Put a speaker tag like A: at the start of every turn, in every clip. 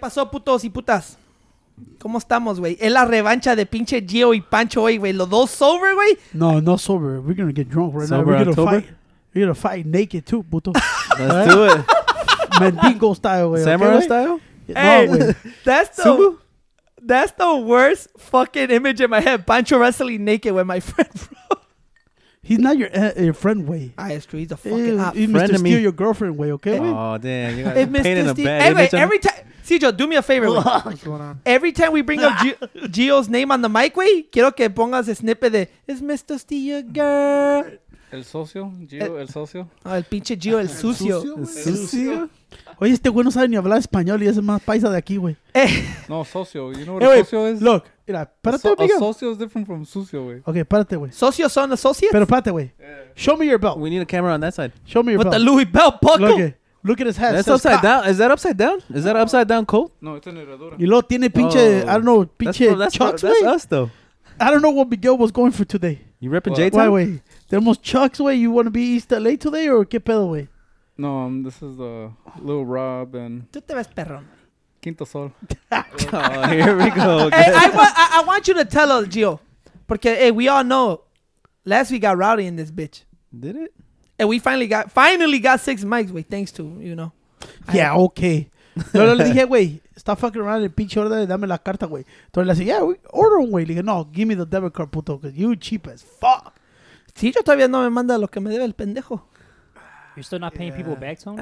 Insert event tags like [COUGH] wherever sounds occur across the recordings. A: pasó, putos y putas? ¿Cómo estamos, güey? Es la revancha de pinche Gio y Pancho hoy, güey. Los dos sober, güey.
B: No, no sober. We're gonna get drunk right
C: Sober
B: now. We're gonna
C: October?
B: fight. We're gonna fight naked too, puto. [LAUGHS]
C: Let's do it.
B: Mandingo style, güey.
C: Samurai
B: okay, güey?
C: style?
B: No, güey.
A: that's the that's the worst fucking image in my head. Pancho wrestling naked with my [LAUGHS] friend, Ah, bro.
B: He's not your eh, your friend, way.
A: I is the fucking
B: He's
A: hot.
B: Mr.
C: Frenemy.
B: Steal your girlfriend, way. Okay, güey.
C: Oh, damn. You got
A: If
C: pain in
A: Mr.
C: the
A: Steve,
C: bad
A: hey, wait,
C: image on-
A: every time, Cijo, do me a favor, güey.
B: What's going on?
A: Every time we bring up G- Gio's name on the mic, güey, quiero que pongas a snippet de It's Mr. Steel Girl.
D: El socio, Gio, el socio.
A: Ah, el pinche Gio, el sucio.
B: Oye, este güey no sabe ni hablar español y es más paisa de aquí, güey.
A: Eh,
D: No, socio. You know what
B: Eh,
D: a
B: güey,
D: socio is?
B: Look, mira, espérate,
D: So- a
B: amigo.
D: socio is different from sucio, güey.
B: Ok, espérate, güey.
A: socios son associates.
B: Pero espérate, güey.
C: Eh.
B: Show me your belt.
C: We need a camera on that side.
B: Show me your
A: With the
B: belt.
A: Louis Bell buckle.
B: Look, at, look at his hat.
C: That's
B: says
C: upside
B: cock.
C: down. Is that upside down? Is that upside down coat?
D: No, esta es en herradura.
B: Y luego tiene pinche,
C: Oh.
B: I don't know,
C: That's,
B: pinche
C: that's,
B: chucks,
C: that's
B: güey.
C: us, though.
B: I don't know what Miguel was going for today.
C: You repping J
D: Well,
B: Why,
C: Town?
B: güey? Tenemos chucks, güey. You want to be East LA today or qué pedo, güey?
D: No, um, this is the Lil Rob and
A: Tú te ves perrón.
D: Quinto Sol.
C: Oh, here we go.
A: hey, I, wa- I, I want you to tell us, Gio. Porque, hey, we all know last week got rowdy in this bitch.
C: Did it?
A: And we finally got finally got six mics, güey, thanks to, you know. I-
B: Yeah, okay. No, no, le dije, güey, está fucking around el pinche orden, dame la carta, güey. Entonces le dije, yeah, we- order un, güey. Le dije, no, give me the debit card, puto, because you cheap as fuck.
A: Sí, yo todavía no me manda lo que me debe el pendejo.
E: You're still not paying people back, Tony?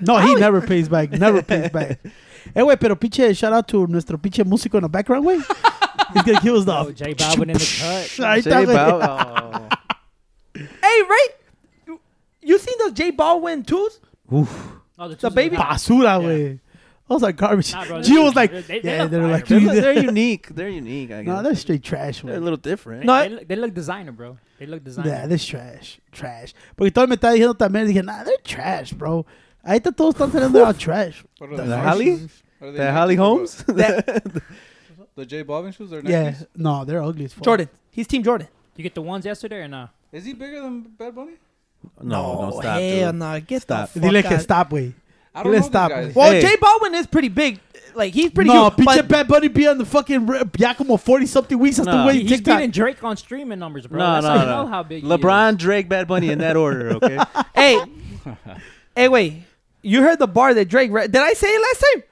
B: No, he never pays back, never pays back. [LAUGHS] Eh, güey, pero pinche shout out to nuestro pinche músico en the background, [LAUGHS] güey. He's gonna give us the...
E: Oh, J
B: [LAUGHS]
E: Balvin in the cut.
B: Ahí está,
C: J
B: güey.
C: Bow.
A: Hey, right? You, you seen those J Baldwin twos?
E: Oh, the,
A: The
E: twos are
A: baby-
B: [LAUGHS]
E: hot.
B: Basura, güey. Those are garbage.
E: Nah, bro,
B: Gio
E: they-
B: was like,
E: they- they
B: yeah,
E: look
B: they're
E: fire,
B: like,
E: bro.
C: They're,
B: no,
C: they're unique. They're unique, I guess.
B: nah,
C: they're,
B: they're straight trash,
C: a
B: güey.
C: little different.
A: No,
E: they, look, they look designer, bro. They look designer.
B: Nah, that's trash, trash. Porque todo me estaba diciendo también, dije, nah, they're trash, bro. Ahí está todos están saliendo out trash.
D: What are
B: The
D: they, Nike
C: Holly?
D: shoes? Are they
C: The
D: Nike
C: Holly
D: shoes or
C: Holmes? [LAUGHS]
D: what? The J Balvin shoes are
B: Yeah,
D: Nikes?
B: no, they're ugly as fuck.
A: Jordan. He's Team Jordan.
E: You get the ones yesterday or no?
D: Is he bigger than Bad Bunny?
C: no, no, stop.
A: hell
C: dude.
A: no. Get
C: Stop.
A: the fuck
B: Dile que
A: out.
B: stop, güey.
D: I
B: Let's stop,
D: these guys.
A: Well,
C: Hey.
A: J Baldwin is pretty big. Like, he's pretty
B: No,
A: huge.
B: pinche
A: But
B: Bad Bunny be on the fucking re- ya como 40 something weeks hasta
C: Nah.
B: güey
E: He- He's
B: Oh, TikTok.
E: beating Drake on streaming numbers, bro.
C: No,
E: That's
C: no,
E: how you
C: no.
E: know how big he is.
C: LeBron, Drake, Bad Bunny in that order, okay? [LAUGHS]
A: hey, hey, wait. You heard the bar that Drake. Re- Did I say it last time?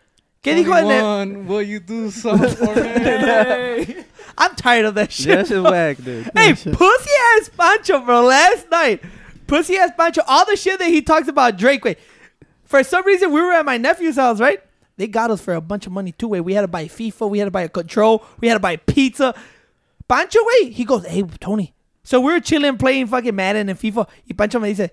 A: ¿Qué dijo en el-
D: 21, Will you do something for me?
A: I'm tired of that shit.
C: yeah, that shit whack, dude.
A: Hey,
B: shit.
A: pussy ass Pancho, bro. Last night, pussy ass Pancho. All the shit that he talks about Drake. Wait, for some reason we were at my nephew's house, right? They got us for a bunch of money too. Wait, we had to buy FIFA, we had to buy a control, we had to buy pizza. Pancho, wait, he goes, hey Tony. So we were chilling, playing fucking Madden and FIFA. Y Pancho me dice,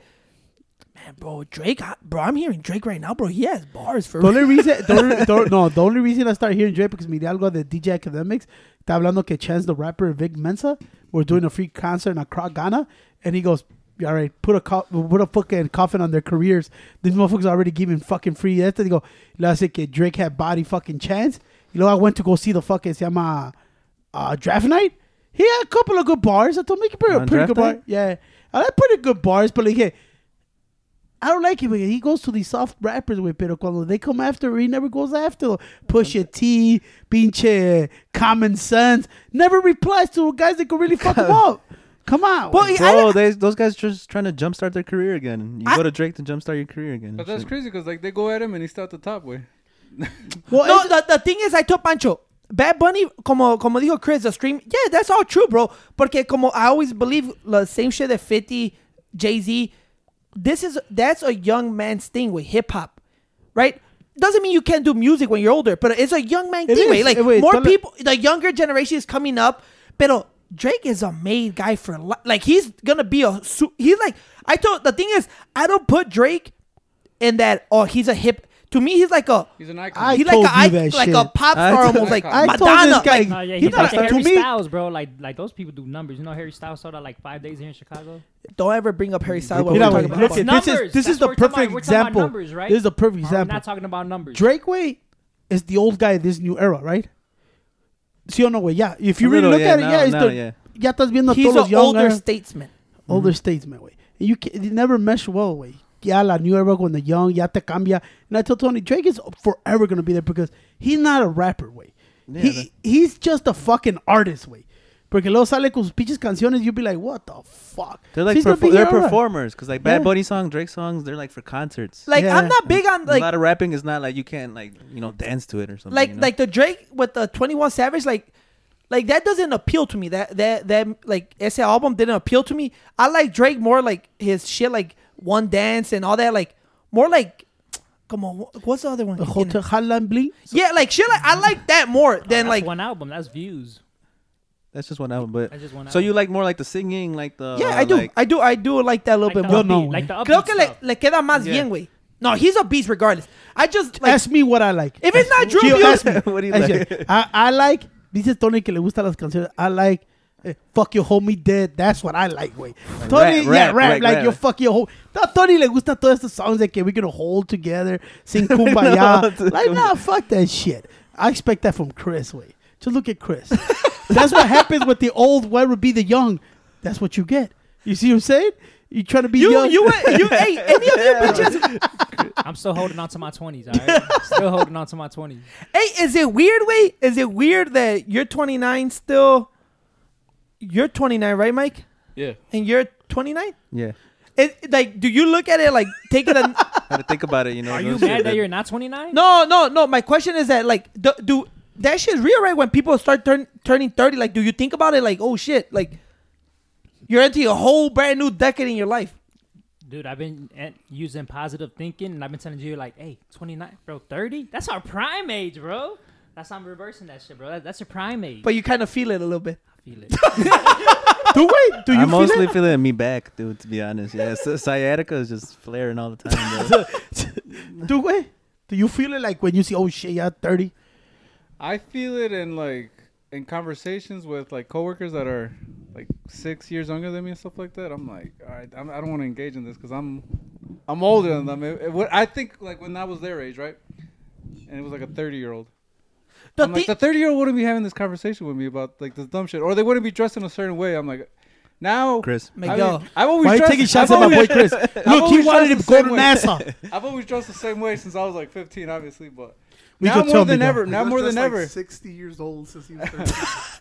A: man, bro, Drake, I- bro, I'm hearing Drake right now, bro. He has bars for
B: The only reason, the only, the only- no, the only reason I started hearing Drake because miré algo de DJ Academics. Está hablando que Chance the Rapper and Vic Mensa were doing a free concert in Accra, Ghana, and he goes, "All right, put a co- put a fucking coffin on their careers. These motherfuckers already giving fucking free." That's they go. Le hace que Drake had body fucking Chance. You know, I went to go see the fucking se llama uh, Draft Night. He had a couple of good bars. I told him, pretty,
C: On
B: pretty
C: Draft
B: good
C: Night?
B: bar. Yeah, I like pretty good bars, but like, hey, I don't like him. because He goes to these soft rappers with pero cuando they come after, he never goes after. Pusha T, pinche Common Sense, never replies to guys that could really fuck him up. Come on.
A: Well,
B: güey.
A: I-
C: Bro, they, those guys just trying to jumpstart their career again. You
A: I-
C: go to Drake to jumpstart your career again.
D: But that's
C: Shit.
D: crazy because like they go at him and he's still at the top, way.
B: well,
A: No,
B: it's-
A: the, the thing is, I told Pancho, Bad Bunny, como, como dijo Chris, the stream, yeah, that's all true, bro. Porque como I always believe the same shit that 50, Jay-Z, this is, that's a young man's thing with hip-hop, right? Doesn't mean you can't do music when you're older, but it's a young man
B: It
A: thing. way.
B: is.
A: Like,
B: Eh, wait,
A: more
B: tell-
A: people, the younger generation is coming up, pero Drake is a made guy for life. Like, he's gonna be a, su- he's like, I told, the thing is, I don't put Drake in that, oh, he's a hip, to me, he's like a,
D: He's an icon.
B: I
A: he like
B: told
A: a,
B: you
A: I,
B: that
A: like
B: shit.
A: a pop
C: I
A: star
C: told-
A: almost like
B: I told this
A: Madonna.
B: guy-
A: like,
E: No, Oh, yeah,
B: He
E: he's
B: not
E: like
B: a- to
E: Harry
B: me-
E: Styles, bro. Like, like those people do numbers. You know, Harry Styles sold out like five days here in Chicago.
A: don't ever bring up Harry Styles.
B: Mira,
A: We're
B: güey,
A: talking about
B: look
A: hip-hop.
B: at-
E: numbers.
B: this is this
E: That's
B: is the
E: what we're talking about.
B: perfect
E: We're talking about
B: example.
E: numbers, right?
B: This is the perfect
E: We're
B: example.
E: not talking about numbers.
B: Drake way is the old guy of this new era, right? See or no way? Yeah. If you
C: A
B: really
C: little,
B: look
C: yeah,
B: at it,
C: now-
B: yeah, it's
C: now,
B: the,
C: yeah.
B: ya estás viendo
A: He's
B: todos los
A: an
B: young
A: older
B: era-
C: Mm-hmm.
A: statesman.
B: older statesman way. You ca- they never mesh well way. yeah, la new era when the young, ya te cambia. And I told Tony Drake is forever gonna be there because he's not a rapper, way.
C: Yeah, that-
B: he he's just a fucking artist, way. Porque luego sale con sus pinches canciones, you'd be like, what the fuck?
C: They're
B: So
C: like
B: he's gonna
C: perfo-
B: be
C: they're
B: here, all right.
C: performers because like Bad
B: Yeah.
C: Bunny songs, Drake songs, they're like for concerts.
A: Like
B: Yeah.
A: I'm not big on
C: a lot
A: like
C: of rapping is not like you can't like you know dance to it or something.
A: like
C: you know?
A: like the Drake with the Twenty One Savage like. Like that doesn't appeal to me. That that that like ese album didn't appeal to me. I like Drake more like his shit like One Dance and all that like more like come on wh- what's the other one?
B: The Hotel Hotline Bling.
A: Yeah, like shit like I like that more than
E: that's
A: like
E: one album. That's views.
C: that's just one album. But
E: That's just one.
C: so
E: album.
C: you like more like the singing, like the
A: Yeah, I do.
C: like-
A: I do. I do like that a little
E: like
A: bit more.
E: the
B: no,
E: upbeat- like the
A: Creo
E: upbeat
A: que le,
E: stuff.
A: le queda más
C: Yeah.
A: bien, güey. No, he's a beast regardless. I just like
B: ask me what I like.
A: if it's not Drew
B: Gio,
A: Buse-
B: ask me.
C: [LAUGHS] What do you
B: Ask
C: like?
B: you. I, I like, dice Tony que le gustan las canciones. I like, eh, fuck your homie dead. That's what I like, güey. Tony, yeah,
C: rap, rap,
B: rap,
C: like
B: like
C: rap.
B: your fuck your homie. No, Tony le gusta todas estas songs that que we gonna hold together,
C: [LAUGHS]
B: sing
C: No,
B: kumbaya.
C: dude.
B: like, nah, fuck that shit. I expect that from Chris, güey. Just look at Chris. That's what happens with the old, what would be the young. That's what you get. You see what I'm saying? You trying to be
A: you,
B: young.
A: you,
B: [LAUGHS]
A: went- you, hey, any of you bitches?
E: I'm still holding on to my twenties. All
B: [LAUGHS]
E: right, still holding on to my twenties.
A: Hey, is it weird, way? Is it weird that you're 29 still? You're 29, right, Mike?
D: Yeah.
A: And you're 29.
C: yeah.
A: It, like, do you look at it like take it? [LAUGHS] A,
C: How to think about it, you know?
E: Are
C: those
E: you
C: shit
E: mad that you're not 29?
A: no, no, no. My question is that like, do, do that shit's real, right? When people start turn, turning 30, like, do you think about it like, oh shit, like, you're into a whole brand new decade in your life?
E: Dude, I've been eh, using positive thinking, and I've been telling you like, hey, 29, bro, 30. That's our prime age, bro. That's I'm reversing that shit, bro. That, that's your prime age.
A: But you kind of feel it a little bit.
E: I feel
B: [LAUGHS]
E: it.
B: do wait. Do you
C: I
B: feel
C: mostly
B: it?
C: feel it in me back, dude. To be honest, yeah, Sci- sciatica is just flaring
A: [LAUGHS]
C: all the time. Bro.
B: Do wait. Do you feel it like when you see, oh shit, yeah, 30?
D: I feel it in like in conversations with like coworkers that are like six years younger than me and stuff like that. I'm like, all right, I'm, I don't want to engage in this because I'm I'm older than them. It, it, what, I think like when I was their age, right? And it was like a 30 year old.
A: The
D: I'm like,
A: thi-
D: the 30 year old wouldn't be having this conversation with me about like this dumb shit, or they wouldn't be dressed in a certain way. I'm like, now
C: Chris,
A: Miguel.
D: I, have always
B: Why are you
D: dressed,
B: taking shots
D: [LAUGHS] I've
B: at my boy Chris?
C: [LAUGHS]
D: always-
B: Look, he
D: always
B: wanted to
D: dressed
B: go
D: the
B: to
D: same
B: NASA.
D: I've always dressed the same way since I was like 15, obviously, but
B: We
D: now
B: could
D: more
B: tell
D: than
B: Miguel.
D: ever, now
F: He's
D: more than
F: just, like,
D: ever,
F: Sixty years old since he was 30.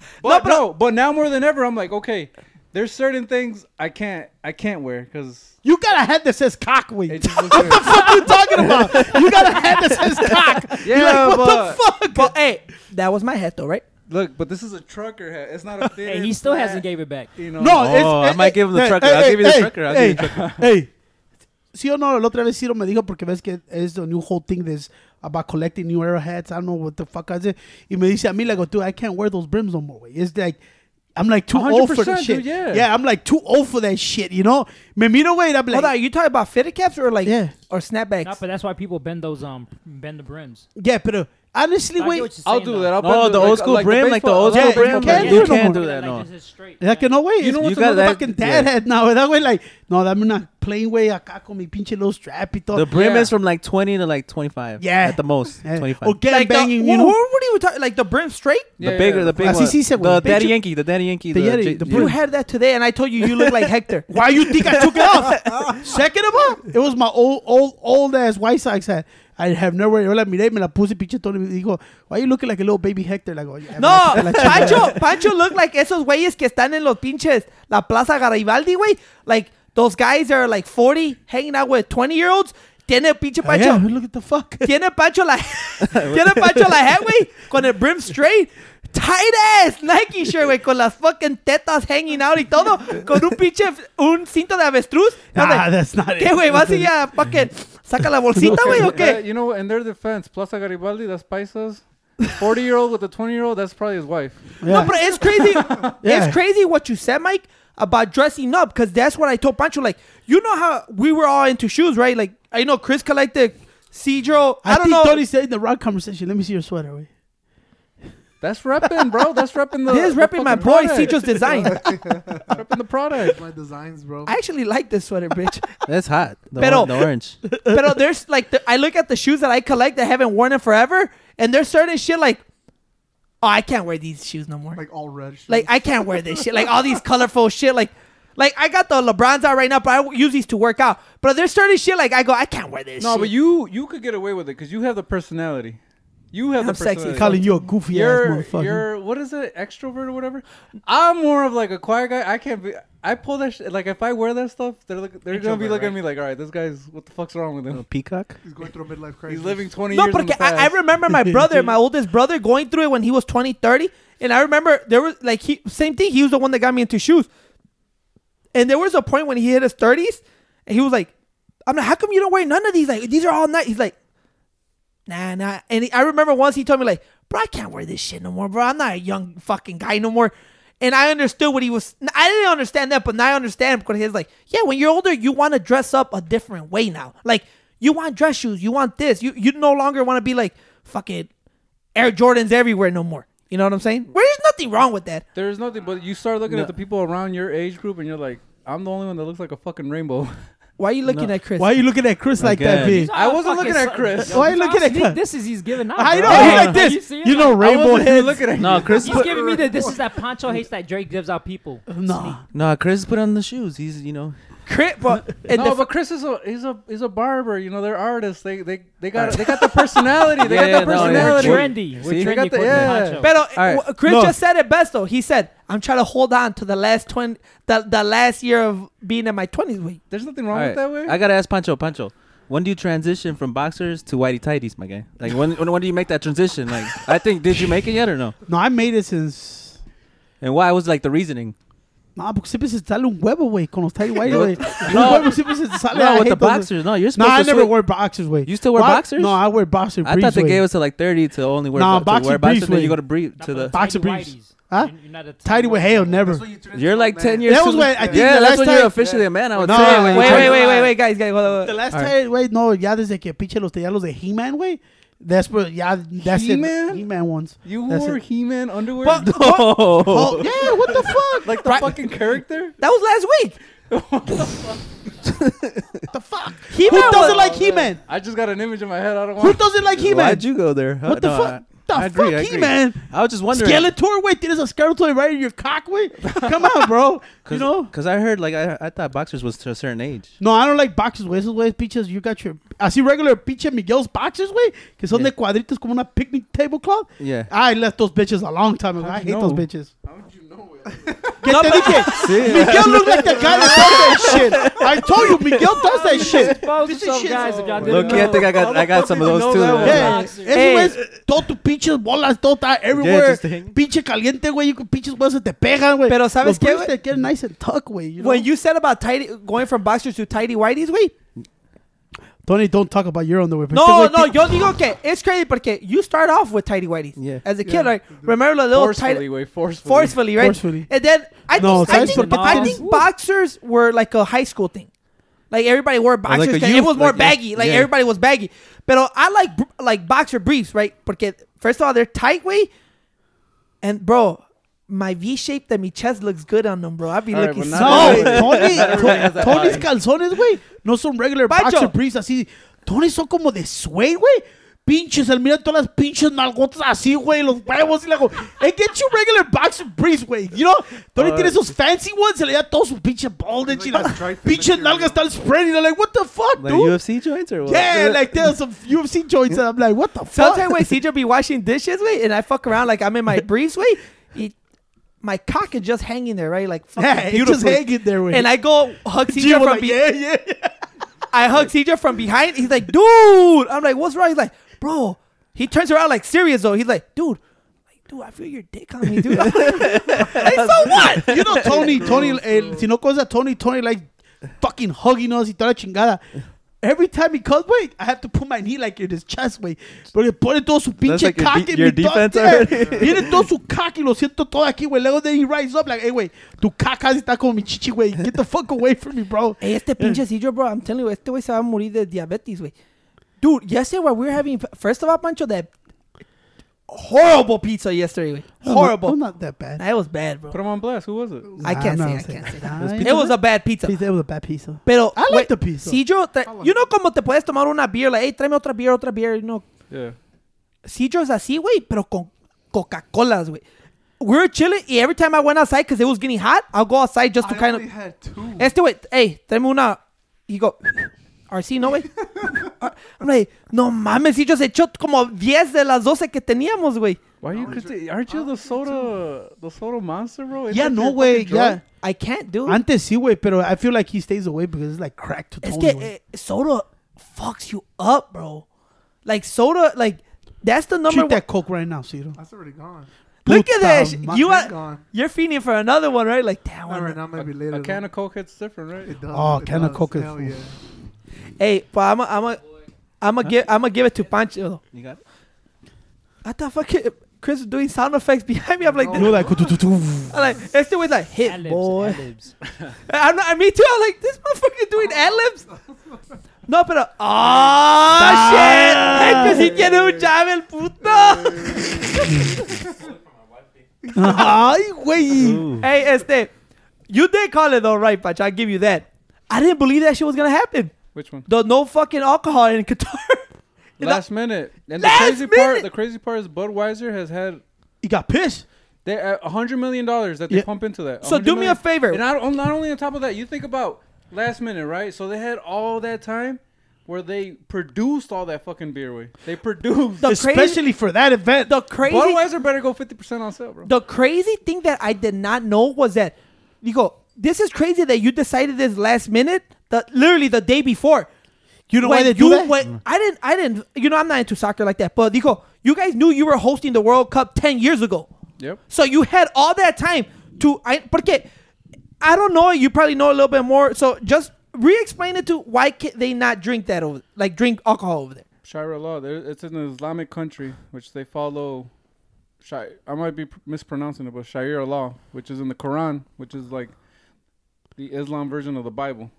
D: [LAUGHS] but no, but now more than ever, I'm like, okay, there's certain things I can't, I can't wear because
B: You got a head that says cock
D: it
B: weight.
D: just looks weird.
B: What you talking about? You got a head that says cock.
D: yeah,
B: You're like, what
D: but
B: the fuck?
A: But hey, that was my head though, right?
D: look, but this is a trucker hat. It's not a thin.
E: hey, he still
D: flat,
E: hasn't gave it back.
D: You know,
B: [LAUGHS] No,
C: Oh,
B: it's, eh,
C: I might give him the trucker. I'll give you the trucker. I'll give you
B: the trucker. Hey, eh, sí o no, la otra vez Ciro me dijo porque ves que es the new whole thing this about collecting new arrow hats. I don't know what the fuck I did. Y me dice a mí, like, dude, I can't wear those brims no more. Way. It's like, I'm like too old for that
D: 100%,
B: shit.
D: dude, yeah.
B: I'm like too old for that shit, you know? Me miro, güey, and I'm like,
A: Hold on, are you talking about fitted caps or like
B: Yeah.
A: or snapbacks?
E: Nah, but that's why people bend those um bend the brims.
B: yeah, pero honestly,
E: I get
B: güey,
E: what you're
D: I'll
E: saying,
D: do
E: though.
D: that. I'll
C: No,
D: put
C: the
D: like-
C: old school
D: like the
C: brim, like the
D: baseball-
C: old
D: I
B: school
D: like the
B: brim,
D: baseball
B: like,
D: bat.
B: you
E: Yeah,
B: can't
E: like,
C: do that,
E: like,
C: no.
E: this is straight,
B: Es que no,
E: man.
B: güey.
C: You
B: You
C: know
B: know
C: what's
B: what's another
C: another-
B: fucking dad
C: yeah.
B: head now, ¿verdad, güey? Like, [LAUGHS] no, dame una plain, güey, acá con mi pinche little strap y todo.
C: the brim
D: yeah.
C: is from like 20 to like 25.
B: Yeah.
C: at the most,
B: [LAUGHS] Eh,
C: 25.
B: O gang
A: like uh, the,
B: banging,
A: wh-
B: you
A: wh-
B: know?
A: what are you talking? Like the brim straight?
C: The
D: Yeah,
C: bigger,
D: yeah.
C: the big
B: Así
C: one.
B: sí se
C: the
B: güey.
C: Daddy Yankee, the Daddy Yankee,
B: The
C: the,
B: Yeti,
C: J-
B: the
A: You
B: Yeah.
A: had that today, and I told you you look like
B: [LAUGHS]
A: Hector.
B: Why you think I took it off? Second of all, it was my old, old, old ass White Sox hat. I have never, yo la miré, me la puse, pinche Tony me dijo, why you looking like a little baby Hector? Like, "Oh, oye,
A: No,
B: me la quité la chingada.
A: Pancho, Pancho look like esos güeyes que están en los pinches la Plaza Garibaldi, güey. Like those guys that are like 40 hanging out with 20 year olds. Tiene pinche [LAUGHS]
B: Like, Oh, yeah,
A: Pancho.
B: look at the fuck. [LAUGHS]
A: Tiene Pancho la [LAUGHS] Tiene Pancho la head, güey, con el brim straight. Tight ass Nike shirt, güey, con las fucking tetas hanging out y todo, con un pinche un cinto de avestruz.
B: Nah,
A: Donde-
B: that's not it.
A: ¿Qué, güey? ¿Vas a ir a fucking saca la bolsita, güey, o
D: Uh,
A: qué?
D: you know, in their defense, Plaza Garibaldi, that's Paisas. 40 year old with a 20 year old, that's probably his wife.
A: No, but it's crazy.
B: Yeah.
A: It's crazy what you said, Mike, about dressing up, because that's what I told Pancho. Like, you know how we were all into shoes, right? Like, I know Chris collected Cedro. I,
B: I,
A: don't
B: think
A: know.
B: Tony said in the rock conversation, let me see your sweater, güey.
D: That's repping, bro. That's repping
A: [LAUGHS]
D: the.
A: This is
D: the
A: repping my
D: fucking
A: boy
D: product. [LAUGHS]
A: Cedro's design.
D: Repping the product.
F: My designs, bro.
A: I actually like this sweater, bitch.
C: That's hot. The,
A: Pero-
C: or-
B: [LAUGHS]
C: the orange.
A: [LAUGHS] but there's like the, I look at the shoes that I collect that I haven't worn in forever, and there's certain shit like, oh, I can't wear these shoes no more. Like,
F: like all red. Shoes. [LAUGHS]
A: I can't wear this shit. Like all these colorful shit. Like Like I got the LeBrons out right now, but I use these to work out. But there's certain shit like I go, I can't wear this.
D: No,
A: shit.
D: but you you could get away with it because you have the personality. You have
A: I'm
D: the
A: sexy.
D: personality.
B: Calling you a goofy
D: you're,
B: ass motherfucker.
D: you're what is it extrovert or whatever i'm more of like a quiet guy i can't be i pull that shit like if i wear that stuff they're look, they're gonna be
E: Introvert,
D: looking at
E: right?
D: me like all right this guy's what the fuck's wrong with him
C: Oh, Peacock?
F: He's going through a midlife crisis.
D: he's living 20
A: No,
D: years in
A: porque
D: the
A: I, I
D: past.
A: remember
D: [LAUGHS]
A: my brother, my oldest brother, going through it when he was 20, 30. And I remember there was like he same thing. He was the one that got me into shoes. And there was a point when he hit his 30s, and he was like, "I'm like, how come you don't wear none of these? Like these are all night." He's like, "Nah, nah." And he- I remember once he told me like, "Bro, I can't wear this shit no more, bro. I'm not a young fucking guy no more." And I understood what he was. I didn't understand that, but now I understand because he's like, "Yeah, when you're older, you want to dress up a different way now. Like you want dress shoes, you want this. You you no longer want to be like fucking Air Jordans everywhere no more." You know what I'm saying? Well, there's nothing wrong with that.
D: there's nothing but you start looking
C: No.
D: at the people around your age group and you're like i'm the only one that looks like a fucking rainbow
A: Why are you looking
C: No.
A: at Chris?
B: Why are you looking at Chris like that,
C: God.
B: V?
D: I wasn't looking at Chris.
B: Why you looking at Chris?
E: This is he's
B: [LAUGHS]
E: giving out.
B: I
E: bro.
B: know,
A: he's like
E: Are
A: this.
E: you serious?
B: You know,
E: Like,
D: I
B: rainbow
D: wasn't even
B: heads.
D: looking at
C: No, Chris.
E: He's
C: put,
E: giving me the. This is that Pancho hates that Drake gives out people.
B: Nah.
C: no, Chris put on the shoes. He's you know
A: Chris, but, and
D: no,
A: the-
D: but Chris is a he's a he's a barber. You know, they're artists. They they they got they got the personality. They
C: Yeah, yeah,
D: got the
C: no, yeah.
E: We're
D: personality.
E: trendy. We're
D: Oh, See, they got
E: trendy.
D: the-
E: for
D: yeah.
E: Pancho.
A: Pero
D: right.
A: w- Chris
B: No.
A: just said it best though. He said, "I'm trying to hold on to the last twenty, the, the last year of being in my twenties. Wait,
D: There's nothing wrong with
C: All
D: that way.
C: right. I gotta ask Pancho. Pancho, when do you transition from boxers to whitey tighties, my guy? Like when, when when do you make that transition? Like I think did you make it yet or no?
B: No, I made it since.
C: And why was like the reasoning?
B: Nah, porque siempre se sale un huevo, güey, con los tight white, güey.
C: No.
B: Un huevo siempre se sale. I
C: No,
B: hate
C: with the
B: those-
C: boxers. No, you're
B: No,
C: supposed
B: I
C: to.
B: never
C: switch-
B: wear boxers, way.
C: You still wear boxers?
B: No, I wear boxer
C: I thought
B: briefs,
C: they
B: way.
C: gave us to like 30 to only wear,
B: Nah,
C: bo- to
B: boxer
C: wear boxers.
B: briefs,
C: Then
B: wait.
C: you go to brief to the.
B: boxer briefs. Huh?
E: You're not a
B: Tidy with hell, never.
F: That's when you turn into
C: You're
F: an
C: like
F: old
C: 10
F: man.
C: years.
B: That
C: too
B: was
C: late.
B: when- I think
C: yeah,
B: the
C: that's
B: last
C: when you're
B: time-
C: officially a man. I would
B: No,
C: say. when
B: wait,
C: you
A: wait,
C: turn-
A: wait,
B: [LAUGHS]
A: wait, wait, wait, guys, guys, hold on.
B: The last
C: Alright.
B: tight, wait, no, ya desde que pinche los tejalos de He-Man, way. That's where, ya, that's
D: He-Man?
B: it. He-Man ones.
D: You
B: That's
D: wore
B: it.
D: He-Man underwear,
A: But-
B: Oh, yeah, what the fuck?
D: [LAUGHS] like the fucking character.
A: That was last week.
B: the fuck?
A: He
B: Who doesn't like He-Man?
D: I just got an image in my head. I don't
B: Who
D: want.
B: doesn't like He-Man?
C: Why'd you go there? Huh?
B: What the
C: No,
B: fuck?
C: I- I
B: The
C: agree, I
B: fuck,
C: agree.
B: He-Man?
C: I was just wondering.
B: Skeletor, wait, there's a Skeletor right in your cock, wait. Come on, bro. You
C: Cause,
B: know?
C: 'cause I heard like I, I thought boxers was to a certain age.
B: No, I don't like boxes, güey. Esos güeyes, pinches, you got your. Así regular pinche Miguel's boxes, güey. Que son
C: Yeah.
B: de cuadritos como una picnic tablecloth.
C: Yeah.
B: I left those bitches a long time ago.
D: How'd
B: I hate
D: you
B: those
D: know?
B: bitches.
F: How would you know?
B: [LAUGHS] ¿Qué te dije? Miguel looked like the guy that does that shit. I told you, Miguel does that shit.
E: Expose
B: This
E: yourself,
B: shit's-
E: guys, if y'all didn't
C: Look, yeah, I
E: know.
C: think I got I got some of those too.
D: that
C: Yeah.
B: Yeah.
E: Boxers.
B: Anyways, todo tu pinches bolas, todo está everywhere.
C: just hang-
B: pinche caliente, güey. You pinches bolas se te pegan, güey.
A: Pero ¿sabes
B: Los
A: qué,
B: briefs
A: güey?
B: they get nice and tuck, güey. You know?
A: When you said about tidy, going from boxers to tidy whities, wait.
B: Tony, don't talk about your underwear.
A: No, no, yo digo que it's crazy porque you start off with tidy whities
C: Yeah.
A: as a kid,
F: Yeah.
A: right? Remember the little
D: Forcefully,
A: tidy,
D: way forcefully.
A: forcefully, right?
B: Forcefully.
A: And then I
B: No,
A: think, I
B: ¿sabes
A: think,
E: por qué
A: I
E: tienes-
A: think boxers were like a high school thing. Like everybody wore
C: like
A: boxers.
C: a
A: 'cause it
C: youth-
A: was more
C: like, yeah,
A: baggy. Like
C: yeah.
A: everybody was baggy. But I like br- like boxer briefs, right? Porque first of all, they're tight way, and bro, my V shape that my chest looks good on them, bro. I be
D: All right,
A: looking.
D: but
A: so-
B: No,
D: not- Everybody-
B: Tony,
D: everybody has that
B: Tony's
D: eye.
B: calzones, güey, no son regular
A: Pancho.
B: boxer briefs así. Tony son como de suede, güey. Pinches, el mira todas las pinches nalgotas así, güey, los huevos y la go. Hey, get you regular boxer briefs, güey. You know, Tony tiene esos fancy ones, se le da todo su pinche baldage y
F: Like
B: las
F: that tri-tip
B: pinches
F: material.
B: nalgas están spreading. They're like, what the fuck,
C: Like
B: dude?
C: UFC joints or what?
B: Yeah, like there's some UFC joints, and I'm like, what the fuck?
A: [LAUGHS] Sometimes when CJ be washing dishes, wait, and I fuck around like I'm in my briefs, wait. He, my cock is just hanging there, right? Like fucking
B: [LAUGHS] yeah, you just
A: beautifully.
B: hanging there, [LAUGHS] güey.
A: and I go hug CJ
B: Gio
A: from
B: was like,
A: be-
B: yeah, yeah, yeah.
A: I hug CJ from behind. He's like, dude. I'm like, what's wrong? He's like, bro. He turns around like serious though. He's like, dude. Like, Dude, I feel your dick on me, dude. [LAUGHS] I'm like, "Hey, so what?
B: You [LAUGHS] know, Tony, Tony, el, si no cosa, Tony, Tony, like, fucking hugging us y toda la chingada. Every time he comes, wait, I have to put my knee like in his chest, wait. Pero le pone todo su pinche
C: like your
B: cock
C: de-
B: en
C: your
B: mi todo-
C: defense
B: yeah.
C: already.
B: Tiene todo su cock y lo siento todo aquí, güey. Luego then he rises up like, hey, güey, tu cock casi está como mi chichi, güey. Get the fuck away from me, bro.
A: Hey, este pinche CJ, bro. I'm telling you, este güey se va a morir de diabetes, güey. Dude, yesterday while we were having, first of all, Pancho, that horrible pizza yesterday, güey.
B: [LAUGHS] I'm not-
A: Horrible.
B: I'm not that bad.
A: That was bad, bro.
D: Put him on blast. Who was it?
A: I can't
B: Nah,
A: say. I
B: I'm not
A: can't say.
B: that. Nah,
C: It was
A: It was a bad pizza.
B: pizza. It was a bad pizza.
A: Pero,
B: I like
A: wait,
B: the pizza.
A: Cedro, tra-
F: I like
A: you know como te puedes tomar una beer, like, hey, tráeme otra beer, otra beer, you know.
D: Yeah.
A: Cedro es así, güey, pero con Coca-Colas, güey. we were chilling. y every time I went outside because it was getting hot, I'll go outside just to
F: I
A: kind of.
F: only had two.
A: Este güey, hey, tráeme una. Y go, RC, no,
F: [LAUGHS]
A: güey. I'm like, no mames, y yo se echó como 10 de las 12 que teníamos, güey.
D: Why are you? Criti- aren't you the soda, the soda monster, bro? It's
B: Yeah,
D: like
B: no
D: your
B: way.
D: fucking
B: Yeah.
D: drug.
A: I can't do it.
B: Antes sí, güey, pero I feel like he stays away because it's like crack to
A: Es
B: Tony.
A: que
B: güey.
A: eh, soda fucks you up, bro. Like, soda, like, that's the number
B: Cheat
A: one.
B: that coke right now, Ciro.
A: [LAUGHS]
F: That's already gone.
A: Look
B: Puta
A: at this.
B: ma-
A: You
F: It's
A: are,
F: gone.
A: you're feeding for another one, right? Like, that
F: Not
A: one.
F: right now, maybe later.
D: A
F: though.
D: can of coke hits different, right?
F: It does,
B: Oh,
F: it
B: can of
F: does.
B: Coke is-
F: Hell yeah.
A: Hey, but I'm a, I'm a, I'm a give, I'm gonna give it to Pancho.
C: You got it?
A: I thought fucking Chris was doing sound effects behind me. I'm like,
F: No.
B: You know, like,
A: I'm like, it's the way like hit
E: Ad-libs,
A: boy.
E: ad-libs.
A: I'm not, me too. I'm like, this motherfucker doing ad libs. No, pero.
B: Ah.
A: ¡Oh, shit! Ay, que sí tiene un llave el puto.
B: ay, güey.
C: Ooh.
A: hey, este. You did call it though, right, Pacho? I give you that. I didn't believe that shit was gonna happen.
D: Which one?
A: The no fucking alcohol in Qatar. [LAUGHS] You know-
D: Last minute. And
A: Last
D: the crazy
A: minute!
D: part, the crazy part is Budweiser has had
B: He got pissed.
D: they uh, a hundred million dollars that they
B: Yeah.
D: pump into that.
A: So
D: 100
A: do me a
D: million.
A: favor.
D: And not, on- not only on top of that, you think about last minute, right? So they had all that time where they produced all that fucking beer. Way they produced.
A: The crazy-
B: Especially for that event.
A: the crazy.
D: Budweiser better go fifty percent on sale, bro.
A: The crazy thing that I did not know was that you go, this is crazy that you decided this last minute, the literally the day before.
B: you know why
A: When
B: they do
A: you
B: that?
A: went- I didn't I didn't you know I'm not into soccer like that, but Nico, you guys knew you were hosting the World Cup 10 years ago.
D: Yep.
A: So you had all that time to I porque I don't know, you probably know a little bit more. So just re-explain it to why can they not drink that over like drink alcohol over there.
D: Sharia law. there- It's an Islamic country which they follow. Shi- I might be pr- mispronouncing it, but Sharia law, which is in the Quran, which is like the Islam version of the Bible,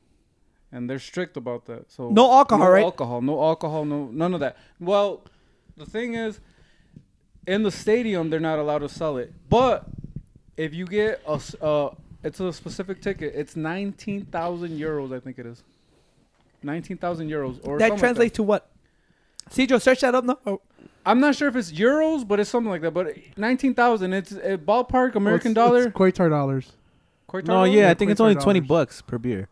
D: and they're strict about that. So
A: No alcohol,
D: no
A: right?
D: Alcohol, no alcohol, no none of that. Well, the thing is, in the stadium they're not allowed to sell it, but if you get a s- uh, it's a specific ticket. It's nineteen thousand euros, I think it is. Nineteen thousand euros, or something like
A: That translates to what? Cedro, search that up now. Or-
D: I'm not sure if it's euros, but it's something like that. But nineteen thousand. It's a ballpark
F: Well,
D: American
F: it's- it's
D: dollar.
F: Qatar dollars.
D: Quarter
C: No,
D: dollar?
C: yeah, I think it's only twenty
F: $25.
C: bucks per beer.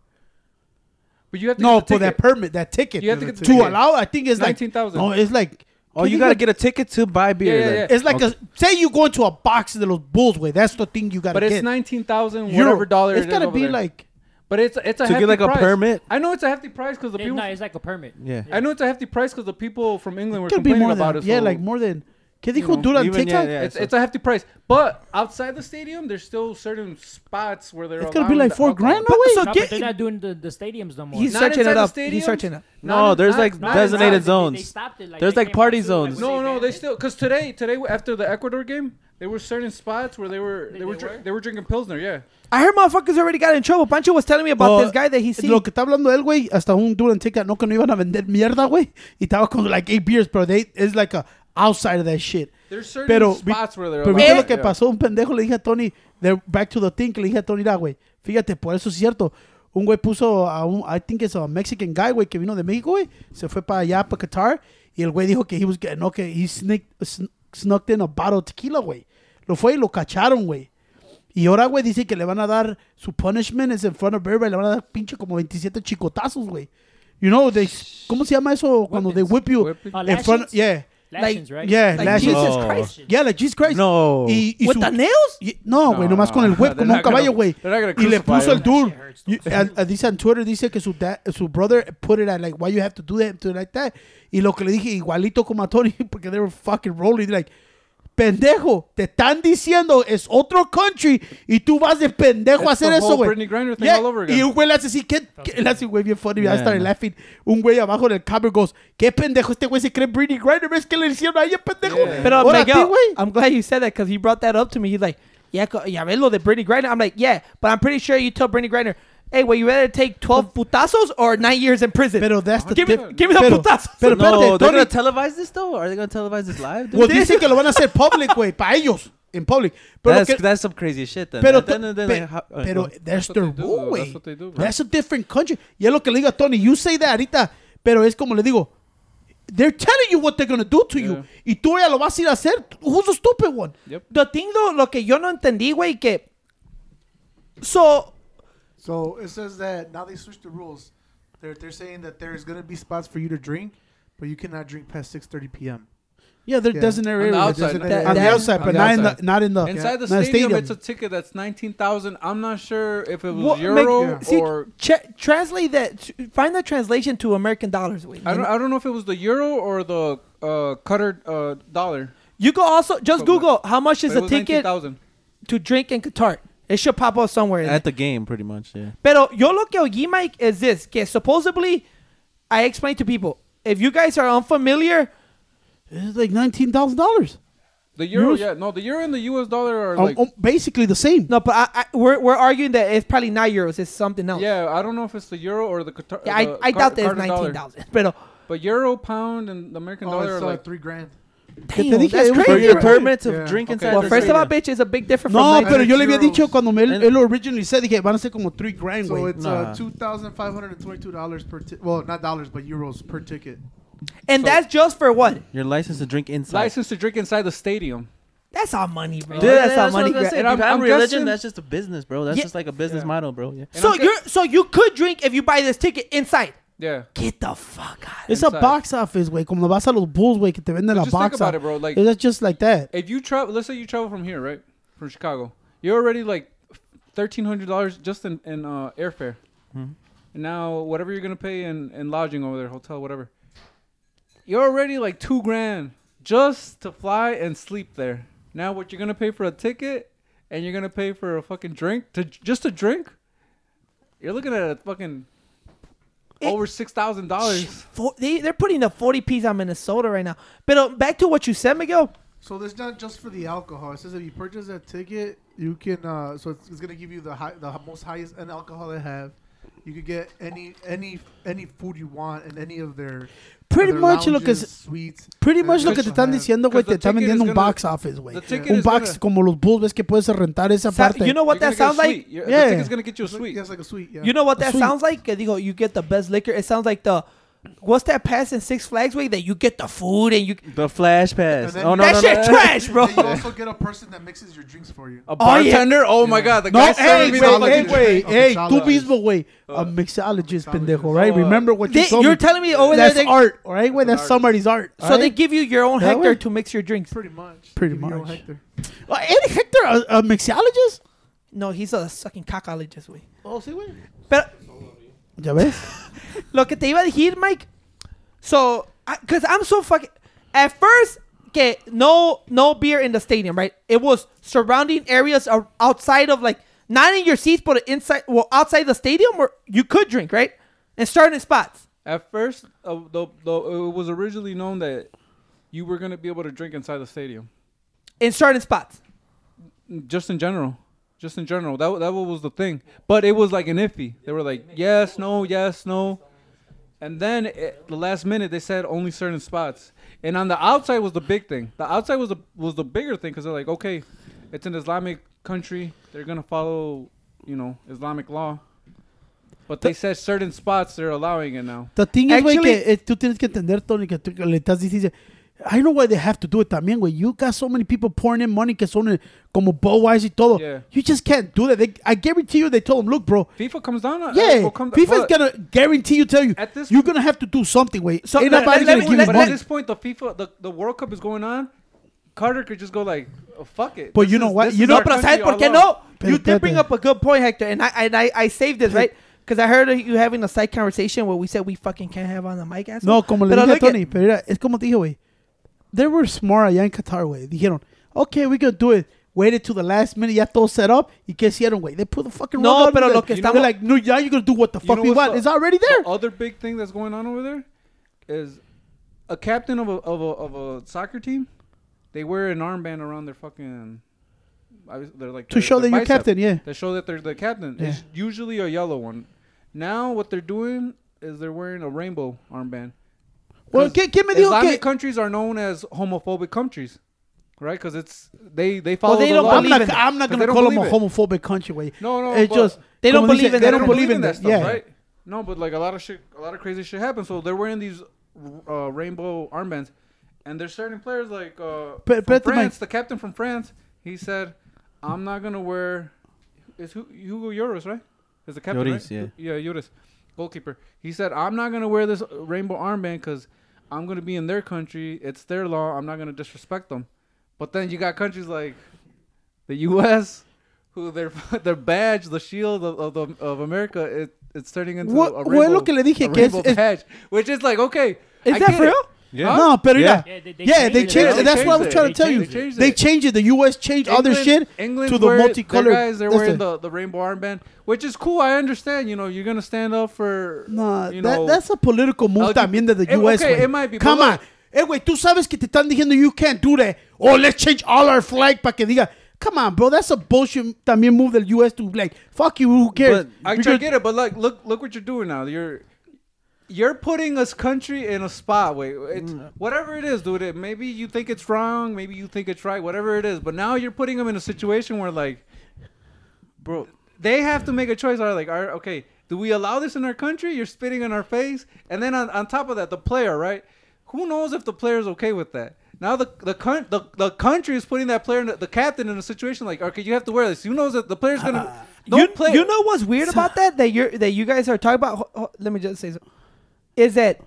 D: But you have to
B: no,
D: get the
B: for that
D: ticket.
B: permit, that ticket.
D: You have to get the
B: to
D: ticket.
B: allow, I think it's like.
D: nineteen thousand.
B: No, it's like.
C: Oh, you gotta get a ticket to buy beer.
D: yeah,
C: then.
D: yeah.
B: It's like a. Say you go into a box of those bulls, way. That's the thing you gotta
D: but
B: get.
D: it's nineteen thousand
B: Euro.
D: whatever dollar.
B: It's
D: it is
B: gotta
D: over
B: be
D: there.
B: like.
D: But it's it's a
C: To get,
D: hefty
C: like, a
D: price.
C: permit?
D: I know it's a hefty price because the
E: It-
D: people.
E: no, it's like a permit.
C: Yeah.
D: I know it's a hefty price because the people from England were
B: Could be
D: complaining
B: more
D: about
B: than.
D: it.
B: yeah,
D: so
B: like more than. ¿Qué dijo
D: know,
B: Dude on
C: even- yeah,
B: TikTok?
C: yeah.
D: It's,
C: so-
D: it's a hefty price, but outside the stadium, there's still certain spots where they're.
B: It's gonna be
D: allowing
B: like
D: the
B: four
D: alcohol.
B: grand,
A: But-
B: no way.
A: so
E: No, but
A: get-
E: they're not doing the, the stadiums no more.
A: he's
D: Not
A: searching
D: inside
A: it
D: the
A: up.
D: stadiums?
A: He's searching it up.
C: No,
D: Not-
C: there's
D: not-
C: like
D: not
C: designated
D: inside.
C: zones. There's, like, party zones.
D: No, no, they still because today, today after the Ecuador game, there were certain spots where they were they,
E: They-
D: were,
E: they
D: dri-
E: were?
D: they were drinking pilsner. Yeah,
A: I heard motherfuckers already got in trouble. Pancho was telling me about
B: No,
A: this guy that he seen.
B: Lo que está hablando él, güey, hasta un dude en TikTok, no, que no iban a vender mierda, güey. Y estaba con like eight beers, pero they, it's like a outside of that shit.
D: there's certain
B: Pero-
D: spots where they're.
B: Pero
D: allowed
B: viste lo
D: that,
B: que
D: yeah.
B: pasó, un pendejo le dije a Tony, they're back to the thing, que le dije a Tony, "Mira, güey, fíjate, por eso es cierto. Un güey puso a un, I think it's a Mexican guy, güey, que vino de México, güey, se fue para allá, para Qatar, y el güey dijo que he was, no, que he sneaked, sn- snuck in a bottle of tequila, güey. Lo fue y lo cacharon, güey. Y ahora, güey, dice que le van a dar su punishment es en front of everybody, le van a dar pinche como 27 chicotazos, güey. You know, they, ¿cómo se llama eso cuando they whip you?
D: Whip it.
E: Oh,
B: In front,
E: lashings?
B: yeah.
E: Lashings, right?
B: yeah,
A: like,
B: lashes.
A: Jesus
C: No.
A: Christ.
B: Yeah, like Jesus Christ.
C: No.
B: Y, y
A: ¿With
B: su-
A: the nails?
B: y- no, güey,
D: No,
B: nomás
D: no,
B: con el whip,
D: they're
B: como un
D: not gonna-
B: caballo, güey.
D: they're not gonna
B: Y le
D: crucify
B: puso el
D: him.
B: dude.
E: That shit hurts,
B: y- a- a- Dice en Twitter, dice que su, dad, su brother put it at like, why you have to do that, do it like that. Y lo que le dije, igualito como a Tony, [LAUGHS] porque they were fucking rolling, like, pendejo, te están diciendo, es otro country, y tú vas de pendejo a
D: It's the
B: hacer eso,
D: whole
B: güey.
D: Britney Griner thing
B: Yeah,
D: all over
B: Y
D: again.
B: un güey le hace así, ¿qué? qué- Le hace, güey, bien funny. I
C: Yeah,
B: started
C: no.
B: laughing. Un güey abajo del cover goes, ¿qué pendejo este güey se cree Britney Griner? ¿Ves que le hicieron ahí, pendejo?
D: Yeah.
A: But uh,
B: Ahora a ti,
A: Miguel,
B: güey.
A: I'm glad you said that because he brought that up to me. He's like, yeah, co- ya ves lo de Brittany Griner. I'm like, yeah, but I'm pretty sure you tell Brittany Griner, hey, well, you rather take 12 putazos or nine years in prison?
B: Pero that's the
A: give,
B: tip-
A: me, give me the
B: pero-
A: putazos.
B: pero
C: no,
B: espérate,
C: they're
B: Tony-
C: gonna televise this though. Are they gonna televise this live? dude?
B: Well, Pues dice que lo van a hacer public, güey, para ellos, en public. Pero,
C: that's
B: que-
C: that's some crazy shit. Then.
B: pero,
C: Then- then- then,
B: pe-
C: like, how- uh,
B: pero
C: go.
B: that's
D: what
B: their
D: they do,
B: rule,
D: though.
B: güey.
D: That's what they do, bro.
B: That's a different country. Y es lo que le digo a Tony, you say that ahorita, pero es como le digo, They're telling you what they're gonna do to you. Y tú ya lo vas a ir a hacer. Who's the stupid one?
A: The thing though, lo que yo no entendí, güey, que. So,
F: So it says that now they switched the rules. They're, they're saying that there's gonna be spots for you to drink, but you cannot drink past 6:30 p.m.
B: Yeah, they're
F: Yeah.
B: designated
D: On
B: areas.
D: the outside,
F: There's an
D: no?
F: area-
B: on the
A: That-
B: outside,
D: On
B: but
D: the
B: not in
D: outside.
B: the not in the
D: Inside the
B: not
D: stadium, it's a ticket that's nineteen thousand. I'm not sure if it was
A: what, make-
D: euro
F: yeah.
A: see,
D: or
A: ch- translate that. Find the translation to American dollars, güey.
D: I don't. I don't know if it was the euro or the uh, Qatar uh, dollar.
A: You go also just
D: Equivalent.
A: Google how much is
D: But it
A: a
D: was
A: ticket
D: 19,000.
A: to drink in Qatar. It should pop up somewhere.
C: At the game, pretty much. Yeah.
A: Pero yo lo que oí, Mike, is this. Que supposedly, I explained to people, if you guys are unfamiliar,
B: it's like nineteen thousand dollars.
D: The euro,
B: Euros?
D: yeah, no, the euro and the U.S. dollar are
A: Oh,
B: Um,
D: like,
B: um, basically the same.
A: no, but I, I, we're, we're arguing that it's probably not euros, it's something else.
D: yeah, uh, I don't know if it's the euro or the Qatar.
A: Yeah, I,
D: the
A: I
D: Qa-
A: doubt that it's
D: Qatar dollar.
A: 19,000. Pero,
D: But euro, pound, and the American
F: Oh,
D: dollar are
F: it's uh,
D: like
F: three grand.
B: Que te
A: damn,
B: dije,
A: that's
B: it was
C: For
A: crazy.
C: your
A: Right?
B: Right.
C: permits of
F: Yeah.
C: drink
D: Okay.
C: inside
A: Well,
C: the
A: first of all,
C: stadium.
A: bitch, it's a big difference
B: No,
A: from
B: pero yo le había
F: €19.
B: dicho cuando me,
C: And-
B: él originally said dije van a ser como three grand,
F: So
B: güey.
F: it's
C: Nah.
F: uh, two thousand five hundred and twenty-two dollars per ti- well, not dollars, but euros per ticket.
A: And
D: So-
A: that's just for what?
C: Your license to drink inside.
D: licensed to drink inside the stadium.
A: That's our money, bro.
C: Dude,
A: that's our
C: what
A: money.
C: I'm gonna
A: grab.
C: say.
D: And
C: If
D: I'm-
C: you have
D: I'm
C: religion,
D: guessing-
C: that's just a business, bro. That's
A: Yeah.
C: just like a business
D: Yeah.
C: model, bro. Yeah.
D: And
A: So
D: I'm ca-
A: you are so you could drink if you buy this ticket inside.
D: yeah.
A: Get the fuck out.
B: It's a
D: inside.
B: box office, güey. Como vas a los Bulls, güey, que te venden la
D: But just think
B: box
D: about
B: office.
D: it, bro. Like, eh,
B: It's just like that.
D: if you travel, let's say you travel from here, right, from Chicago, you're already like thirteen hundred dollars just in in uh, airfare. And now whatever you're gonna pay in in lodging over there, hotel, whatever, you're already like two grand just to fly and sleep there. Now what you're gonna pay for a ticket and you're gonna pay for a fucking drink to just a drink, you're looking at a fucking
A: It-
D: over six thousand dollars.
A: For, Oh, they, they're putting the 40 P's on Minnesota right now. But uh, back to what you said, Miguel.
F: So it's not just for the alcohol. It says if you purchase that ticket, you can. Uh, so it's, it's gonna give you the high, the most highest end alcohol they have. You could get any any any food you want and any of their
B: Pretty
F: their
B: much lo que
F: lounges,
B: es-
F: suites.
B: Pretty
D: eh,
F: and
B: much lo que te
F: they'll
B: están
F: have-
B: diciendo, güey,
D: Because
B: te
D: the
B: están
D: ticket
B: vendiendo
D: is
B: un
D: gonna-
B: box office, güey.
D: the ticket
B: Un
D: is
B: box
D: gonna-
B: como los Bulls, ves que puedes rentar esa
A: Sa-
B: parte.
A: you know what
D: You're
A: that
D: gonna get
A: sounds
D: a
A: like?
D: suite. You're-
B: Yeah.
D: The ticket's gonna get you a
F: It's like,
D: suite.
F: yeah, it's like a suite. Yeah.
A: You know what that
B: Sweet.
A: sounds like? Que digo, you get the best liquor. It sounds like the what's that pass in Six Flags way that you get the food and you
C: The flash pass.
F: And then-
C: Oh no,
A: that
C: no,
A: shit
C: no.
A: trash, bro.
B: [LAUGHS]
F: And you also get a person that mixes your drinks for you.
D: A
A: Oh, yeah.
D: bartender? Oh, my god, the
B: No,
D: guy
B: hey,
D: serving
B: güey,
D: me the
F: sounds
B: hey,
D: fucking
F: like a
B: güey,
F: drink.
B: hey, tú
F: Mixologist.
B: mismo, güey. A mixologist,
F: mixologist.
B: pendejo, right?
D: Oh, uh,
B: Remember what you
A: They,
B: told
A: you're
B: me?
A: telling me over
B: That's
A: there they,
B: art, all right, güey?
D: That's
B: That's
D: art.
B: somebody's art,
A: so they give you your own
B: That
A: Hector
B: way.
A: to mix your drinks.
F: Pretty much.
B: Pretty
F: Give you your own
B: much.
F: Hector.
B: Eddie Hector, a, a mixologist?
A: No, he's a sucking cockologist, güey.
B: Oh, sí, güey.
A: Pero
B: ¿Ya ves?
A: lo que te iba a decir, Mike. So, I, cause I'm so fucking. At first, okay, no, no beer in the stadium, right? It was surrounding areas or outside of like not in your seats, but inside, well, outside the stadium where you could drink, right? And starting spots.
D: At first, uh, the, the, it was originally known that you were going to be able to drink inside the stadium.
A: In certain spots.
D: Just in general. Just in general. That, wa- that was the thing. But it was like an iffy. They were like, yes, no, yes, no. And then at the last minute, they said only certain spots. And on the outside was the big thing. The outside was the, was the bigger thing because they're like, okay, it's an Islamic country. They're going to follow, you know, Islamic law. But they said certain spots they're allowing it now.
B: The thing is, güey,
A: Actually-
B: que eh, tú tienes que entender, Tony, que tú que le estás diciendo. I know why they have to do it también, güey. You got so many people pouring in money que son eh, como Budweiser y todo.
D: Yeah.
B: You just can't do that. They, I guarantee you they told them, look, bro.
D: FIFA comes down. uh,
B: Yeah,
D: will come
B: FIFA's
D: but
B: gonna guarantee you, tell you,
D: At this
B: you're gonna have to do something, güey.
A: So-
B: Ain't
A: let-
B: nobody
A: let-
B: gonna
A: let-
B: give
A: let-
B: you
D: But
A: let-
D: at
B: money.
D: this point, the FIFA, the, the World Cup is going on. Carter could just go like, oh, "Fuck it."
B: But
D: This
B: you know
D: is-
B: what?
D: this
B: You
D: is
B: know-
A: No,
D: our
A: pero
D: country
A: ¿sabes por
D: all
A: qué
D: along.
A: no? You
B: Pero
A: did bring
B: espérate.
A: up a good point, Hector, and I and I, I saved this, right? Because I heard you having a side conversation where we said we fucking can't have on the mic, asshole.
B: No, como le
A: Pero
B: dije a
A: look at-
B: Tony, pero era, es como te dije, güey. They were smart allá en Qatar, güey. Dijeron, okay, we can do it. Waited till the last minute, ya todo set up. ¿Y qué hicieron, güey? They put the fucking
A: No,
B: rug out
A: pero
B: and
A: lo
B: then-
A: que
B: you know,
A: estamos-
B: they're like, no, yeah, you're gonna do what the
D: You
B: fuck
D: know
B: we
D: what's Oh,
B: want.
D: the-
B: It's already there.
D: The other big thing that's going on over there is a captain of a of a, of a soccer team. They wear an armband around their fucking. I was- They're like
B: to show that
D: their
B: you're
D: bicep.
B: captain, yeah.
D: They show that they're the captain. It's usually a yellow one. Now what they're doing is they're wearing a rainbow armband.
B: Well,
D: 'Cause
B: ¿qué, qué me dijo
D: Islamic
B: que?
D: countries are known as homophobic countries, right? Because it's they they follow
A: Well, they
D: the
A: don't
D: law.
B: I'm
A: believe
B: not,
A: in it.
B: I'm not
D: 'Cause
B: gonna
D: they don't
B: call them a
D: believe it.
B: homophobic country, way.
D: No, no,
B: It's
D: but
B: just
A: They don't
B: como
A: believe in that.
B: they don't believe in that.
D: stuff,
B: yeah.
D: right? No, but like a lot of shit, a lot of crazy shit happens. So they're wearing these uh, rainbow armbands, and there's certain players like uh,
B: Pe-
D: from
B: pete my-
D: France, the captain from France. He said, "I'm not gonna wear." Is Hu- Hugo Lloris right? Is the captain?
C: Lloris,
D: right? yeah, yeah, Lloris, goalkeeper. He said, "I'm not gonna wear this uh, rainbow armband because I'm gonna be in their country. It's their law. I'm not gonna disrespect them." But then you got countries like the U.S. who their [LAUGHS] their badge, the shield of of, the, of America, it, it's turning into
B: What-
D: a
B: what
D: rainbow,
B: lo que le dije
D: a
B: que es-
D: rainbow
B: es-
D: badge, which is like okay,
A: Is
D: I
A: that
D: get
A: for
D: it.
A: real?
C: Yeah.
B: No, pero
C: Yeah.
B: yeah. Yeah, they
D: it.
B: changed
D: They
B: it. That's what I was
D: changed
B: trying to
D: it.
B: tell
D: They
B: you.
D: changed
B: They
D: it.
B: changed it. The U.S. changed all their shit
D: England- England
B: to the
D: wear-
B: multicolor.
D: Their guys, they're
B: That's
D: wearing
B: it.
D: the, the rainbow armband, which is cool. I understand. You know, you're gonna stand up for.
B: Nah,
D: you
B: that,
D: know,
B: that's a political move
D: LGBT
B: también de the
D: Eh,
B: U.S.
D: okay,
B: güey.
D: it might be, but
B: Come on.
D: look.
B: Eh, güey, tú sabes que te están diciendo you can't do that. Oh, let's change all our flag para que diga. Come on, bro. That's a bullshit también move del U.S. to like, fuck you, who cares?
C: But
D: I
B: You're
D: try
B: just-
D: to get it, but like, look, look what you're doing now. You're you're putting us country in a spot. Wait, it's,
A: Mm.
D: whatever it is, dude. It, maybe you think it's wrong. Maybe you think it's right. Whatever it is, but now you're putting them in a situation where, like, bro, they have to make a choice. Are like, are okay? Do we allow this in our country? You're spitting in our face, and then on, on top of that, the player, right? Who knows if the player's okay with that? Now the the, coun- the the country is putting that player, in the, the captain, in a situation like, okay, you have to wear this. Who knows if the player's gonna don't
A: Ah, you,
D: play?
A: you know what's weird about that that you are that you guys are talking about? Ho- ho- let me just say something. Is that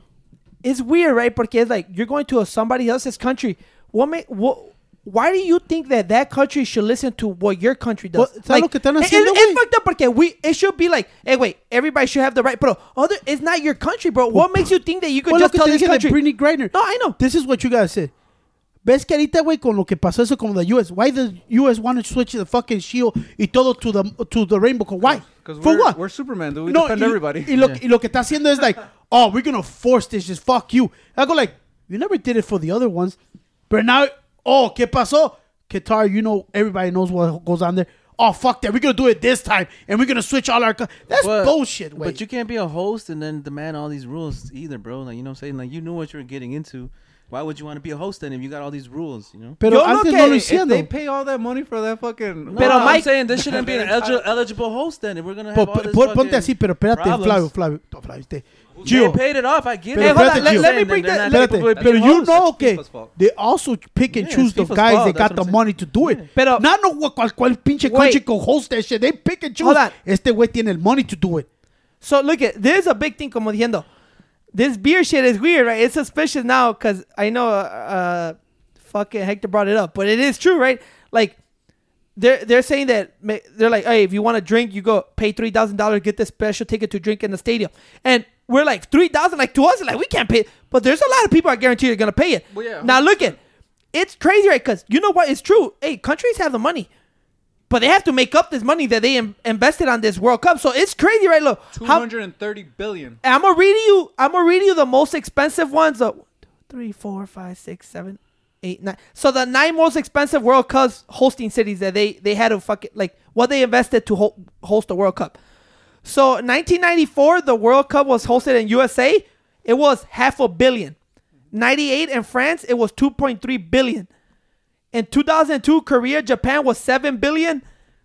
A: it's weird, right? Porque it's like you're going to a somebody else's country. What make what? Why do you think that that country should listen to what your country does?
B: Well, ¿sabes lo que están
A: it- it-
B: haciendo, güey?
A: it's fucked up porque we it should be like, hey, wait, everybody should have the right, bro. Other, it's not your country, bro. What makes you think that you could
B: Well,
A: just
B: look
A: tell
B: at
A: this
B: this like
A: country?
B: Brittany Griner.
A: no, I know.
B: This is what you guys said. ¿Ves que ahorita, güey, con lo que pasó eso con the US? Why the US want to switch the fucking shield y todo to the, to the rainbow? color? Why?
D: Because
B: For
D: we're,
B: what?
D: we're Superman, dude. We
B: No,
D: defend
B: y-
D: everybody.
B: Y lo, y lo que está haciendo es like, oh, we're gonna force this, just fuck you. I go like, you never did it for the other ones, but now, oh, ¿qué pasó? Qatar, you know, everybody knows what goes on there. Oh, fuck that, we're gonna do it this time, and we're gonna switch all our. Co- That's
C: But-
B: bullshit, güey.
C: But you can't be a host and then demand all these rules either, bro. Like you know what I'm saying? Like you knew what you were getting into. Why would you want to be a host then if you got all these rules, you know?
B: Pero
A: Yo lo que-
B: antes no lo
A: if
D: if
B: hicieron.
D: they pay all that money for that
C: No,
D: fucking,
A: Pero
C: I'm
A: Mike-
C: saying this shouldn't be an elgi- eligible host then. If we're gonna have
B: Po-
C: all this
B: po- ponte
C: fucking
B: así, pero espérate,
C: problems.
B: Flavio, Flavio, no, Flavio, este.
C: They
B: Gio,
C: paid it off. I get
B: Pero Hey,
C: it.
B: hold espérate, on, let- Gio.
A: let me
C: Saying
A: bring
C: they're
A: that-
C: not
A: let-
C: capable
B: espérate,
C: of
B: pero
C: being
B: you
C: hosts.
B: know
D: That's
B: que
D: FIFA's fault.
B: they also pick and
C: Yeah,
B: choose
C: it's
B: the
C: FIFA's
B: guys
C: fault,
B: that
C: that's
B: got
C: what
B: the
C: I'm saying.
B: money to do it.
A: Pero-
B: no, no, cual, cual, cual pinche
A: Wait.
B: country can host that shit. They pick and choose.
A: Hold on.
B: Este güey tiene el money to do it.
A: So look at there's a big thing como diciendo. This beer shit is weird, right? It's suspicious now because I know uh, uh fucking Hector brought it up, but it is true, right? Like they're they're saying that ma- they're like, hey, if you want to drink, you go pay three thousand dollars, get this special ticket to drink in the stadium, and we're like three thousand, like to us, like we can't pay, but there's a lot of people I guarantee are gonna pay it.
D: Well, yeah,
A: now look at it's crazy, right? Because you know what? It's true. Hey, countries have the money. But they have to make up this money that they in- invested on this World Cup, so it's crazy, right? Look,
D: two
A: how-
D: hundred and thirty billion.
A: I'm gonna read you. I'm gonna read you the most expensive ones. Uh, one, two, three, four, five, six, seven, eight, nine. So the nine most expensive World Cups hosting cities that they they had to fucking like what they invested to ho- host the World Cup. So 1994, the World Cup was hosted in USA. It was half a billion. 98 in France, it was 2.3 billion. In 2002, Korea, Japan was 7 billion.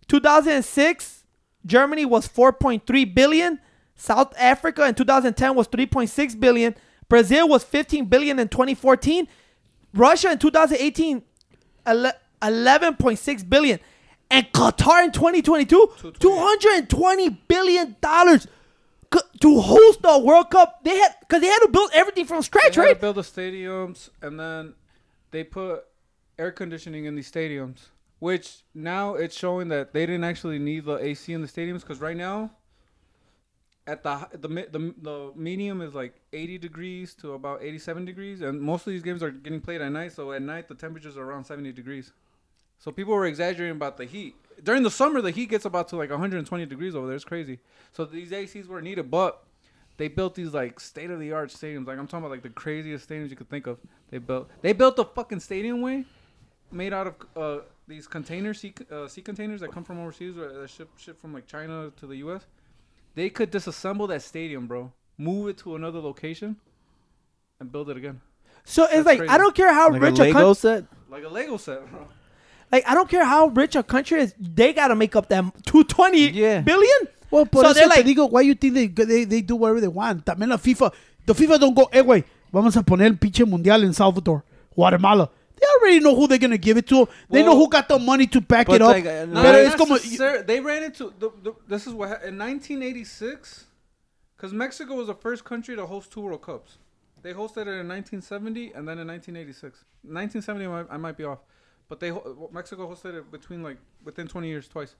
A: 2006, Germany was 4.3 billion. South Africa in 2010 was 3.6 billion. Brazil was 15 billion in 2014. Russia in 2018 ele- 11.6 billion. And Qatar in 2022 220 billion dollars to host the World Cup. They had cuz they had to build everything from
D: They
A: scratch,
D: had to
A: right?
D: build the stadiums, and then they put air conditioning in these stadiums, which now it's showing that they didn't actually need the AC in the stadiums because right now. At the, hi- the mi- the the medium is like 80 degrees to about 87 degrees, and most of these games are getting played at night. So at night the temperatures are around 70 degrees. So people were exaggerating about the heat. During the summer, the heat gets about to like 120 degrees over there. It's crazy. So these ACs were needed, but they built these like state of the art stadiums. Like I'm talking about like the craziest stadiums you could think of. They built they built a fucking stadium way made out of uh, these container sea, uh, sea containers that come from overseas or that ship ship from like China to the U.S. They could disassemble that stadium, bro. Move it to another location and build it again,
A: So it's
D: That's
A: like I
D: crazy.
A: don't care how
C: Like
A: rich
C: a
A: a,
C: Lego
A: country
C: set.
D: like a Lego set, bro.
A: like I don't care how rich a country is, they got to make up that 220
C: Yeah.
A: billion?
B: Well, por
A: So
B: eso
A: they're
B: te
A: like-
B: digo, why you think they, they, they do whatever they want? También la FIFA, the FIFA don't go, eh, güey, Vamos a poner el pinche mundial in Salvador, Guatemala. They already know who they're going to give it to. They know
D: Well,
B: who got the money to back
C: but
B: it up.
C: like, uh,
D: No,
B: Pero
D: not
B: es como.
D: necessar- they ran into the, the, this is what ha- in 1986 because Mexico was the first country to host two World Cups. They hosted it in 1970 and then in 1986. 1970, I might, I might be off, but they ho- Mexico hosted it between like within 20 years twice.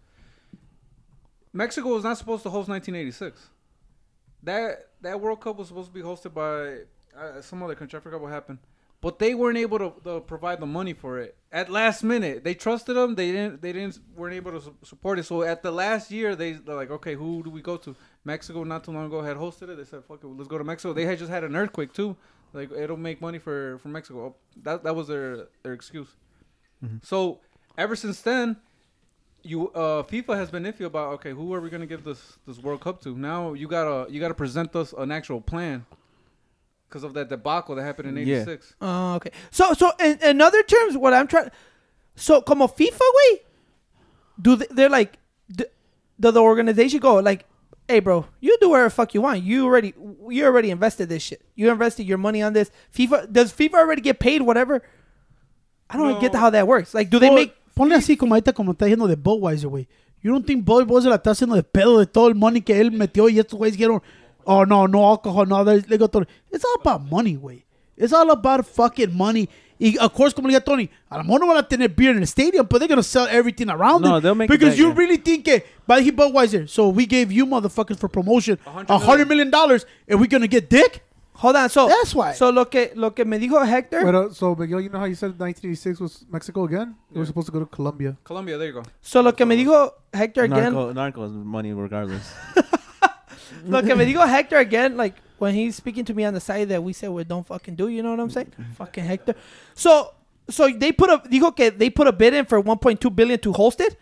D: Mexico was not supposed to host 1986. That that World Cup was supposed to be hosted by uh, some other country. I forgot what happened, but they weren't able to, to provide the money for it at last minute. They trusted them. They didn't. They didn't weren't able to su- support it. So at the last year, they they're like, okay, who do we go to? Mexico not too long ago had hosted it. They said, fuck it, let's go to Mexico. They had just had an earthquake too. Like it'll make money for for Mexico. Oh, That that was their their excuse. So ever since then, you uh, FIFA has been iffy about okay, who are we gonna give this this World Cup to? Now you gotta you gotta present us an actual plan because of that debacle that happened in
C: Yeah.
D: '86.
A: Oh, okay. So, so in, in other terms, what I'm trying, so como FIFA, way, do they, they're like, d- does the organization go like, hey, bro, you do whatever the fuck you want. You already, you already invested this shit. You invested your money on this. FIFA does FIFA already get paid whatever? I don't get
D: No.
A: how that works. Like, do they
B: Pon-
A: make?
B: ponle así como ahorita como está diciendo de Budweiser, güey. You don't think Budweiser la está haciendo de pedo de todo el money que él metió y estos güeyes dijeron, oh no, no alcohol, no, there's legal Tony. It's all about money, güey. It's all about fucking money. Y of course, como le dije a Tony, a lo mejor no van a tener beer in the stadium, but they're gonna sell everything around
C: No,
B: it.
C: they'll make it
B: Because
C: back,
B: you
C: yeah.
B: really think it, but he Budweiser, so we gave you motherfuckers for promotion a hundred million dollars, and we're gonna get dick?
A: Hold on. So
B: That's why.
A: So lo que lo que me dijo Hector.
F: Wait, uh, so Miguel, you know how you said 1986 was Mexico again? It
D: Yeah.
F: was supposed to go to Colombia.
D: Colombia, there you go.
A: so lo que me dijo Hector again.
C: Narco, narco is money regardless.
A: Look, if you go Hector again, like when he's speaking to me on the side that we said we don't fucking do, you know what I'm saying? fucking Hector. So, so they put a dijo que they put a bid in for 1.2 billion to host it.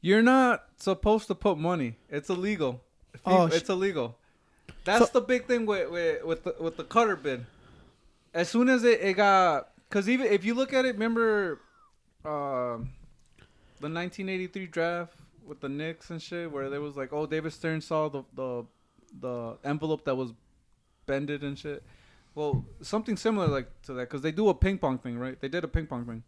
D: You're not supposed to put money. It's illegal.
A: Oh,
D: FIFA-
A: sh-
D: it's illegal. That's
A: So-
D: the big thing with with with the, with the cutter bid. As soon as it, it got, because even if you look at it, remember, um, the 1983 draft with the Knicks and shit, where there was like, oh, David Stern saw the the the envelope that was bended and shit. Well, something similar like to that, because they do a ping pong thing, right? They did a ping pong thing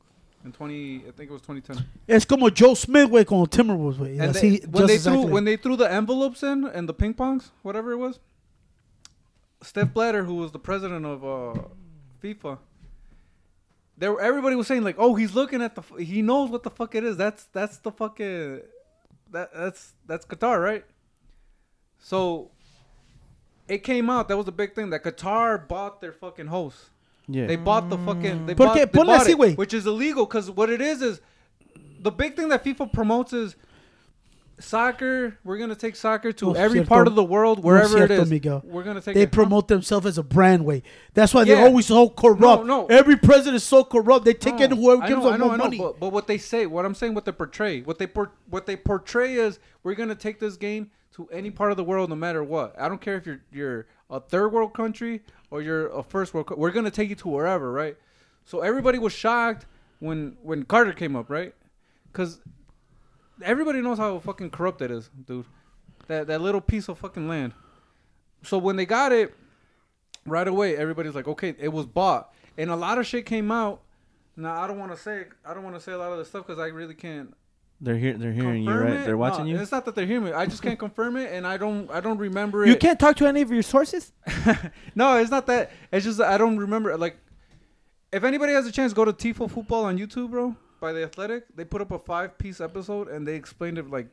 D: in 20, I think it was 2010.
B: Es como Joe Smith, güey, con Timberwolves, güey.
D: And
B: Así,
D: they, when
B: just
D: they
B: exactly.
D: threw when they threw the envelopes in and the ping pongs, whatever it was, Steph Blatter, who was the president of uh, FIFA, there everybody was saying like, "Oh, he's looking at the, f- he knows what the fuck it is. That's that's the fucking, that that's that's Qatar, right?" So it came out that was the big thing that Qatar bought their fucking host.
C: Yeah.
D: They bought the fucking. They
B: Porque
D: bought, they
B: ponle
D: bought
B: así,
D: it,
B: güey.
D: which is illegal because what it is is the big thing that FIFA promotes is soccer. We're gonna take soccer to
B: No es
D: every
B: cierto.
D: part of the world,
B: No
D: wherever it
B: cierto,
D: is.
B: Miguel.
D: We're gonna take.
B: They
D: it.
B: promote themselves as a brand way. That's why
D: Yeah.
B: they're always so corrupt.
D: No, no.
B: Every president is so corrupt. They take
D: No,
B: in whoever
D: I
B: gives
D: know, Hmm. I
B: them
D: know,
B: more
D: I know,
B: money. [LAUGHS]
D: But, but what they say, what I'm saying, what they portray, what they por- what they portray is we're gonna take this game to any part of the world, no matter what. I don't care if you're you're a third world country or you're a first world. Co- we're gonna take you to wherever, right? So everybody was shocked when when Carter came up, right? Because everybody knows how fucking corrupt that is, dude. That that little piece of fucking land. So when they got it, right away everybody's like, okay, it was bought, and a lot of shit came out. Now I don't want to say I don't want to say a lot of this stuff because I really can't
C: they're hear, they're hearing you,
D: confirm
C: right?
D: it.
C: They're watching
D: No,
C: you.
D: It's not that they're hearing me. I just can't confirm it, and I don't I don't remember it.
A: You can't talk to any of your sources.
D: [LAUGHS] no, it's not that. It's just that I don't remember. Like, if anybody has a chance, go to Tifo Football on YouTube, bro. By the Athletic, they put up a five-piece episode and they explained it like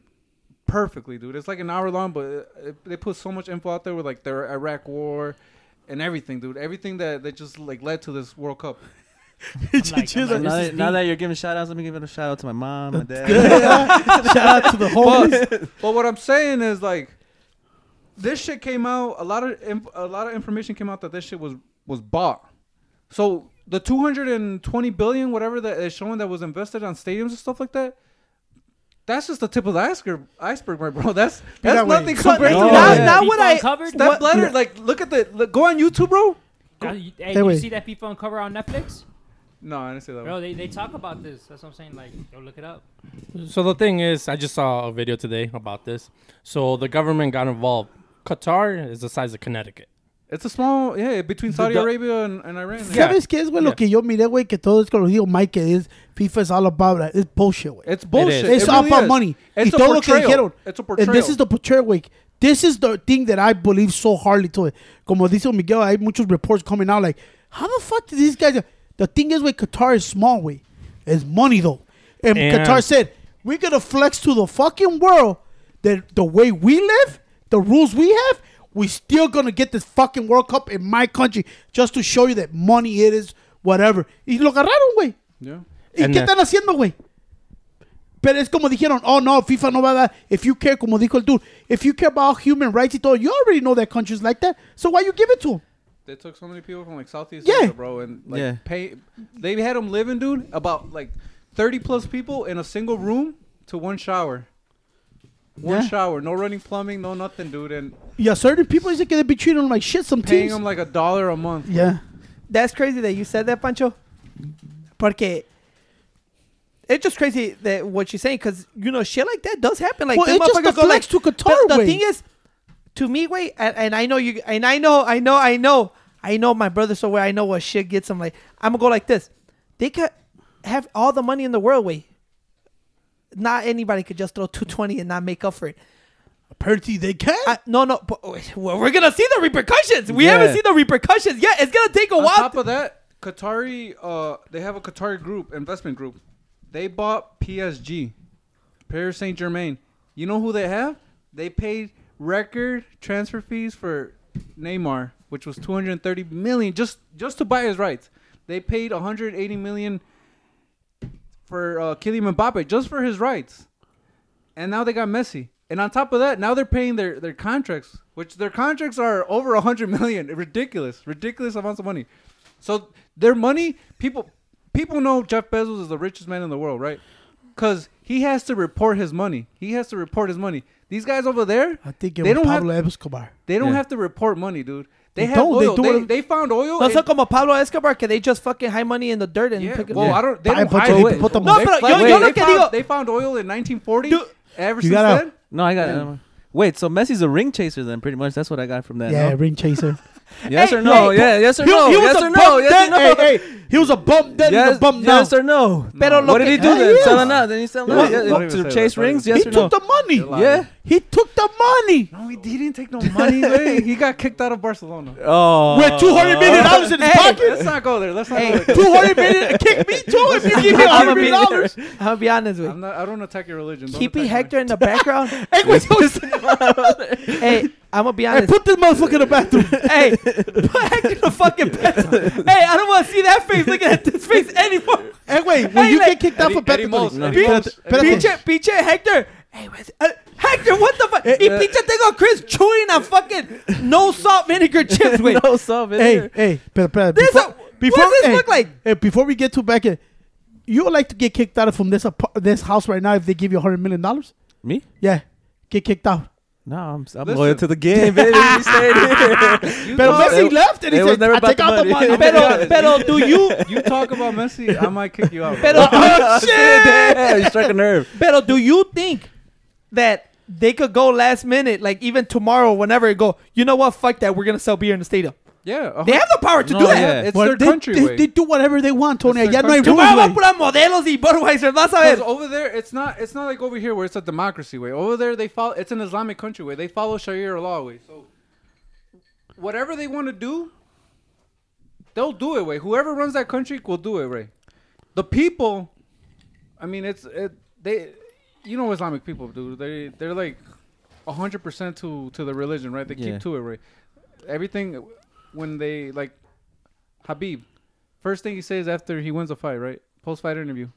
D: perfectly, dude. It's like an hour long, but it, it- they put so much info out there with like their Iraq War and everything, dude. Everything that that just like led to this World Cup.
E: I'm like, I'm
C: So
E: like,
C: now, that,
E: this is
C: now
E: deep.
C: that you're giving shout outs, let me give it a shout out to my mom, my dad.
B: Shout out to the homies.
D: [LAUGHS] but, but what I'm saying is like, this shit came out. A lot of inf- a lot of information came out that this shit was was bought. So the 220 billion, whatever that is showing that was invested on stadiums and stuff like that. That's just the tip of the iceberg, iceberg, my bro. [LAUGHS] That's that's
B: that way.
D: nothing
A: So
D: compared
A: now,
D: to
C: No,
A: now,
D: that.
C: yeah.
A: now what
E: FIFA
A: I
E: uncovered?
D: That
A: what-
D: bladder, like, look at the look, go on YouTube, bro.
E: Now, you, hey,
B: That
E: you
B: way.
E: see that FIFA uncover on Netflix?
D: No, I didn't say that.
E: Bro,
D: One.
E: they, they talk about this. That's what I'm saying. Like, yo, look it up.
G: So the thing is, I just saw a video today about this. So the government got involved. Qatar is the size of Connecticut.
D: It's a small, yeah, between Saudi
G: the-
D: Arabia and, and Iran. yeah.
B: ¿Sabes qué es, güey? Lo
G: Yeah.
B: que yo miré, güey, que todo es que lo digo Mike, que es FIFA is all about that. It's bullshit, güey.
D: It's bullshit.
G: is.
D: It
B: It's all
D: really
B: about
D: is.
B: money.
D: It's
B: y
D: a
B: todo lo que
D: portrayal.
B: dijeron.
D: It's a
B: And this
D: portrayal.
B: is the portrayal, güey. This is the thing that I believe so hardly to it. Como dice Miguel, hay muchos reports coming out like, how the fuck did these guys... The thing is, with Qatar is small, way. It's money, though. And
G: And-
B: Qatar said, we're going to flex to the fucking world that the way we live, the rules we have, we still going to get this fucking World Cup in my country just to show you that money it is, whatever. Y lo agarraron, güey.
D: Yeah.
B: ¿Y
G: And
B: qué
G: the-
B: están haciendo, güey? Pero es como dijeron, oh no, FIFA no va a dar. If you care, como dijo el dude, if you care about human rights y todo, you already know that countries like that. So why you give it to them?
D: They took so many people from like Southeast
B: Yeah.
D: Asia, bro, and like
C: Yeah.
D: pay. They had them living, dude, about like thirty plus people in a single room to one shower. One
B: Yeah.
D: shower, no running plumbing, no nothing, dude, and
B: Yeah, certain people is gonna be treating them like shit. Some
D: paying
B: teams.
D: them like a dollar a month.
B: yeah.
A: That's crazy that you said that, Pancho. Porque it's just crazy that what you're saying, because you know shit like that does happen. Like
B: well,
A: them
B: it's just
A: motherfuckers
B: the
A: go like,
B: flex to Qatar,
A: the, the
B: way.
A: thing is, to me, wait, and, and I know you, and I know, I know, I know, I know my brother so well. I know what shit gets him. Like I'm gonna go like this. They could have all the money in the world, way. Not anybody could just throw 220 and not make up for it.
B: Apparently they can.
A: I, no, no, but well, we're gonna see the repercussions. We haven't
C: Yeah.
A: seen the repercussions yet. It's gonna take a
D: On
A: while.
D: top of that, Qatari, uh, they have a Qatari group, investment group. They bought PSG, Paris Saint Germain. You know who they have? They paid record transfer fees for Neymar, which was 230 million just just to buy his rights. They paid 180 million for uh, Kylian Mbappe just for his rights, and now they got Messi. And on top of that, now they're paying their, their contracts, which their contracts are over 100 million. Ridiculous, ridiculous amounts of money. So their money, people people know Jeff Bezos is the richest man in the world, right? Because he has to report his money. He has to report his money. These guys over there,
B: I think it
D: they
B: was
D: don't have
B: Pablo Escobar.
D: they don't
C: Yeah.
D: have to report money, dude. They,
B: They
D: have
B: don't. They
D: oil.
B: do
D: They,
B: it-
D: they found oil.
A: That's
D: and-
A: not como Pablo Escobar que they just fucking hide money in the dirt and
D: yeah,
A: pick it
D: well, I don't. They
B: Buy a
D: don't
B: bunch
D: hide
B: of
D: oil.
B: people, put them
A: No, on- but
D: They
A: yo-
D: found-
A: yo
D: they
A: lo que
D: found-
A: digo-
D: They found oil in 1940.
A: Dude,
D: ever
B: you
D: since
B: gotta-
D: then,
C: [LAUGHS] No, I got. um,
D: Yeah.
C: Wait, so Messi's a ring chaser then, pretty much. That's what I got from that.
B: Yeah,
C: no?
B: ring chaser.
C: Yes
A: Hey,
C: or no?
A: hey,
C: yeah. Yes or
B: He-
C: no?
B: he was
C: yes
B: a
C: or
B: bum
C: no? Yes
B: then-
C: or no?
B: Hey, hey, he was a bump then. he's
C: yes,
B: a bump
C: yes
B: now.
C: or no?
A: Pero lo
C: What did
A: que-
C: he do then?
B: Yes.
C: Sell him out. Then he sell him
D: What-
C: out. Yeah,
D: what-
C: to chase rings?
B: he
C: Yes or
B: took
C: no?
B: the money.
C: Yeah.
B: He took the money.
D: No, Oh, he didn't take no
B: [LAUGHS]
D: money. Wait, he got kicked out of Barcelona.
C: Oh.
B: With two hundred million dollars in his
A: Hey.
B: pocket.
D: Let's not go there. Let's not.
A: [LAUGHS]
D: Go
B: Two
D: [LAUGHS]
B: hundred million. Kick me too if you [LAUGHS] give me
A: I'm
B: hundred
A: gonna be,
B: million dollars.
A: I'm gonna be honest
D: there.
A: with
D: I'm
A: you.
D: not. I don't attack your religion. Don't
A: Keeping
D: attack
A: Hector in the background.
B: [LAUGHS] Hey, wait, so it's-
A: [LAUGHS] hey, I'm gonna be
B: hey,
A: honest.
B: put this motherfucker in the
A: [LAUGHS]
B: bathroom.
A: hey, put Hector in the
B: [LAUGHS]
A: fucking bathroom. hey, I don't want to see that face. Look at this face anymore.
B: Hey, wait, when
A: Hey,
B: you
A: like-
B: get kicked out
D: Eddie-
B: for
D: Eddie
B: Patrick,
D: Moss,
B: no.
D: Eddie Moss, Eddie
B: Moss.
A: Pinche, pinche Hector. Hey, where's, uh, Hector, what the
B: Eh,
A: fuck? He pinche tengo a Chris chewing on fucking no salt vinegar
B: [LAUGHS]
A: chips. Wait,
C: [LAUGHS] No, so
B: Hey, hey, pero, pero,
A: This a- what does this
B: hey,
A: look like?
B: hey, before we get to back, eh, you would like to get kicked out from this apa- this house right now if they give you hundred million dollars?
C: Me?
B: Yeah, get kicked out.
C: No, I'm, I'm
D: Listen.
C: loyal to the game,
B: [LAUGHS]
C: baby. You stayed here.
D: You
B: Pero
D: talk,
B: Messi left and he
C: it was
B: said,
C: never
B: "I
C: about
B: take
C: the
B: out the
C: [LAUGHS] money."
B: money."
C: Pero-
B: Pero,
A: pero do
B: [LAUGHS]
A: you,
D: you talk about Messi, I might kick you out.
A: pero,
C: Oh,
B: "Oh,
C: yeah, you struck
B: [LAUGHS]
C: a nerve.
A: Pero do you think that they could go last minute, like even tomorrow, whenever it go, you know what? Fuck that. We're gonna sell beer in the stadium.
D: yeah, uh-huh.
A: They have the power to
C: No,
A: do that.
C: yeah.
D: it's
B: Well,
D: their
B: they,
D: country
B: they,
D: way.
B: they do whatever they want, Tony.
D: It's their
B: Ya no hay
D: country.
B: rules,
A: Tomorrow
B: güey.
A: va a modelos y Budweiser. Vas a
D: Because
A: ver.
D: over there, it's not. It's not like over here where it's a democracy way. Over there, they follow. It's an Islamic country way. They follow Sharia law way. So whatever they want to do, they'll do it way. Whoever runs that country will do it way. The people, I mean, it's it. They, you know, Islamic people, dude. They they're like hundred percent to to the religion, right? They
C: Yeah.
D: keep to it right. Everything when they like Habib, first thing he says after he wins a fight, right? Post fight interview.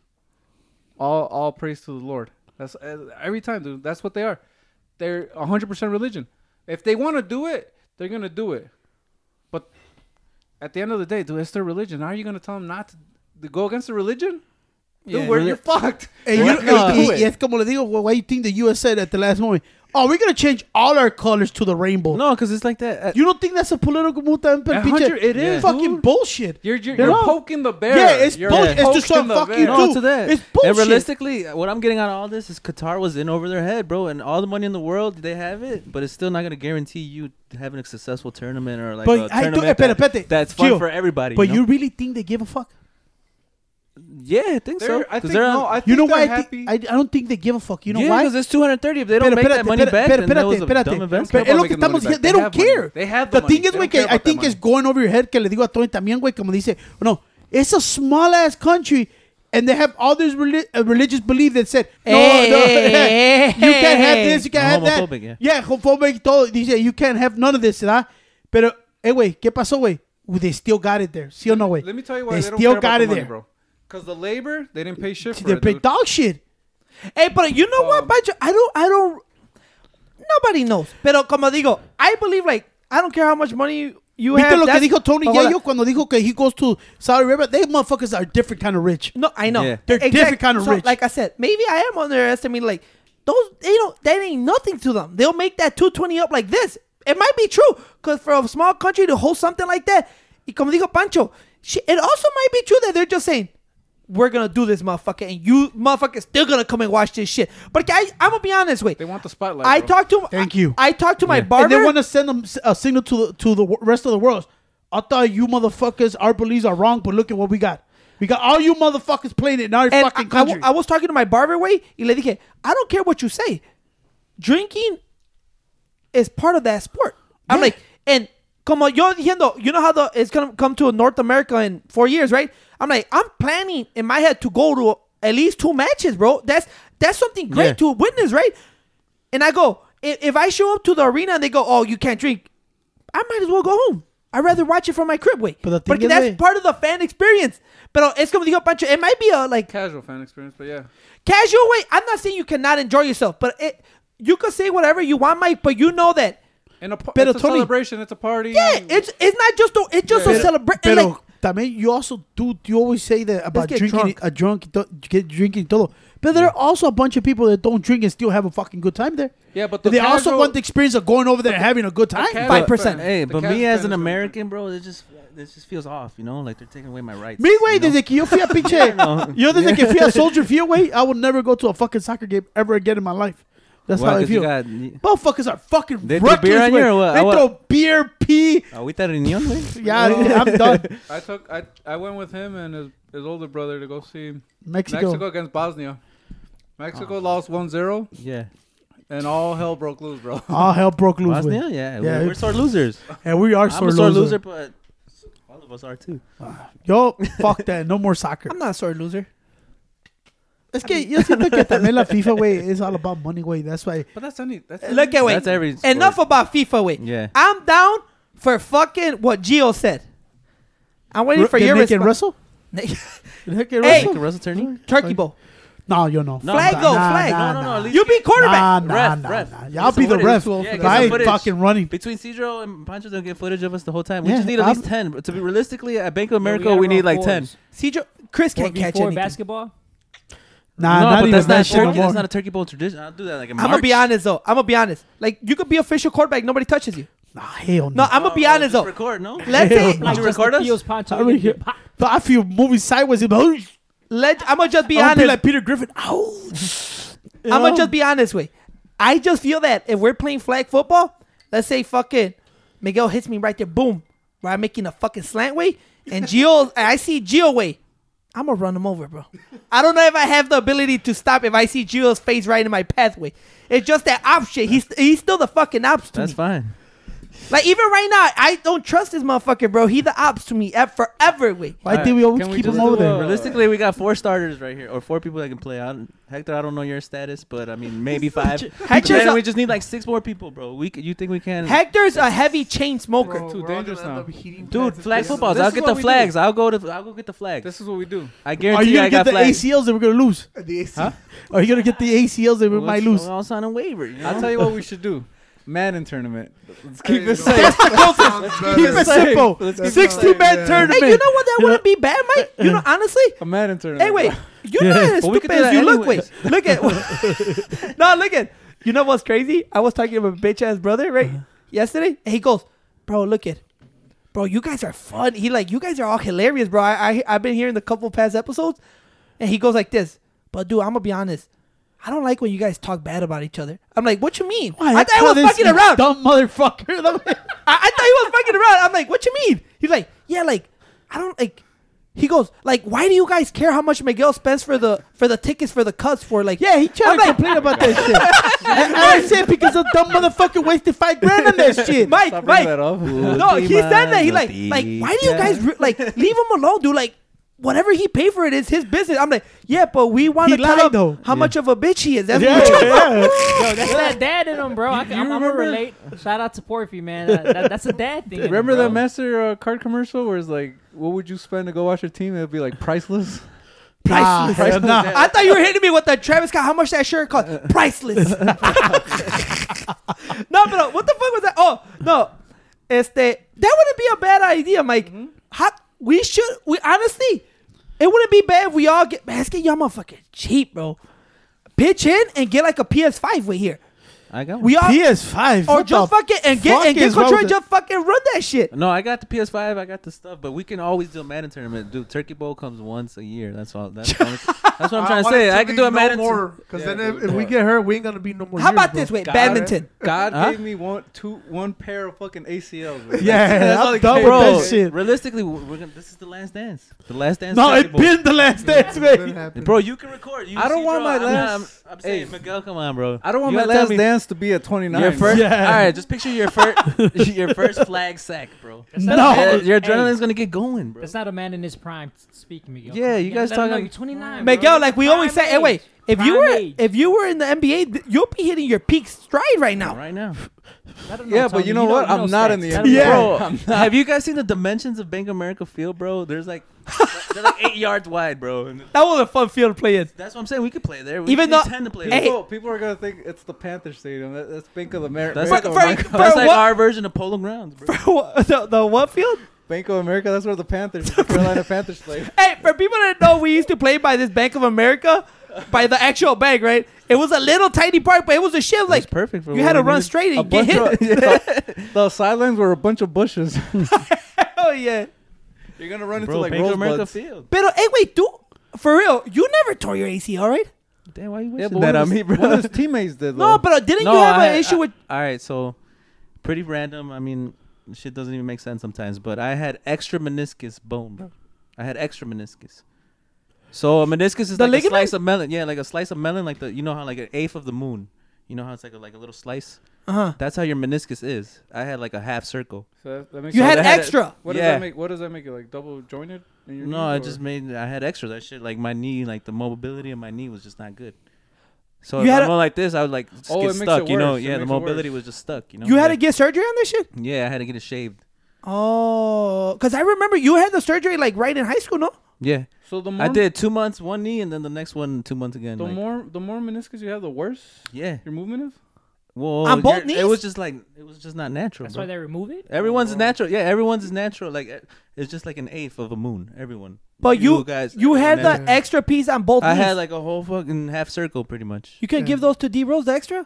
D: All all praise to the Lord. That's uh, every time, dude. That's what they are. They're hundred percent religion. If they want to do it, they're gonna do it. But at the end of the day, dude, it's their religion. How are you gonna tell them not to, to go against the religion? Dude,
C: Yeah.
D: where
C: Reli-
D: you're fucked.
B: Hey, you
D: We're
B: know-
D: gonna
B: hey,
D: do
B: y-
D: it.
B: y es como le digo, why you think the US said at the last moment, oh, we're gonna change all our colors to the rainbow.
C: No, because it's like that.
B: You don't think that's a political move that
D: A hundred- it is,
B: fucking
D: dude.
B: bullshit.
D: You're, you're,
B: They're
D: you're
B: all-
D: poking the bear.
B: Yeah, it's
D: You're
B: bullshit. It's just
D: poking
B: some
D: the
B: fucking
D: bear.
B: dude.
C: no, to that.
B: it's
C: And
B: bullshit.
C: realistically, what I'm getting out of all this is Qatar was in over their head, bro, and all the money in the world they have it, but it's still not gonna guarantee you having a successful tournament or like
B: But
C: a
B: I do-
C: tournament
B: espérate,
C: that-
B: espérate.
C: that's fun
B: Gio,
C: for everybody.
B: But
C: you,
B: you
C: know?
B: really think they give a fuck?
C: yeah, I think
D: They're-
C: so.
D: I
C: 'Cause
D: think,
C: they're on-
D: no, I think
B: You know
D: they're
B: why? I,
D: happy.
B: thi- I, I don't think they give a fuck. You know
C: yeah,
B: why?
C: because it's 230. If they don't
B: Pero,
C: make that
B: espérate,
C: money
B: espérate,
C: back, then that
B: espérate,
C: was a
B: espérate.
C: dumb
D: care
C: investment.
B: Pero es
D: about
B: lo que
D: making the
B: estamos
D: money
B: diciendo. They
D: back. They
B: don't
D: have money.
B: care.
D: They have the
B: The
D: money.
B: thing is,
D: They
B: güey,
D: don't
B: que
D: care
B: I
D: about that
B: think it's
D: money.
B: going over your head que le digo a Tony también, güey, como dice, no, it's a small ass country and they have all this reli- uh, religious belief that said, no, [LAUGHS]
A: Hey,
B: no,
A: hey,
B: you can't have
A: hey.
B: this, you can't have that.
C: Homophobic, yeah.
B: homophobic, todo. Dice, you can't have none of this, ¿verdad? Pero, eh, güey, ¿qué pasó, güey? Well, They still got it there, ¿sí o no, güey?
D: Let me tell you why
B: they
D: they,
B: still
D: don't care
B: got
D: about the
B: it
D: money,
B: there.
D: bro. Because the labor, they didn't pay shit for
B: They
D: it.
B: play
D: dude.
B: dog shit.
A: Hey, pero you know what,
D: Um,
A: Pancho? I don't, I don't. Nobody knows. Pero como digo, I believe like I don't care how much money you
B: ¿Viste
A: have.
B: lo que
A: that's- Oh,
B: dijo Tony
A: But hold on.
B: Yayo cuando dijo que he goes to Saudi Arabia? They motherfuckers are different kind of rich.
A: No, I know.
C: Yeah.
B: They're different kind of
A: So,
B: rich.
A: Like I said, maybe I am underestimating. Like those, they don't. That ain't nothing to them. They'll make that two twenty up like this. It might be true because for a small country to hold something like that, y como dijo Pancho, shi- it also might be true that they're just saying. We're gonna do this, motherfucker, and you, motherfuckers, still gonna come and watch this shit. But I, I'm gonna be honest, wait.
D: They want the spotlight.
A: I
D: bro.
A: talked to
B: Thank you.
A: I, talked to my barber.
B: And they want to send them s- a signal to the, to the wo- rest of the world. I thought you motherfuckers, our beliefs are wrong, but look at what we got. We got all you motherfuckers playing it in our
A: And
B: fucking
A: I- I wa-
B: country.
A: I, was talking to my barber way, y le dije, I don't care what you say. Drinking is part of that sport. I'm
B: Yeah.
A: like, and como yo diciendo, you know how the it's gonna come to North America in four years, right? I'm like, I'm planning in my head to go to at least two matches, bro. That's that's something great
C: Yeah.
A: to witness, right? And I go, if, if I show up to the arena and they go, oh, you can't drink, I might as well go home. I'd rather watch it from my crib way.
B: But the thing
A: Porque
B: is,
A: that's
B: güey-
A: part of the fan experience. Pero es como dijo Pancho, it might be a like
D: casual fan experience, but yeah.
A: Casual way, I'm not saying you cannot enjoy yourself, but it you can say whatever you want, Mike, but you know that
D: And a, pa-
B: Pero,
D: it's a
B: Tony-
D: celebration. It's a party.
A: yeah,
D: and-
A: it's it's not just a, it's just a
B: Pero-
A: celebration.
B: Pero
A: Like,
B: también you also do you always say that about
A: get
B: drinking
A: drunk.
B: a drunk to- get drinking todo. But there are also a bunch of people that don't drink and still have a fucking good time there.
D: Yeah, but the
B: they also
D: casual-
B: want the experience of going over there and having a good time.
D: casual
A: five percent.
D: fan-
C: Hey,
D: the
C: but
D: casual
C: me as
D: fan
C: an
D: is-
C: American, bro, it just it just feels off, you know? Like they're taking away my rights.
B: Me, güey,
C: you know?
B: desde que yo fui [LAUGHS] a pinche. yo desde que fui [LAUGHS] a Soldier Field, güey, I will never go to a fucking soccer game ever again in my life. That's
C: Why?
B: how I
C: 'Cause you
B: feel.
C: got-
B: Motherfuckers are fucking
C: They throw
B: reckless.
C: beer on
B: güey.
C: you or what?
B: They
C: I wa-
B: throw beer, pee.
C: Ahorita reunión, güey. [LAUGHS]
B: Yeah, I'm done.
D: I took. I I went with him and his his older brother to go see
B: Mexico.
D: Mexico, against Bosnia. Mexico lost 1-0,
C: Yeah.
D: and all hell broke loose, bro.
B: All hell broke loose.
C: Bosnia?
B: Bosnia?
C: Yeah.
B: Yeah.
C: We're, we're sore losers.
B: And we are
C: I'm
B: sore
C: a sore
B: loser.
C: loser, but all of us are too. [LAUGHS]
B: Yo, fuck that. No more soccer.
A: I'm not a sore loser.
B: Es que yo siento que también la FIFA, güey, is all about money, güey. That's why.
D: But that's any. That's any-
A: Look at wait.
C: That's every sport.
A: Enough about FIFA wait.
B: [LAUGHS]
C: Yeah.
A: I'm down for fucking what Gio said. I'm waiting for
B: Did
A: your
B: Nick and
A: response.
B: Russell? Nick
A: Hey.
B: and
C: Like a
B: Russell?
C: Russell Turner?
A: Turkey Bowl.
B: No, yo no.
C: No,
A: Flag
C: nah,
A: go,
B: nah,
A: flag.
B: nah,
C: No, no, no,
B: nah.
C: at least
A: You be quarterback.
B: Nah, nah,
C: Ref,
B: nah,
C: ref.
B: nah.
C: Get
B: Y'all
C: some
B: be the
C: footage.
B: ref.
C: Yeah, get
B: I
C: some
B: ain't
C: footage.
B: fucking running.
C: Between Cedro and Pancho, don't get footage of us the whole time. We
B: Yeah,
C: just need at least 10. To be realistically, at Bank of America, we, need like 10.
A: CJ Chris can't catch
E: Before
A: anything.
E: basketball,
B: Nah,
C: no,
B: not
C: but
B: even
C: that's
B: that
C: not,
B: shit no
C: turkey,
B: more.
C: that's not a Turkey Bowl tradition. I'll do that like in
A: I'm
C: March.
A: gonna be honest though. I'm gonna be honest. Like you could be official quarterback, nobody touches you.
B: Nah, hell
A: No,
B: no.
A: I'm gonna be
C: Oh, oh,
A: honest
C: just
A: though.
C: record, no?
A: Let's say,
C: Like-
E: like
C: you
E: Justin
C: record us?
E: Theo's Pancho,
B: I
E: you're
B: mean,
E: gonna get
B: yeah.
E: popped.
B: but I feel moving sideways. and-
A: let, I'm gonna just be
B: I would
A: honest.
B: be like Peter Griffin. Ouch.
A: I'm gonna just be honest with. you. I just feel that if we're playing flag football, let's say fucking Miguel hits me right there, boom, where I'm making a fucking slant way, and Gio, and I see Gio way, I'm gonna run him over, bro. I don't know if I have the ability to stop if I see Gio's face right in my pathway. It's just that op shit. He's he's still the fucking ops to
C: That's
A: me.
C: fine.
A: Like even right now, I don't trust this motherfucker, bro. He the ops to me ev- forever. Wait,
B: Why did we always
D: Can we
B: keep
D: just
B: him over
D: do
B: there?
D: a-
C: Realistically, we got four starters right here, or four people that can play. I don't, Hector, I don't know your status, but I mean maybe five.
A: Hector's
C: Man,
A: a-
C: we just need like six more people, bro. We c- you think we can?
A: Hector's a heavy chain smoker.
D: Bro. Too
F: we're all gonna
D: dangerous
F: end
D: now.
F: up heating
C: Dude,
F: plants if
C: flag
D: this is-
C: footballs.
D: this
C: I'll
D: is
C: get
D: what
C: the
D: we do.
C: flags. I'll go to. I'll go get the flags.
D: This is what we do.
C: I
B: Are
C: guarantee
B: you
C: I
B: gonna
C: got
B: get the
C: flags.
B: ACLs that we're gonna lose?
F: The AC.
B: Are you gonna get the ACLs that we might lose?
C: I'll sign a waiver. You know?
D: I'll tell you what we should do. Madden tournament. Let's keep
F: There
D: this
F: you go.
D: safe.
F: Sounds
B: Keep
F: better.
B: it simple.
C: Let's
F: keep it
B: 60 man
F: safe.
A: Hey,
B: tournament.
A: you know what? That wouldn't be bad, Mike. You know, honestly,
D: A Madden tournament.
A: Hey, wait. You're not as
C: But we could
A: stupid
C: do
A: as
C: that [LAUGHS]
A: you look. Wait,
C: anyways.
A: look at. no, look at. You know what's crazy? I was talking to my bitch ass brother
C: Uh-huh.
A: right yesterday, and he goes, "Bro, look at, bro, you guys are fun." He like, "You guys are all hilarious, bro." I, I I've been hearing the couple past episodes, and he goes like this, "But dude, I'm gonna be honest." I don't like when you guys talk bad about each other. I'm like, what you mean? I thought I was fucking around. I,
B: Dumb motherfucker. [LAUGHS]
A: I thought he was fucking around. I'm like, what you mean? He's like, yeah, like, I don't like. He goes like, why do you guys care how much Miguel spends for the for the tickets for the cuts for like?
B: yeah, he tried
A: I'm
B: to
A: like-
B: complain
A: [LAUGHS]
B: about that shit. and I said because a dumb motherfucker [LAUGHS] wasted five grand on that shit.
A: Mike,
D: Stop bringing
A: Mike,
D: that up.
A: No, he said that. He like
C: Última
A: like why do you guys re- like leave him alone, dude? Like whatever he paid for it is his business. I'm like, yeah, but we want to
B: He lied,
A: tell him
B: though.
A: how much of a bitch he is. That's
B: Yeah,
A: what you
B: yeah.
E: Yo, that's that dad in him, bro. I can,
D: You
E: I'm, I'm gonna
D: remember-
E: relate. Shout out to Porfy, man. That, that, that's a dad thing. in him,
D: Remember
E: bro.
D: that master uh, card commercial where it's like, what would you spend to go watch your team? It'd be like priceless.
A: priceless.
B: Ah,
D: Priceless.
B: nah.
A: I thought you were hitting me with the Travis Scott. How much that shirt cost?
B: Uh,
A: Priceless. [LAUGHS] no, but uh, what the fuck was that? Oh no, este that wouldn't be a bad idea, Mike.
B: Mm-hmm.
A: How we should we honestly, it wouldn't be bad if we all get. Man, let's get y'all motherfucking cheap, bro. Pitch in and get like a PS5 with here.
C: I got.
A: We all
B: PS5.
A: or
B: what
A: just
B: Oh, the
A: fucking and get
B: fuck
A: and get
B: is wrong
A: control
B: with
A: and just fucking run that shit.
C: No, I got the PS5. I got the stuff, but we can always do a Madden tournament. Dude, Turkey Bowl comes once a year. That's all. That's, the only- that's what I'm trying to say. I can do a Madden. tour-
F: Because
D: Yeah,
F: then
D: do
F: if, if we
D: more.
F: get her, we ain't gonna be no more.
A: How
F: years,
A: about
F: bro.
A: this way,
D: Got it.
A: badminton?
D: God
C: Huh?
D: gave me one two one pair of fucking ACLs. bro.
B: Yeah,
D: all
B: I'm
D: he
B: done
D: gave
B: with
D: me.
B: that
C: Bro,
B: shit.
C: realistically, we're we're gonna, this is the last dance. The last dance.
B: No,
C: Turkey
B: it
C: Bowl.
B: been the last dance,
F: Let it
B: man.
F: happen.
C: Bro, you can record. You
D: I don't
C: see,
D: want
C: bro,
D: my
C: I'm not-
D: last-
C: I'm, I'm saying,
D: Hey.
C: Miguel, come on, bro.
D: I don't want
C: You
D: my
C: gotta tell
D: last
C: me-
D: dance to be at 29.
C: Your first, [LAUGHS]
B: Yeah.
C: all right. Just picture your
A: [LAUGHS]
C: first, your first flag sack, bro.
E: That's
A: Oh,
E: not
B: No.
E: a man-
C: Yeah, your
E: Hey,
C: adrenaline's gonna get going, bro.
E: That's not a man in his prime s- speaking, Miguel.
C: Yeah, you guys
E: let him know
C: talking-
E: You're 29, bro.
A: Miguel, like we always say,
E: Prime
A: hey, wait,
E: age.
A: if you
E: Prime
A: were
E: age.
A: if you were in the NBA, th- you'll be hitting your peak stride right now. [LAUGHS]
C: Right now,
E: Let him
D: Yeah, but
E: Tony.
D: you know what?
E: you
D: I'm not in
E: stats.
D: the
E: Let him
D: NBA.
E: know.
B: Yeah.
C: bro. Have you guys seen the dimensions of Bank of America Field, bro? There's like, they're like eight yards wide, bro. And
A: That was a fun field to play in. [LAUGHS]
C: that's what I'm saying. We could play there. We
A: Even
C: we
A: though-
C: intend to play.
A: Hey.
C: there.
D: People, people are gonna think it's the Panther Stadium. That, that's Bank of America.
C: That's
D: Bank,
C: like
D: of
A: for-
D: America.
A: for-
C: That's like
A: what-
C: our version of Polo Grounds, bro.
A: the, the what field?
D: Bank of America. That's where the Panthers,
C: [LAUGHS]
D: the Carolina Panthers play.
A: Hey, for people that know, we used to play by this Bank of America, by the actual bank, right? It was a little tiny park, but it was a shit. Like
C: It's perfect for
A: you had to
C: what we
A: run
C: needed.
A: straight
D: A
A: and get
D: bunch
A: hit. [LAUGHS]
D: of, [LAUGHS] the, the sidelines were a bunch of
C: [LAUGHS]
D: bushes.
A: Hell Oh, yeah!
D: You're gonna run into
C: Bro,
D: like
C: Bank of America
D: rosebuds.
C: Field.
A: But hey, wait, dude, for real, you never tore your ACL, right?
C: Damn, why you
D: Yeah,
C: wishing
D: but
C: that
D: one
C: on
D: of
C: me,
D: his,
C: bro? [LAUGHS]
D: one of his teammates did.
A: No,
D: though.
A: but uh, didn't you have
C: I-
A: an issue
C: I-
A: with?
C: All right, so pretty random. I mean, shit doesn't even make sense sometimes. But I had extra meniscus bone, bro. I had extra meniscus. So a meniscus is
A: The
C: like
A: ligament?
C: a slice of melon. Yeah, like a slice of melon, like the you know how like an eighth of the moon. You know how it's like a, like a little slice.
A: Uh huh.
C: That's how your meniscus is. I had like a half circle.
D: So that, that makes
A: You
D: so
A: had
D: that
A: extra.
D: what does
C: Yeah.
D: that make? What does that make it like double jointed? in your
C: No,
D: knees,
C: I
D: or-
C: just made I had extra. That shit, like my knee, like the mobility of my knee was just not good. So
A: You
C: if
A: had
C: I'm
A: a-
C: all like this, I would like just
D: Oh, it
C: get
D: makes it
C: stuck. You know,
D: worse. It
C: yeah, the
D: makes it
C: mobility
D: worse.
C: was just stuck. You know,
A: You had
C: Yeah.
A: to get surgery on this shit.
C: yeah, I had to get it shaved.
A: Oh, cause I remember you had the surgery like right in high school, no?
C: Yeah.
D: So the
E: Mm-hmm.
D: more
C: I did two months, one knee, and then the next one, two months again.
D: The
C: like-
D: more the more meniscus you have, the worse
C: yeah.
D: your movement is.
C: Well,
A: On both
C: you're-
A: knees?
C: It was just like it was just not natural.
E: That's
C: bro.
E: why Oh. they remove it.
C: Everyone's natural. Yeah, everyone's is natural. Like e- it's just like an eighth of a moon. Everyone.
A: But you-
C: guys,
A: You had
C: everyone
A: the extra piece on both.
C: natural. I
A: knees.
C: had like a whole fucking half circle, pretty much.
A: You could give those to D Rose the extra?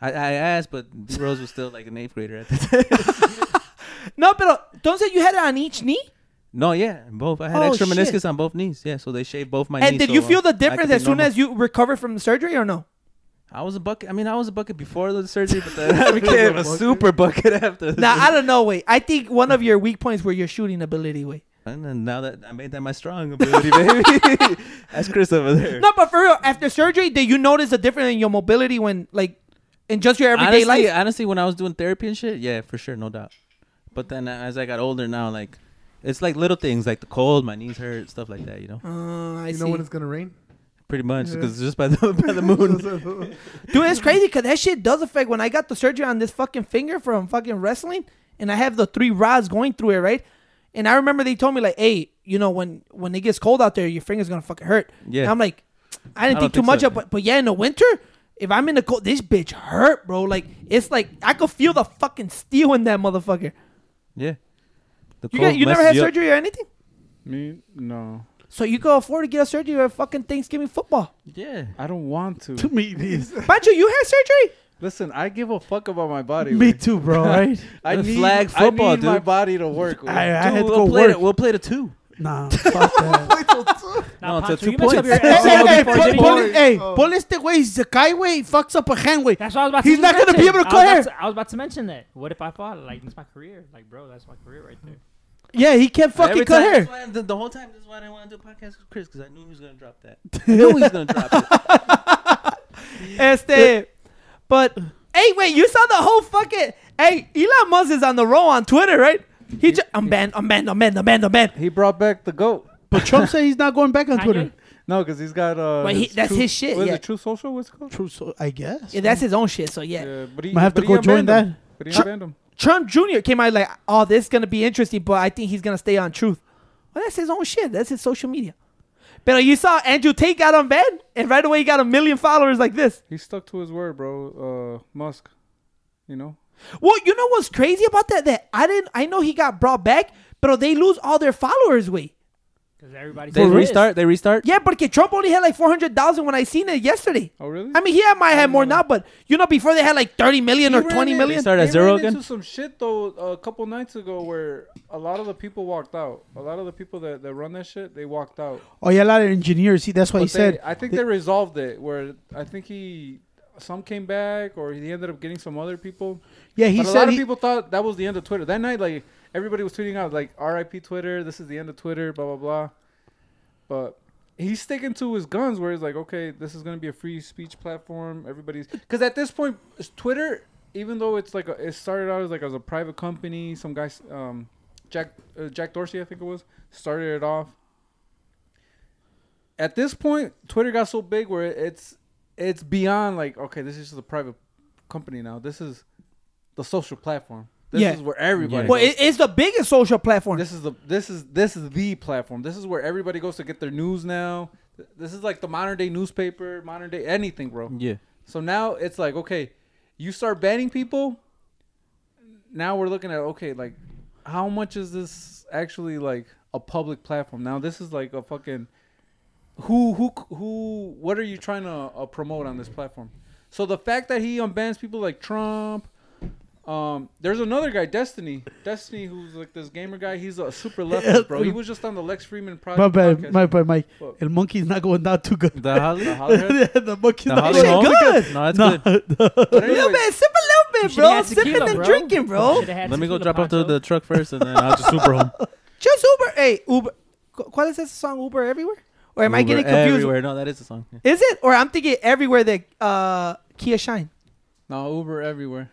C: I, I asked, but Rose was still like an eighth grader at the time.
A: No, but don't say you had it on each knee.
C: No, yeah, both. I had
A: Oh,
C: extra
A: shit.
C: meniscus on both knees. Yeah, so they shaved both my
A: and
C: knees.
A: did
C: so,
A: you
C: uh,
A: feel
C: I
A: the
C: could
A: difference
C: be
A: as soon
C: normal.
A: as you recovered from the surgery or
C: [LAUGHS]
A: no?
C: I was a bucket? I mean, I was a bucket before the surgery, but
A: [LAUGHS]
C: then I became a super bucket after. the
A: Now I don't know. Wait, I think one of your weak points were your shooting ability. Wait,
C: And then now that I made that my strong ability, baby. That's Chris over there.
A: no, but for real, after surgery, did you notice a difference in your mobility when like in just your everyday
C: honestly,
A: life?
C: honestly, when I was doing therapy and shit, yeah, for sure, no doubt. But then uh, as I got older now, like, it's like little things like the cold, my knees hurt, stuff like that, you know?
A: Uh, I
F: you
A: see.
F: know when it's gonna rain?
C: Pretty much,
F: Yeah.
C: because just by the, [LAUGHS] by the
F: [LAUGHS]
C: moon.
A: Dude, it's crazy because that shit does affect. When I got the surgery on this fucking finger from fucking wrestling, and I have the three rods going through it, right? And I remember they told me like, "Hey, you know when when it gets cold out there, your finger's gonna fucking hurt."
C: Yeah.
A: And I'm like, I didn't think
C: I don't
A: too
C: think
A: much
C: so.
A: of, but but yeah, in the winter, if I'm in the cold, this bitch hurt, bro. Like it's like I could feel the fucking steel in that motherfucker.
C: yeah. The
A: You got, you never
C: messes
A: had
C: up.
A: surgery or anything,
D: Me no,
A: so you could afford to get a surgery or fucking Thanksgiving football.
C: Yeah.
D: I don't want
B: [LAUGHS]
D: to.
B: To me, it is.
A: Pancho, you had surgery?
D: Listen, I give a fuck about my body.
B: Me
D: güey.
B: too, bro. Right?
D: I need,
C: Flag
D: I
C: football,
D: need my
C: dude.
D: body to work.
B: [LAUGHS]
D: güey.
B: I, I had to
C: we'll
B: go
C: play
B: work.
C: The, we'll play the two.
B: nah, fuck that.
E: Now,
C: No, it's a
E: Pancho,
C: two
E: you messed up
C: points.
E: your
B: Hey,
E: SEO
B: hey, hey,
E: before
B: pull-
E: Jimmy.
B: pull
F: Boy.
B: it- hey,
F: Oh.
B: pull this the way. Zakai way fucks up a hand way.
E: That's what I was about
B: He's
E: to
B: not gonna be
E: mention.
B: able to
E: I was about
B: clear.
E: I was about to mention that. What if I fall? Like, it's my career. Like, bro, that's my career right there.
B: Yeah, he can't fucking
C: Every
B: cut
C: time-
B: hair.
C: that's why I- The, the whole time, this is why I didn't want to do a podcast with Chris because I knew he was gonna drop that. I knew he was gonna drop it.
A: Este, but Eh. hey, wait, you saw the whole fucking hey Elon Musk is on the roll on Twitter, right? He just I'm banned, I'm banned, I'm banned, I'm banned, I'm banned.
D: He brought back the goat.
B: But Trump said he's not going back on
E: Kanye?
B: Twitter.
D: No, because he's got. Uh,
A: But he- that's
D: True-
A: his shit,
D: What is
A: yeah.
D: it True Social? What's it called?
B: True, so I guess.
A: Yeah, that's his own shit. So yeah,
D: but he,
B: Might have to
D: but
B: go
D: he
B: join
D: unbanned
B: that.
D: him. But he
A: Sure.
D: unbanned him.
A: Trump Jr. came out like, oh, this is gonna be interesting, but I think he's gonna stay on truth. Well, that's his own shit. That's his social media. But you saw Andrew Tate got unbanned, and right away he got a million followers like this.
D: He stuck to his word, bro. Uh, Musk. You know.
A: Well, you know what's crazy about that? That I didn't. I know he got brought back, but they lose all their followers. Way.
E: Because everybody's
C: They
E: pissed.
C: restart. They restart.
A: Yeah, porque Trump only had like 400,000 when I seen it yesterday.
D: Oh really?
A: I mean, he had, might have more now, but you know, before they had like 30 million
D: He
A: or
D: ran
A: 20
D: in-
A: million.
C: Start
D: they
C: at zero
D: ran
C: again?
D: Into some shit though a couple nights ago where a lot of the people walked out. A lot of the people that, that run that shit they walked out.
B: Oh yeah, a lot of engineers. See, that's why he
D: But they-
B: said.
D: I think they resolved it. Where I think he some came back or he ended up getting some other people.
B: Yeah, he
D: but a lot
B: said.
D: of
B: He,
D: people thought that was the end of Twitter. That night, like everybody was tweeting out like "R.I.P. Twitter. This is the end of Twitter." Blah blah blah. But he's sticking to his guns, where he's like, "Okay, this is going to be a free speech platform. Everybody's because at this point, s- Twitter, even though it's like a, it started out as like as a private company, some guys, um, Jack uh, Jack Dorsey, I think it was, started it off. At this point, Twitter got so big where it's it's beyond like okay, this is just a private company now. This is the social platform. This
A: Yeah.
D: is where everybody.
A: Well,
D: goes.
A: it, it's the biggest social platform.
D: This is the this is this is the platform. This is where everybody goes to get their news now. Th- This is like the modern day newspaper, modern day anything, bro.
C: Yeah.
D: So now it's like okay, you start banning people. Now we're looking at okay, like how much is this actually like a public platform? Now this is like a fucking who who who what are you trying to uh, promote on this platform? So the fact that he unbans people like Trump um, there's another guy, Destiny. Destiny, who's like this gamer guy. He's a super leftist, bro. He was just on the Lex Freeman
B: my
D: project.
B: bad,
D: podcast.
B: my bad, Mike.
D: Fuck.
B: El monkey's not going down too [LAUGHS] good.
C: The Holly.
D: The
B: Yeah,
D: Hollywood.
B: the monkey's
C: The
B: not
C: Holly
A: shit
B: going.
C: Home?
A: good.
C: No, that's
B: No,
C: good.
D: But
A: a little
D: anyways,
A: bit, sip a little bit,
E: Should've
A: bro.
E: had
A: Sipping
E: tequila,
A: and
E: bro.
A: drinking, bro.
E: Should've had
C: Let me go
E: tequila,
C: drop off to
E: Pancho.
C: the truck first, and then I'll just Uber home.
A: Just Uber. Hey, Uber. Qu- ¿Cuál es ese song? Uber everywhere? Or am I
C: Uber
A: getting confused?
C: Everywhere. No, that is a song. Yeah.
A: Is it? Or I'm thinking everywhere that uh, Kia Shine.
D: no Uber everywhere.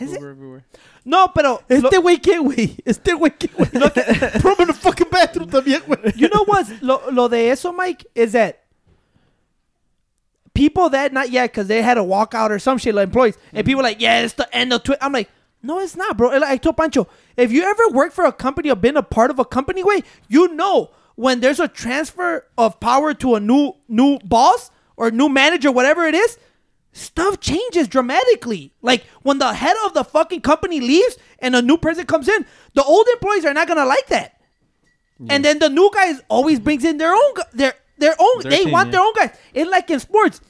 A: Is
D: Uber
A: it?
D: everywhere.
A: No, pero lo-
B: Este güey, ¿qué, güey?
D: [LAUGHS]
B: Este güey, ¿qué, güey? [LAUGHS] Prueba en el fucking bathroom también, güey.
A: you know what's lo, lo de eso, Mike, is that people that not yet because they had a walkout or some shit like employees, and people like, yeah, it's the end of Twitter. I'm like, no, it's not, bro. And Like I told Pancho, if you ever work for a company or been a part of a company, way you know when there's a transfer of power to a new new boss or new manager, whatever it is. Stuff changes dramatically. Like when the head of the fucking company leaves and a new person comes in, the old employees are not gonna like that. And then the new guys always brings in their own gu- their their own
C: Their
A: they
C: team,
A: want
C: yeah.
A: their own guys. It's like in sports.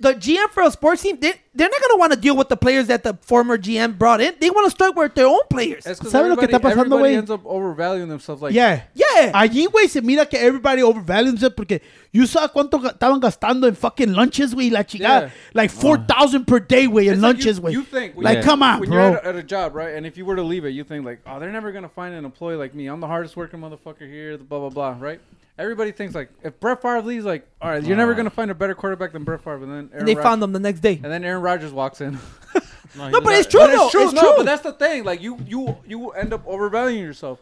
A: The GM for a sports team, they they're not gonna want to deal with the players that the former GM brought in. They want to start with their own players.
D: It's 'cause
B: ¿Sabe lo que está
D: everybody-
B: pasando,
D: everybody
B: güey?
D: ends up overvaluing themselves. Like,
B: Yeah.
A: Yeah.
B: Allí, güey, se mira que everybody overvalues it porque you saw cuánto ga- estaban gastando en fucking lunches, güey, la chingada.
D: Yeah. Ah.
B: Like 4,000 per day, güey,
D: It's
B: en
D: like
B: lunches,
D: you-
B: güey.
D: You think when
B: Like,
D: you're-
B: come on,
D: when
B: bro.
D: you're at a, at a job, right? And if you were to leave it, you think like, oh, they're never gonna find an employee like me. I'm the hardest working motherfucker here. Blah blah blah. Right? Everybody thinks like, if Brett Favre leaves, like, all right, you're never gonna find a better quarterback than Brett Favre. And then Aaron
A: and they
D: Rodgers-
A: found them the next day.
D: And then Aaron Rodgers walks in. [LAUGHS]
A: No, but it's true
D: But
A: though. It's true.
D: no, But that's the thing. Like you, you, you end up overvaluing yourself.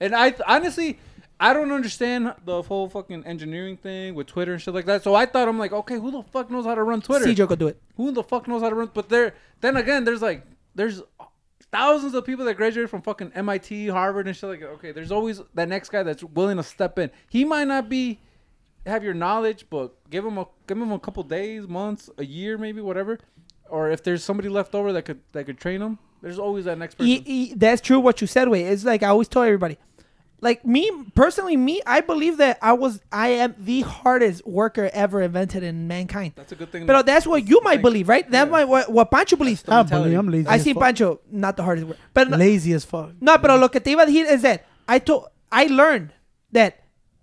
D: And I th- honestly, I don't understand the whole fucking engineering thing with Twitter and shit like that. So I thought I'm like, okay, who the fuck knows how to run Twitter?
A: CJ could do it.
D: Who the fuck knows how to run? But there, then again, there's like, there's thousands of people that graduated from fucking MIT, Harvard, and shit like that. Okay, there's always that next guy that's willing to step in. He might not be have your knowledge, but give him a give him a couple days, months, a year, maybe whatever. Or if there's somebody left over that could that could train him, there's always that next person.
A: E- e- that's true what you said, way. It's like I always tell everybody, Like me personally, me I believe that I was I am the hardest worker ever invented in mankind.
D: That's a good thing.
A: But that's what you might believe, right? That's
D: Yeah.
A: what what, what Pancho believes.
B: I believe Ah, I'm lazy.
A: I
B: as
A: see
B: fuck.
A: Pancho not the hardest worker, but no,
B: lazy as fuck.
A: no, pero lo que te iba a decir is that I told I learned that,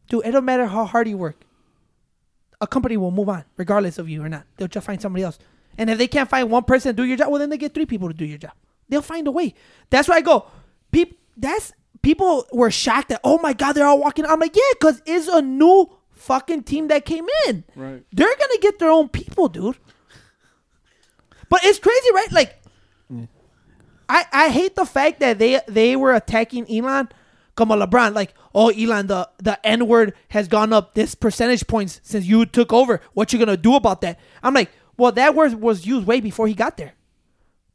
A: dude, it don't matter how hard you work. A company will move on regardless of you or not. They'll just find somebody else. And if they can't find one person to do your job, well, then they get three people to do your job. They'll find a way. That's why I go. People, that's people were shocked that oh my god, they're all walking. I'm like, yeah, because it's a new fucking team that came in.
D: Right.
A: They're gonna get their own people, dude. But it's crazy, right? Like, I I hate the fact that they they were attacking Elon, como LeBron. Like, oh Elon, the the N word has gone up this percentage points since you took over. What you gonna do about that? I'm like, well, that word was used way before he got there,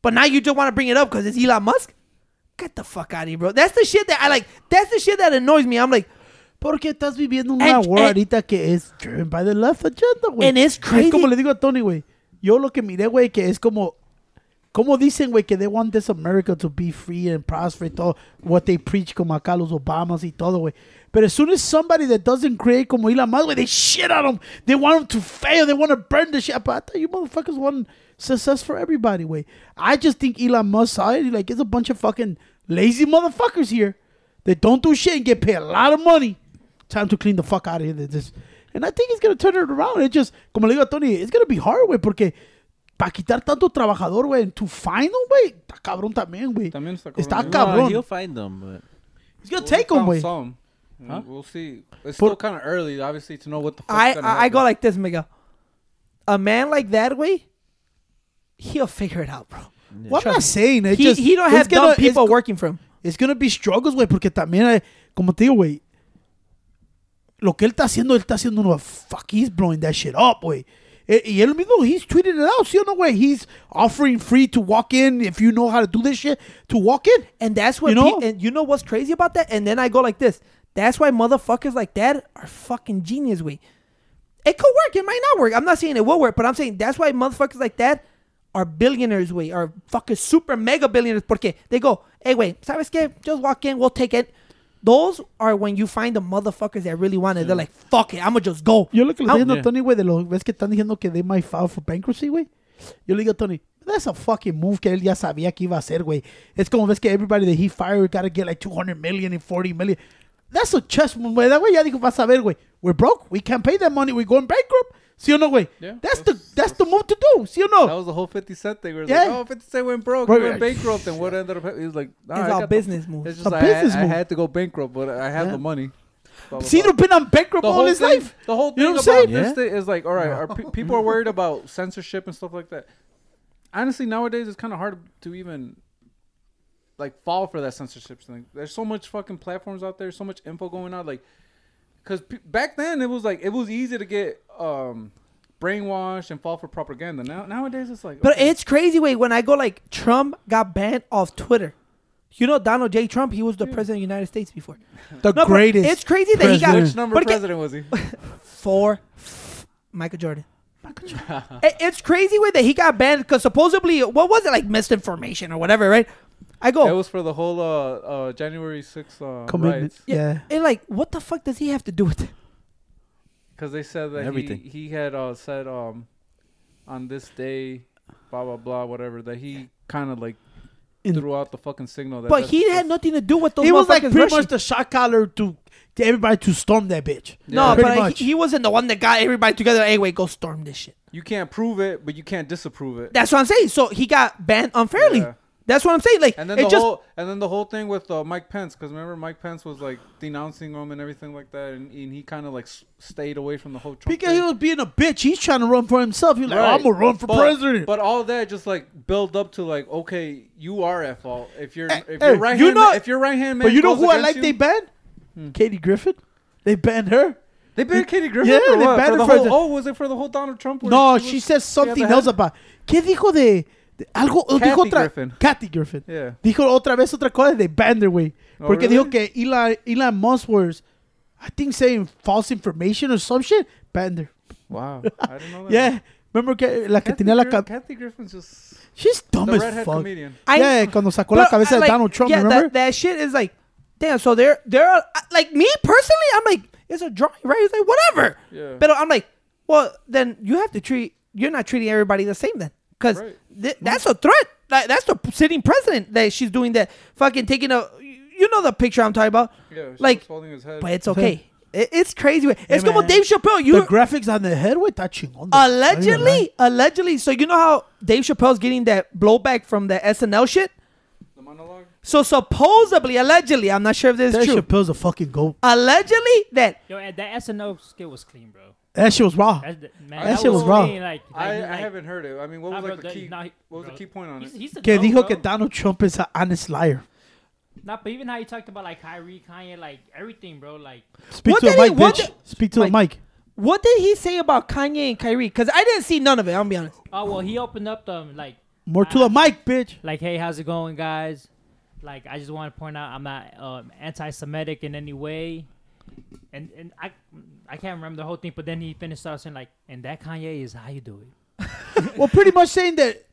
A: but now you just want to bring it up because it's Elon Musk. Get the fuck out of here, bro. That's the shit that I like. That's the shit that annoys me. I'm like,
B: Porque estás viviendo una
A: And-
B: world
A: and-
B: ahorita que es driven by the left agenda, güey.
A: Eh, And it's
B: Es como
A: crazy.
B: le digo a Tony, güey. Yo lo que miré, güey, que es como... Como dicen, güey, que they want this America to be free and prosper y todo. What they preach como acá los Obamas y todo, güey. But as soon as somebody that doesn't create como Elon Musk, güey, they shit on them. They want them to fail. They want to burn the shit. But I thought you motherfuckers want success for everybody, güey. I just think Elon Musk saw it. Like, it's a bunch of fucking lazy motherfuckers here. They don't do shit and get paid a lot of money. Time to clean the fuck out of here. This, and I think he's gonna turn it around. It just, como le digo a Tony, it's gonna be hard, güey, porque para quitar tanto trabajador, güey, and to find them, güey, está cabrón también, güey.
D: También está
B: Está
D: cabrón. ¿eh?
B: cabrón.
C: he'll find them, but
B: It's gonna take them,
D: We
B: güey.
D: found some.
C: Huh?
D: We'll see. It's
B: Por-
D: still kind of early, obviously, to know what the fuck's
A: I,
D: gonna
A: I, I go
D: happen.
A: like this, Miguel. A man like that way, he'll figure it out, bro.
B: Well, I'm not saying it
A: He,
B: just
A: he don't
B: it's
A: have dumb
B: gonna- it's
A: people
B: go-
A: working for him.
B: It's gonna be struggles, güey, porque también, eh, como te digo, güey, lo que él está haciendo, él está haciendo uno, fuck, he's blowing that shit up, güey. Eh, Y él mismo, he's tweeted it out, ¿sí o no, güey? He's offering free to walk in, if you know how to do this shit, to walk in.
A: And that's what
B: You
A: you
B: know?
A: know? and you know what's crazy about that? And then I go like this. That's why motherfuckers like that are fucking genius, way. It could work, it might not work. I'm not saying it will work, but I'm saying that's why motherfuckers like that are billionaires, way, are fucking super mega billionaires. Porque they go, hey, wait, sabes que? Just walk in, we'll take it. Those are when you find the motherfuckers that really want it. They're like, fuck it, I'm gonna just go.
B: Yo lo que le
A: Ah,
B: estoy diciendo a
C: yeah.
B: Tony, güey, de los ves que están diciendo que they might file for bankruptcy, güey. Yo le digo a Tony, that's a fucking move que él ya sabía que iba a hacer, güey. Es como ves que everybody that he fired gotta get like 200 million and 40 million. That's a chess move, güey. That güey ya dijo, vas a ver, güey. We're broke. We can't pay that money. We're going bankrupt. ¿Sí o no, güey?
D: Yeah,
B: that's, the
D: that's-
B: that's the move to do. ¿Sí o no?
D: That was the whole 50 Cent thing. Where it's
B: Yeah.
D: like, oh, 50 Cent went broke.
B: Right,
D: he went
B: right.
D: bankrupt. And what ended up happening? He was like, nah, I
A: it's all
D: got the-
A: business moves.
D: It's just
B: A
D: I,
B: business
D: had,
B: move.
D: I had to go bankrupt, but I have the money. Blah, blah, blah.
B: Cedro been on bankrupt
D: the
B: all
D: whole
B: his
D: thing,
B: life.
D: The whole thing
B: You know what I'm
D: about
B: saying?
D: this thing is like, all right,
B: [LAUGHS]
D: our pe- people are worried about censorship and stuff like that. Honestly, nowadays it's kind of hard to even like fall for that censorship thing. There's so much fucking platforms out there, so much info going out. Like, because pe- back then it was like it was easy to get um brainwashed and fall for propaganda. Now nowadays it's like,
A: But
D: okay,
A: it's crazy, wait, when I go like Trump got banned off Twitter. You know Donald J. Trump, he was the president of the United States before.
B: The
A: No, but
B: greatest.
A: It's crazy that he got
B: president.
D: which number
A: but
D: president was he?
A: [LAUGHS] four Michael Jordan. [LAUGHS] It- it's crazy way that he got banned because supposedly what was it like misinformation or whatever, right? I
D: it
A: go
D: was for the whole uh, uh January 6th uh,
B: Commitment.
D: riots.
B: Yeah.
A: and like what the fuck does he have to do with it?
D: Because they said that
C: Everything.
D: He, he had uh, said um, on this day, blah blah blah, whatever. That he kind of like
B: In-
D: threw out the fucking signal. That
A: But
D: that's-
A: he had
D: that's-
A: nothing to do with those.
B: He was like
A: motherfuckers
B: pretty
A: rushing.
B: much the shot caller to, to everybody to storm that bitch.
A: no,
D: Yeah.
B: pretty
A: but like,
B: much.
A: he, he wasn't the one that got everybody together. Anyway, go storm this shit.
D: You can't prove it, but you can't disapprove it.
A: That's what I'm saying. So he got banned unfairly.
D: Yeah.
A: That's what I'm saying. Like
D: and then
A: it
D: the
A: just
D: whole and then the whole thing with uh, Mike Pence, because remember Mike Pence was like denouncing him and everything like that, and, and he kind of like s- stayed away from the whole Trump.
B: Because
D: thing.
B: he was being a bitch. He's trying to run for himself. He's like,
D: Right.
B: I'm gonna run for
D: but,
B: president.
D: But all that just like build up to like, okay, you are at fault if you're if
B: hey,
D: you're right
B: you
D: hand
B: know-
D: if your right hand man.
B: But you know
D: goes
B: who I
D: against
B: like
D: you- Hmm.
B: they banned? Katie Griffin. They banned her.
D: They banned Katie Griffin
B: Yeah,
D: for
B: they
D: what?
B: banned
D: For
B: her
D: the
B: for
D: whole,
B: the-
D: oh, was it for the whole Donald Trump? where
B: No,
D: was-
B: she said something
D: had the
B: else
D: head-
B: about. ¿Qué dijo de, de algo?
D: Kathy
B: dijo otra,
D: Griffin.
B: Kathy Griffin.
D: Yeah.
B: Dijo otra vez otra cosa de banned her, güey.
D: Oh,
B: Porque
D: really?
B: dijo que Elon, Elon Musk was, I think, saying false information or some shit. Banned her.
D: Wow, I didn't know
B: [LAUGHS]
D: that.
B: Yeah. Remember que la que
D: Kathy,
B: tenía la
D: Gri-
B: cap-
D: Kathy Griffin's just
B: She's dumb
D: the
B: as
D: redhead
B: fuck.
D: comedian.
A: I-
B: yeah, cuando sacó la
A: But,
B: cabeza
A: uh,
B: de
A: like,
B: Donald Trump,
A: yeah,
B: remember?
A: That, that shit is like, damn. So they're they're like me personally. I'm like, it's a drawing, right? It's like whatever.
D: Yeah.
A: But I'm like, well, then you have to treat. You're not treating everybody the same then, because
D: Right.
A: th- that's a threat. Like that's the sitting president that she's doing that fucking taking a. You know the picture I'm talking about.
D: Yeah, she
A: Like,
D: was holding his head.
A: But it's okay. It, it's crazy. It's como
B: man.
A: Dave Chappelle. You
B: the graphics on the head with that chingón.
A: Allegedly, allegedly. So you know how Dave Chappelle's getting that blowback from the SNL shit.
D: the monologue.
A: So supposedly, allegedly, I'm not sure if this is
B: That
A: true.
B: shit Chappelle's a fucking goat.
A: allegedly, that
E: Yo, and that SNL skill was clean, bro.
B: That shit was raw.
E: That's the, man,
B: That shit was raw.
E: clean, Like, like,
D: I,
E: he-
D: I
E: like-
D: haven't heard it. I mean, what
E: nah,
D: was
E: bro,
D: like the
E: that-
D: key?
E: nah, he-
D: What was the
E: bro.
D: key point on
E: He's,
D: it?
E: he's the
B: Que
E: GOAT,
B: dijo
E: bro.
B: que Donald Trump is an honest liar.
E: Nah, but even how you talked about like Kyrie, Kanye, like everything, bro. Like,
B: Speak
A: What
B: to the
A: did he-
B: mic,
A: what
B: bitch.
A: did-
B: Speak to the mic.
A: what did he say about Kanye and Kyrie? Because I didn't see none of it. I'm gonna be honest.
E: oh well, he opened up them like,
B: More
A: Ah.
B: to the mic, bitch.
E: like, hey, how's it going, guys? Like, I just want to point out I'm not um, anti-Semitic in any way, and and I I can't remember the whole thing, but then he finished off saying like, and that Kanye is how you do it.
B: well, pretty much saying that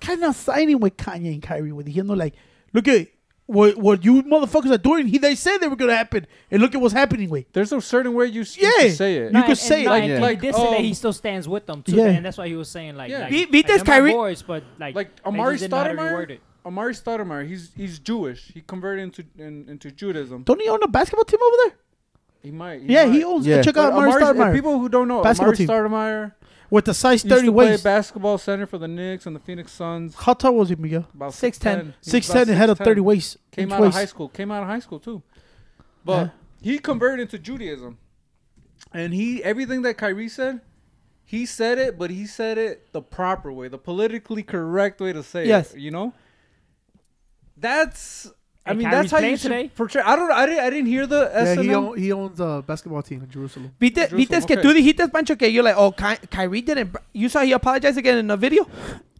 B: kind of signing with Kanye and Kyrie with him. Like, look at what what you motherfuckers are doing. He they said they were gonna happen, and look at what's happening. With
D: There's a certain way you, s-
B: yeah,
D: you should say it.
B: You
E: No,
B: could
E: and-
B: say
E: and, no,
B: it. Oh.
E: and
D: Like-
E: he did
D: like,
E: say that he
D: um,
E: still stands with them too,
B: yeah.
E: and that's why he was saying like,
D: Yeah.
E: like,
D: Be-
A: beat
E: like,
A: this
E: they're my
A: Kyrie-
E: boys, but like,
D: Like
E: they just
D: Amari
E: didn't know how to reword
D: Stoudemire.
E: it.
D: Amari Stoudemire. He's he's Jewish. He converted into in, into Judaism.
B: Don't he own a basketball team over there?
D: He might. he
B: Yeah, he
D: might.
B: owns.
C: Yeah.
B: Check
D: But
B: out Amari
D: Amari's-
B: Stoudemire
D: People who don't know,
B: Basketball
D: Amari
B: team.
D: Stoudemire
B: with the size
D: used
B: thirty
D: to play
B: waist.
D: basketball center for the Knicks and the Phoenix Suns.
B: How tall was he, Miguel?
D: About
A: 6'10".
D: 6'10". He was
B: Six
D: about
B: ten and had a
D: 6'10".
B: thirty waist.
D: Came
B: inch
D: out of
B: waist.
D: high school. Came out of high school too. But he converted into Judaism. And he everything that Kyrie said, he said it, but he said it the proper way, the politically correct way to say
A: Yes.
D: it. You know? That's I
E: And
D: mean
E: Kyrie's
D: that's how you
E: playing
D: should
E: today?
D: portray I don't I didn't I didn't hear the
F: Yeah,
D: SNL.
F: he, own, he owns a basketball team in Jerusalem.
A: Viste,
D: Jerusalem,
A: viste que
D: okay.
A: tú dijiste, Pancho, que you're like, oh, Ky- Kyrie didn't. br- You saw he apologized again in a video.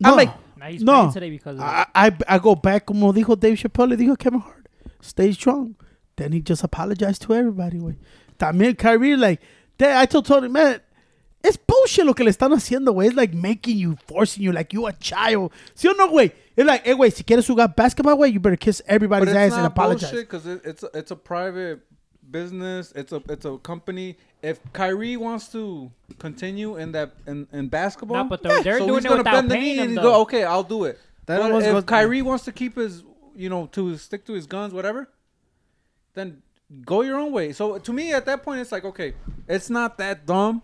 A: I'm
B: No.
A: like,
E: Now he's
B: No.
E: playing today because of
B: I, I I go back como dijo Dave Chappelle, le dijo Kevin Hart, stay strong. Then he just apologized to everybody. Wey. También Kyrie like, that I told Tony, man, it's bullshit lo que le están haciendo, güey. It's like making you, forcing you, like you a child. ¿Sí o no, güey? It's like, hey, güey, si quieres jugar basketball, güey, you better kiss everybody's ass and apologize.
D: because it, it's a- it's a private business. It's a it's a company. If Kyrie wants to continue in that in, in basketball,
E: No, but they're- they're doing
D: he's
E: it
D: gonna
E: without
D: bend the
E: paying
D: knee
E: him,
D: and
E: though.
D: go, okay, I'll do it.
C: That
D: but
C: almost
D: if
C: goes-
D: Kyrie wants to keep his you know to stick to his guns, whatever, then go your own way. So to me, at that point, it's like okay, it's not that dumb.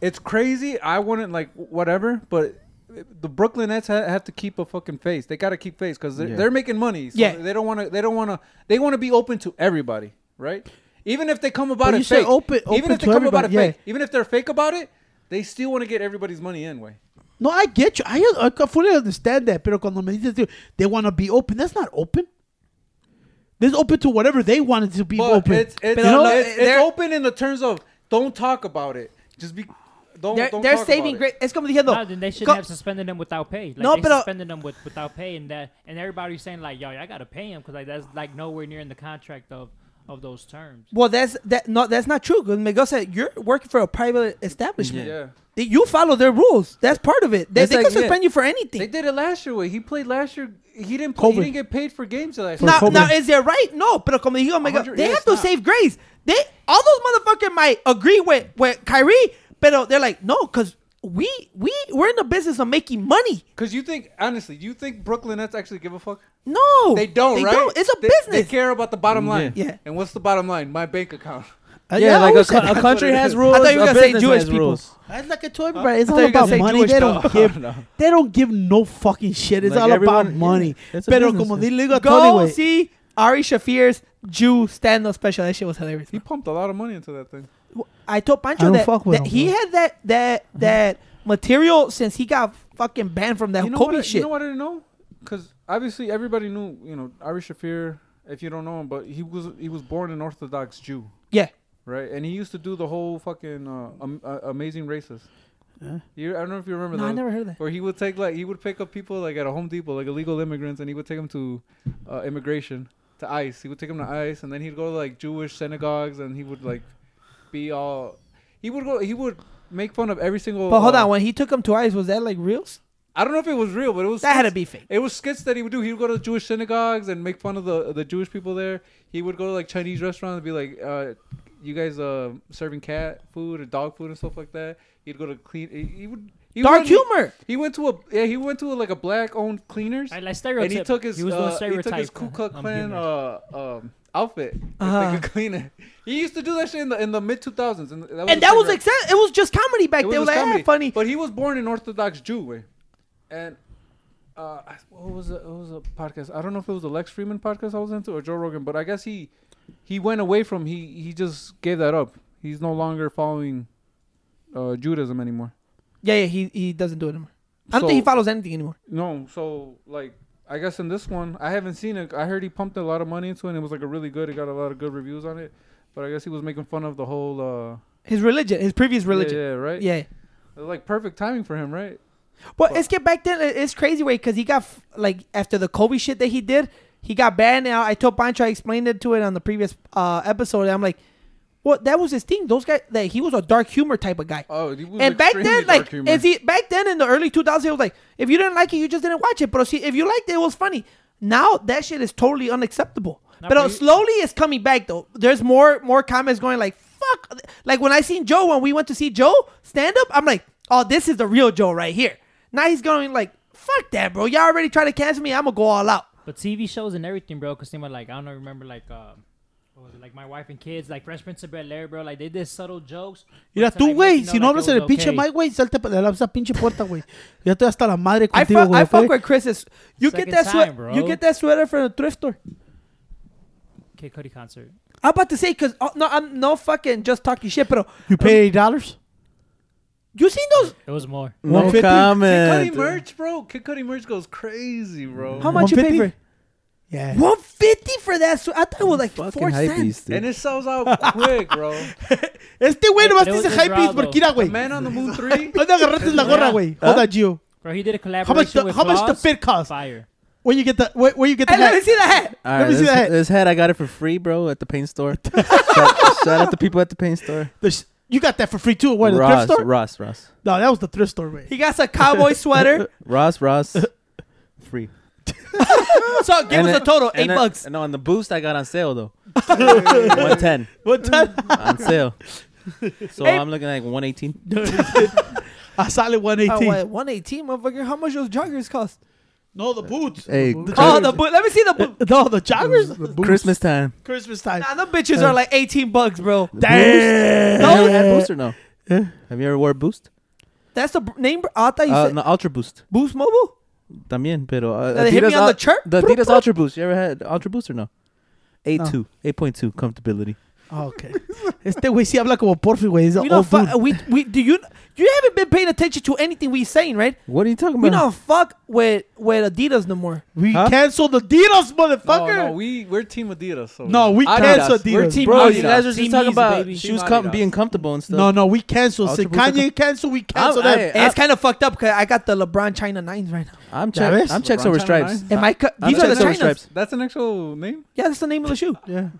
D: It's crazy. I wouldn't like whatever, but. The Brooklyn Nets ha- have to keep a fucking face. They gotta keep face because they're,
C: Yeah.
D: they're making money. So
A: Yeah.
D: they don't want to. They don't want to. They want to be open to everybody, right? Even if they come about
B: But
D: it
B: you said
D: fake,
B: open- open
D: even if they
B: to
D: come about it
B: everybody, yeah.
D: fake, even if they're fake about it, they still want to get everybody's money anyway.
B: No, I get you. I, I fully understand that. Pero cuando me dices, dude, they want to be open. That's not open. This is open to whatever they wanted to be
D: But
B: open.
D: it's it's,
B: You know?
D: it's, it's
A: they're-
D: open in the terms of don't talk about it. Just be don't.
A: they're,
D: don't
A: they're
D: talk
A: saving
D: about
A: great. Es como diciendo,
E: No, then they shouldn't
A: co-
E: have suspended them without pay. Like,
A: No,
E: they
A: but, uh,
E: suspended them with, without pay, and that and everybody's saying like, yo, I gotta pay him because like that's like nowhere near in the contract of of those terms.
A: well, that's that. No, that's not true. 'Cause Miguel said you're working for a private
D: It.
A: establishment.
D: Yeah,
A: They- you follow their rules. That's part of it. They,
D: It's
A: they
D: like,
A: can
D: yeah.
A: suspend you for anything.
D: they did it last year. Way he played last year. He didn't. Play, he
B: COVID.
D: didn't get paid for games last
B: For
D: year.
A: Now,
B: Kobe.
A: now, is it right? No, pero como digo, my God,
D: 100
A: they
D: yes,
A: have to
D: nah.
A: save grace. They all those motherfuckers might agree with with Kyrie, but they're like, no, because we we we're in the business of making money.
D: Because you think honestly, you think Brooklyn Nets actually give a fuck?
A: No,
D: They don't, right?
A: Oh, It's a
D: They- They
A: business.
D: care about the bottom line.
A: Yeah.
D: And what's the bottom line? My bank account.
B: Uh,
C: yeah, like a,
B: always
C: co-
B: said-
C: a country
D: it
C: has
D: is.
C: rules.
A: I thought you were
C: a
A: gonna say
C: business
A: Jewish
C: has
A: people.
C: rules.
B: That's like I told everybody. It's
D: [LAUGHS]
A: I thought
B: all
A: you were gonna
B: about
A: say
B: money.
A: Jewish
B: they don't
A: though.
B: give.
D: No.
B: They don't give no fucking shit. It's
C: Like
B: all about
C: everyone-
B: money.
C: It's a
B: Pero
C: business,
B: como
C: yeah.
B: they liga
A: Go
B: Tony, güey.
A: see Ari Shafir's Jew stand-up special. That shit was hilarious.
D: He pumped a lot of money into that thing.
A: I told
B: I
A: Pancho
B: don't
A: that,
B: fuck with
A: that
B: him,
A: he
B: bro. Mm-hmm.
A: had that that that material since he got fucking banned from that
D: you know
A: Kobe
D: what I,
A: shit.
D: You know what I didn't know? Because obviously everybody knew, you know, Ari Shafir. If you don't know him, but he was he was born an Orthodox Jew,
A: yeah,
D: right? And he used to do the whole fucking uh, um, uh, Amazing Races.
B: Yeah.
D: You, I don't know if you remember
A: no, I
D: those.
A: never heard of that.
D: Where he would take like he would pick up people like at a Home Depot, like illegal immigrants, and he would take them to uh, immigration to ICE. He would take them to ICE, and then he'd go to like Jewish synagogues, and he would like be all. He would go. He would make fun of every single.
A: But hold
D: uh,
A: on, when he took him to ICE, was that like real?
D: I don't know if it was real, but it was
A: That had to
D: skits-
A: be fake.
D: It was skits that he would do. He would go to Jewish synagogues and make fun of the the Jewish people there. He would go to like Chinese restaurants and be like, uh, "You guys uh, serving cat food or dog food and stuff like that." He'd go to clean. He, he would. He
A: Dark
D: went-
A: humor.
D: He went to a yeah. He went to like a black owned cleaners.
E: Like,
D: and he
E: like stereotype.
D: took his
E: He was doing
D: uh, he took his
E: stereotype
D: Ku Klux
E: on
D: Klan
E: humor.
D: uh, um, outfit.
A: Uh-huh.
D: If they could clean it. He used to do that shit in the in the mid two thousands, and that was,
A: and that was
D: like.
A: accept- It was just comedy back
D: It
A: then. It was
D: his
A: like,
D: comedy.
A: eh, funny.
D: But he was born an Orthodox Jew, way. And uh, I- what was it? What was a podcast? I don't know if it was the Lex Freeman podcast I was into or Joe Rogan, but I guess he he went away from he he just gave that up. He's no longer following uh, Judaism anymore.
A: yeah, yeah, he, he doesn't do it anymore. I don't think he
D: So-
A: follows anything anymore.
D: No, so like I guess in this one I haven't seen it. I heard he pumped a lot of money into it. and It was like a really good. It got a lot of good reviews on it. But I guess he was making fun of the whole uh,
A: His religion, his previous religion.
D: Yeah,
A: Yeah.
D: yeah, right. like perfect timing for him, right?
A: But
D: But-
A: let's get back then. it- It's crazy, way, because he got, f- like, after the Kobe shit that he did, he got banned. And I I told Pancho, I explained it to it on the previous uh, episode. And I'm like, well, that was his thing. Those guys, like, he was a dark humor type of guy.
D: Oh, he was
A: and back
D: extremely
A: then,
D: dark
A: like,
D: humor.
A: is he back then in the early 2000s? It was like, if you didn't like it, you just didn't watch it. But see, if you liked it, it was funny. Now that shit is totally unacceptable.
E: Now,
A: but uh,
E: but you-
A: slowly it's coming back though. There's more more comments going like, "Fuck!" Like when I seen Joe when we went to see Joe stand up, I'm like, "Oh, this is the real Joe right here." Now he's going like, "Fuck that, bro! Y'all already tried to cancel me. I'm gonna go all out."
E: But TV shows and everything, bro. Cause they were like, I don't know, remember like, um, what was it, like my wife and kids, like Fresh Prince of Bel Air, bro. Like they did subtle jokes.
B: Mira,
E: but to,
B: tú,
E: like,
B: güey,
E: make you
B: si no
E: know, like,
B: hablas
E: it
B: en el
E: was
B: pinche
E: okay.
B: mic, güey, salte para la esa pinche puerta, güey. Ya estoy hasta la madre
A: I
B: contigo,
A: fuck,
B: güey.
A: I fuck
B: ¿ok?
A: with Chris's. You get
E: Second
A: that
E: time,
A: sweater.
E: bro.
A: You get that sweater from the thrift store.
E: Kid Cudi concert.
A: I'm about to say because oh, no, I'm no fucking just talking shit, bro.
B: You pay $8?
A: You seen those?
E: It was more.
C: No
B: 150?
D: Kid Cudi
C: comment.
D: merch, bro. Kid Cudi merch goes crazy, bro.
A: How much you pay for? it?
B: 150? Yeah.
A: One fifty for that. So I thought it was like four
C: Fucking hype
A: cents.
C: beast,
D: And
C: dude.
D: it sells out [LAUGHS] quick,
A: [LAUGHS]
D: bro.
B: Este güey nomás
E: It
B: dice
E: was just
B: hype beast
E: Raldo.
B: porque mira, güey.
D: Man on the
A: [LAUGHS]
D: Moon 3.
B: ¿Dónde agarraste la gorra,
E: Yeah.
B: güey? Hold on, Gio.
E: Bro, he did a
B: How
E: collaboration
B: much the,
E: with
B: how much the
E: Floss.
B: fit cost?
E: Fire.
B: Where you get the where, where you get the
A: Hey, let me
B: hat?
A: see the hat.
C: All
B: Let
C: right,
B: me see
C: this,
B: the hat.
C: this hat I got it for free, bro, at the paint store. shout, shout out to people at the paint store.
B: The sh- you got that for free too. Where the
C: Ross,
B: thrift store?
C: Ross, Ross,
B: No, that was the thrift store,
A: He
B: güey.
A: got a
C: [LAUGHS]
A: cowboy sweater.
C: Ross, Ross. Free.
A: so give
C: And
A: us
C: then-
A: a total Oh, eight
C: And then-
A: bucks.
C: No, on the boost I got on sale though. [LAUGHS] One ten
B: What time?
C: on sale. So
A: Hey.
C: I'm looking at like one eighteen.
B: A solid Ah, one
A: Oh,
B: eighteen.
A: what, one eighteen, motherfucker. How much those joggers cost?
B: No, the boots.
C: Hey,
B: The
A: Oh,
B: joggers.
A: the boot. Let me see the [LAUGHS] boot.
B: Eh, no, the joggers.
F: The boots.
C: Christmas time.
B: Christmas time.
A: Nah, them bitches are like eighteen bucks, bro.
B: Damn.
C: Have you ever had boost or no? Have you ever wore boost?
A: That's the b- name. br- I thought you
C: Uh,
A: said
C: Eh. no, Ultra Boost.
A: Boost Mobile.
C: También, pero uh,
A: They hit me on
C: Ul-
A: the chirp.
C: The
A: Broop,
C: Adidas
A: broop.
C: Ultra Boost. You ever had Ultra Boost or no? 8.2, 8.2 comfortability.
B: Okay. Ah, Este güey sí habla como porfi, güey. He's an
A: We don't
B: old dude.
A: fuck. We we do you you haven't been paying attention to anything we saying, right?
C: What are you talking
A: We
C: about?
A: don't fuck with with Adidas no more.
B: We
C: Huh?
B: canceled the Adidas,
D: No,
B: motherfucker.
D: no, we, we're Team Adidas. So
B: No, we
C: Adidas.
B: canceled Adidas.
C: We're team
B: bro.
C: Bro, you guys are
E: Team
C: just talking
E: Yeezy,
C: about
E: baby.
C: shoes
D: Team
C: com-
D: Adidas.
C: being comfortable and stuff.
B: No, no, we canceled.
C: Ultra
B: Since
C: Boost.
B: Kanye canceled,
A: Ah,
B: we canceled
C: I'm-
B: that.
A: And it's kind of fucked up because I got the LeBron China nines right now.
C: I'm
B: Ya
C: check.
B: ves?
C: I'm checks
D: LeBron
C: over
D: China
C: stripes.
D: nine?
A: Am I? Cu-
C: I'm
A: these are
C: checks
A: the
C: over
A: Chinas.
C: stripes.
D: That's an actual name?
A: Yeah, that's the name of the shoe.
B: Yeah.
A: [LAUGHS]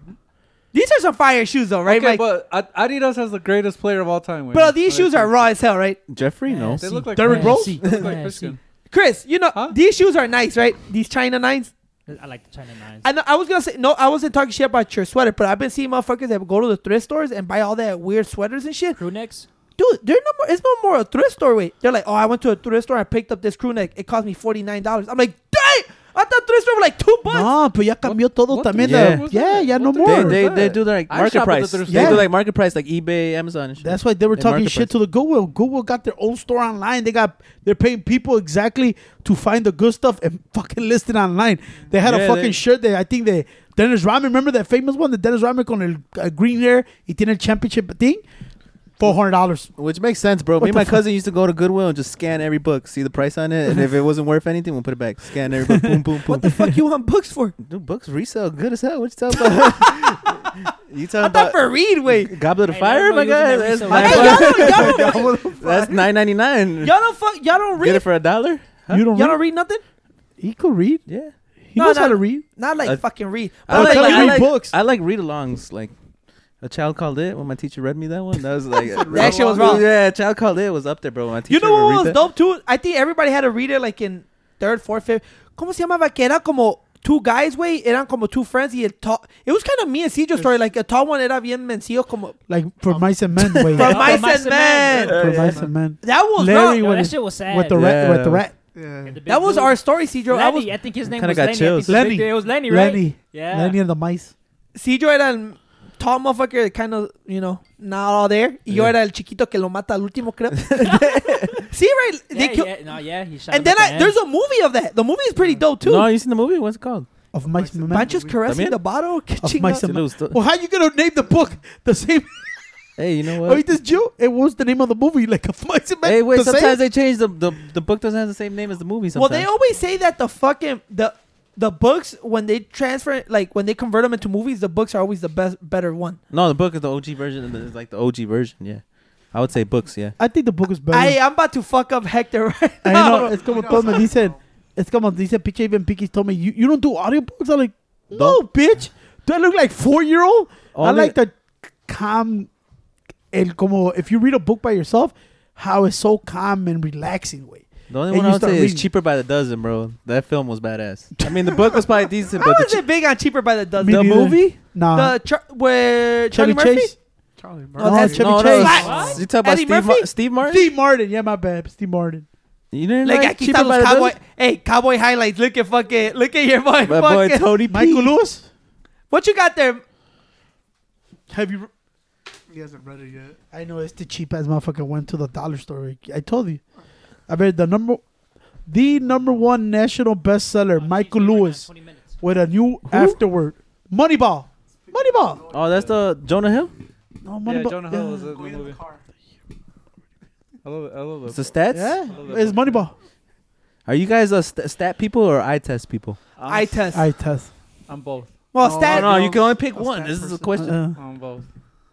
A: These are some fire shoes though, right? Like,
D: Okay, but Ad- Adidas has the greatest player of all time. Wait.
A: bro, these shoes are
D: They
A: raw as hell, right?
C: Jeffrey, no.
E: Yes.
D: look like
B: Derrick
D: Christian.
B: Rose?
E: See.
D: They look like
E: Yeah,
D: Christian.
A: Chris, you know
D: Huh?
A: these shoes are nice, right? These China nines.
E: I like the China Nines.
A: I know. I was gonna say no. I wasn't talking shit about your sweater, but I've been seeing motherfuckers that go to the thrift stores and buy all that weird sweaters and shit.
E: Crew necks.
A: Dude, they're no more. It's no more a thrift store. Wait, they're like, oh, I went to a thrift store. I picked up this crew neck. It cost me forty nine dollars. I'm like, dang! I thought thrift store was like two bucks.
B: No, pero ya cambió todo
D: what
B: también.
C: the
B: la- Yeah,
C: fuck
D: was
B: yeah,
D: that?
B: no
D: What the
B: more.
C: They,
D: Or
C: they,
D: that.
C: they do their like
D: I
C: market
D: shop at the
C: price.
D: thrift
B: store.
C: They do like market price, like eBay, Amazon, and shit.
B: That's why they were
C: They
B: talking
C: market
B: shit
C: price.
B: to the Goodwill. Goodwill got their own store online. They got they're paying people exactly to find the good stuff and fucking list it online. They had a
C: Yeah,
B: fucking
C: they-
B: shirt that I think they Dennis Rodman. Remember that famous one, the Dennis Rodman con el uh, green hair. He did a championship thing, four hundred dollars.
C: Which makes sense, bro.
B: What
C: Me and
B: the
C: my
B: fuck?
C: cousin used to go to Goodwill and just scan every book, see the price on it, and if it wasn't worth anything, we'll put it back. Scan every book, boom, boom, boom. [LAUGHS]
A: What the fuck you want books for?
C: Dude, books resell good as hell. What
A: [LAUGHS]
C: you talking about? you
A: I
C: talking
A: thought
C: about
A: for read.
C: [LAUGHS]
A: Wait,
C: Goblet of
E: Hey,
C: Fire?
E: everybody
C: My God, that's
E: using that
A: Hey,
E: Hey,
A: y'all
C: nine
A: don't,
C: [LAUGHS]
A: y'all, don't,
C: that's nine ninety nine.
A: y'all don't fuck. Y'all don't
C: Get it
A: read.
C: for a dollar? Huh?
B: You don't.
A: Y'all
B: read?
A: don't read nothing.
B: He could read.
C: Yeah.
B: He
A: No,
B: knows
A: no.
B: how to read.
A: Not like
C: Uh,
A: fucking read.
C: I
B: I'll
A: But
C: like,
B: tell
A: like,
B: you
C: I
B: read
C: like
B: books.
C: I like read alongs. Like A child called it when my teacher read me that one. That
A: [LAUGHS]
C: was like bro,
A: shit was wrong.
C: Yeah, child called it was up there, bro. when My teacher
A: You know
C: would
A: what
C: read
A: was
C: that.
A: dope too? I think everybody had to read it like in third, fourth, fifth. ¿Cómo se llamaba? Que era como two guys, güey. Eran como two friends. Y el tall. It was kind of me and Cedro story. Like, el tall one era bien mencillo como.
B: Like
C: Um,
B: for mice and
C: [LAUGHS]
B: men, wait.
A: For
E: Yeah.
A: mice
E: Mice
A: and
E: and Men.
A: men.
B: for mice and men.
A: That was
B: Larry
A: rough.
E: Yo,
B: with
E: that
B: his-
E: shit was sad.
B: With the rat,
C: Yeah.
B: with the rat.
F: Yeah.
E: The big
A: That was
E: dude.
A: our story, Cedro. I
E: Lenny,
A: was
E: I think his name
C: Kinda
E: was
C: got
E: Lenny. I think
C: chills.
E: the big
B: Lenny.
E: dude- It was Lenny, right?
B: Lenny,
E: Yeah.
B: Lenny and the mice.
A: Cedro era el tall motherfucker, kind of, you know, not all there. Y yo
C: Yeah.
A: era el chiquito que lo mata al último, creo. [LAUGHS] See, right? They
E: Yeah,
A: kill-
E: yeah, no, yeah, he shot
A: And
E: him
A: then
E: at the
A: I,
E: end.
A: there's a movie of that. The movie is pretty dope too.
C: No, you seen the movie? What's it called?
B: Of mice and men.
A: Pancho's caressing
C: También.
A: the bottle. [LAUGHS] catching
B: mice
A: up.
B: and-
C: Lose the-
A: [LAUGHS]
B: Well, how you gonna name the book the same?
C: Hey, you
B: I
C: know
B: mean,
C: what?
B: this Jew. Oh, It was the name of the movie, like [LAUGHS] of mice and men.
C: Hey, wait.
B: the same?
C: Sometimes they change the, the the book doesn't have the same name as the movie.
A: Well,
C: Sometimes.
A: they always say that the fucking the the books when they transfer like when they convert them into movies, the books are always the best better one.
C: no, the book is the OG version. and It's like the OG version. Yeah, I would say books. Yeah.
B: I think the book is better.
A: I I'm about to fuck up Hector right
B: I
A: now.
B: know. It's como todos me dicen. Es como dice pinche even Piquis told me, you, you don't do audiobooks? I'm like, no, bitch. Do I look like four year old? I
C: Only-
B: like the calm, el como, if you read a book by yourself, how it's so calm and relaxing way.
C: The only
B: And
C: one
B: you
C: I would say
B: start
C: is
B: reading.
C: cheaper by the dozen, bro. That film was badass. I mean, the book was probably decent,
A: I
C: but the
A: was it big on cheaper by the dozen.
B: Me
C: The
B: neither.
C: movie?
B: Nah.
A: the char- where Charlie
B: Chevy
A: Murphy.
B: Chase?
F: Charlie Murphy.
A: No, that's
B: Chevy
C: no,
B: Chase.
C: no,
E: What?
C: you talk about
A: Eddie
C: Steve, Mar-
A: Murphy?
C: Steve Martin.
B: Steve Martin. Yeah, my bad. Steve Martin.
C: You didn't
A: Like,
C: like
A: aquí están
C: cheaper by
A: los
C: the
A: cowboy.
C: dozen.
A: Hey, cowboy highlights. Look at fucking look at your [LAUGHS] boy.
C: My boy
A: fucking-
C: Tony
B: Michael
C: P.
B: Lewis?
A: what you got there?
B: Have you.
F: He hasn't read it yet.
B: I know it's the cheap ass motherfucker went to the dollar store. I told you. I bet the number. The number one national bestseller, Michael Lewis.
E: 20 minutes.
B: with a new afterword. Moneyball. Moneyball.
C: Oh, that's the Jonah Hill.
B: No,
D: Yeah,
B: Moneyball.
D: Jonah Hill was in the
F: Go in the
D: movie.
F: car.
D: I love it. I love
C: It's
D: it.
C: the stats.
B: Yeah,
D: love that
B: it's
D: book.
B: Moneyball.
C: Are you guys a st- stat people or eye test people?
A: I test.
B: I test.
D: I'm both.
A: well,
F: No,
A: stat.
C: Oh, No, no, you can only pick
F: A
C: one.
F: stat
C: This is a
F: person.
C: question. Oh,
B: Uh,
D: I'm both.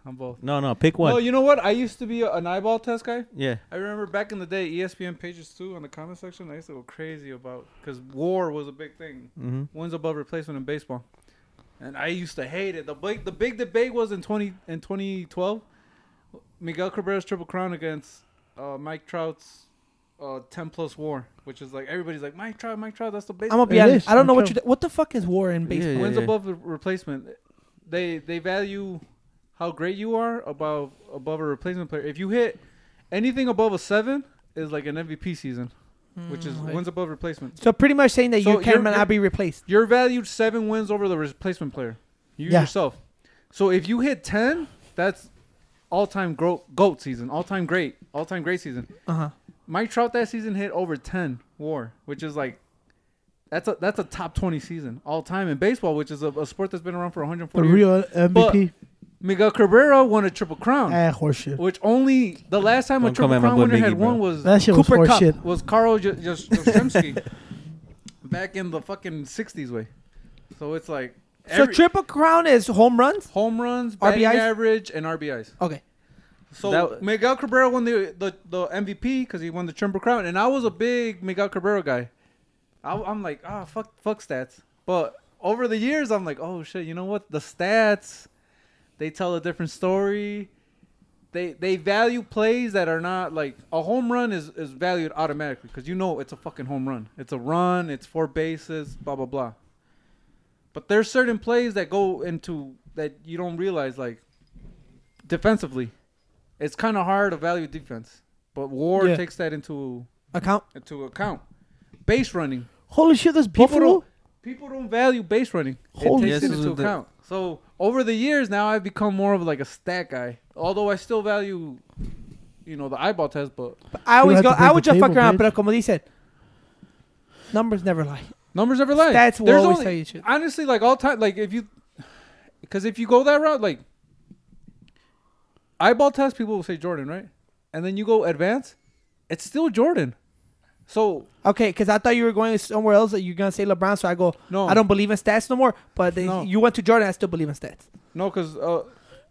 D: I'm both.
C: No, no, pick one.
D: No, Oh, you know what? I used to be a, an eyeball test guy.
C: yeah.
D: I remember back in the day, E ESPN pages too on the comment section. I used to go crazy about because war was a big thing.
C: Mm-hmm.
D: Wins above replacement in baseball, and I used to hate it. The big the big debate was in twenty in twenty twelve, Miguel Cabrera's triple crown against uh, Mike Trout's uh, ten plus war, which is like everybody's like Mike Trout, Mike Trout. That's the
A: I'm gonna
D: baseball.
A: be
B: It
A: honest.
B: is.
A: I don't know what you.
B: Okay.
A: do- What the fuck is war in baseball?
C: Yeah, yeah,
D: Wins
C: yeah.
D: above the replacement. They they value how great you are above above a replacement player. If you hit anything above a seven, is like an MVP season, which is
A: Mm,
D: wins above replacement.
A: So pretty much saying that
D: So
A: you
D: you're-
A: cannot
D: you're-
A: be replaced.
D: You're valued seven wins over the replacement player. You
B: Yeah.
D: yourself. So if you hit ten, that's all time gro- goat season, all time great, all time great season.
A: Uh
B: Uh-huh.
A: huh.
D: Mike Trout that season hit over ten WAR, which is like. That's a that's a top twenty season all time in baseball, which is a, a sport that's been around for 140
B: the
D: years.
B: real MVP.
D: Miguel Cabrera won a triple crown,
B: Ah, horseshit.
D: which only the last time a
C: Don't come
D: triple
C: at my
D: crown
C: boy
D: winner had
C: Miggy, bro.
D: won was
B: That shit
A: Cooper
B: was
A: Cup.
B: horseshit.
D: was Carl J- J- Jastrzemski [LAUGHS] back in the fucking '60s way. So it's like
A: So
D: every,
A: triple crown is home runs.
D: home runs, batting
A: RBIs?
D: average, and RBIs.
A: Okay.
D: So
C: That-
D: Miguel Cabrera won the the, the MVP because he won the triple crown, and I was a big Miguel Cabrera guy. I, I'm like, ah, fuck, fuck stats. But over the years, I'm like, oh shit, you know what? The stats, they tell a different story. They they value plays that are not like a home run is is valued automatically because you know it's a fucking home run. It's a run. It's four bases. Blah blah blah. But there's certain plays that go into that you don't realize like defensively. It's kind of hard to value defense, but WAR
A: Yeah.
D: takes that into
A: Account.
D: into account. Base running.
B: Holy shit, there's
D: People
B: Buffalo.
D: don't people don't value base running.
B: Holy
C: shit.
D: it takes it into
C: Yes, the-
D: account. So over the years now I've become more of like a stat guy. Although I still value you know the eyeball test, but
A: I
B: You
A: always
B: have
A: go.
B: to break
A: I would
B: the
A: just fuck
B: table,
A: around, pero
B: bitch.
A: como dicen, numbers never lie.
D: numbers never lie.
A: Stats will
D: There's
A: always
D: only-
A: tell you shit.
D: honestly like all time like if you because if you go that route like eyeball test people will say jordan right and then you go advance it's still jordan so
A: Okay, because I thought you were going somewhere else that you're gonna say LeBron. So I go.
D: no
A: I don't believe in stats no more. But they,
D: No.
A: you went to Jordan. I still believe in stats.
D: no because uh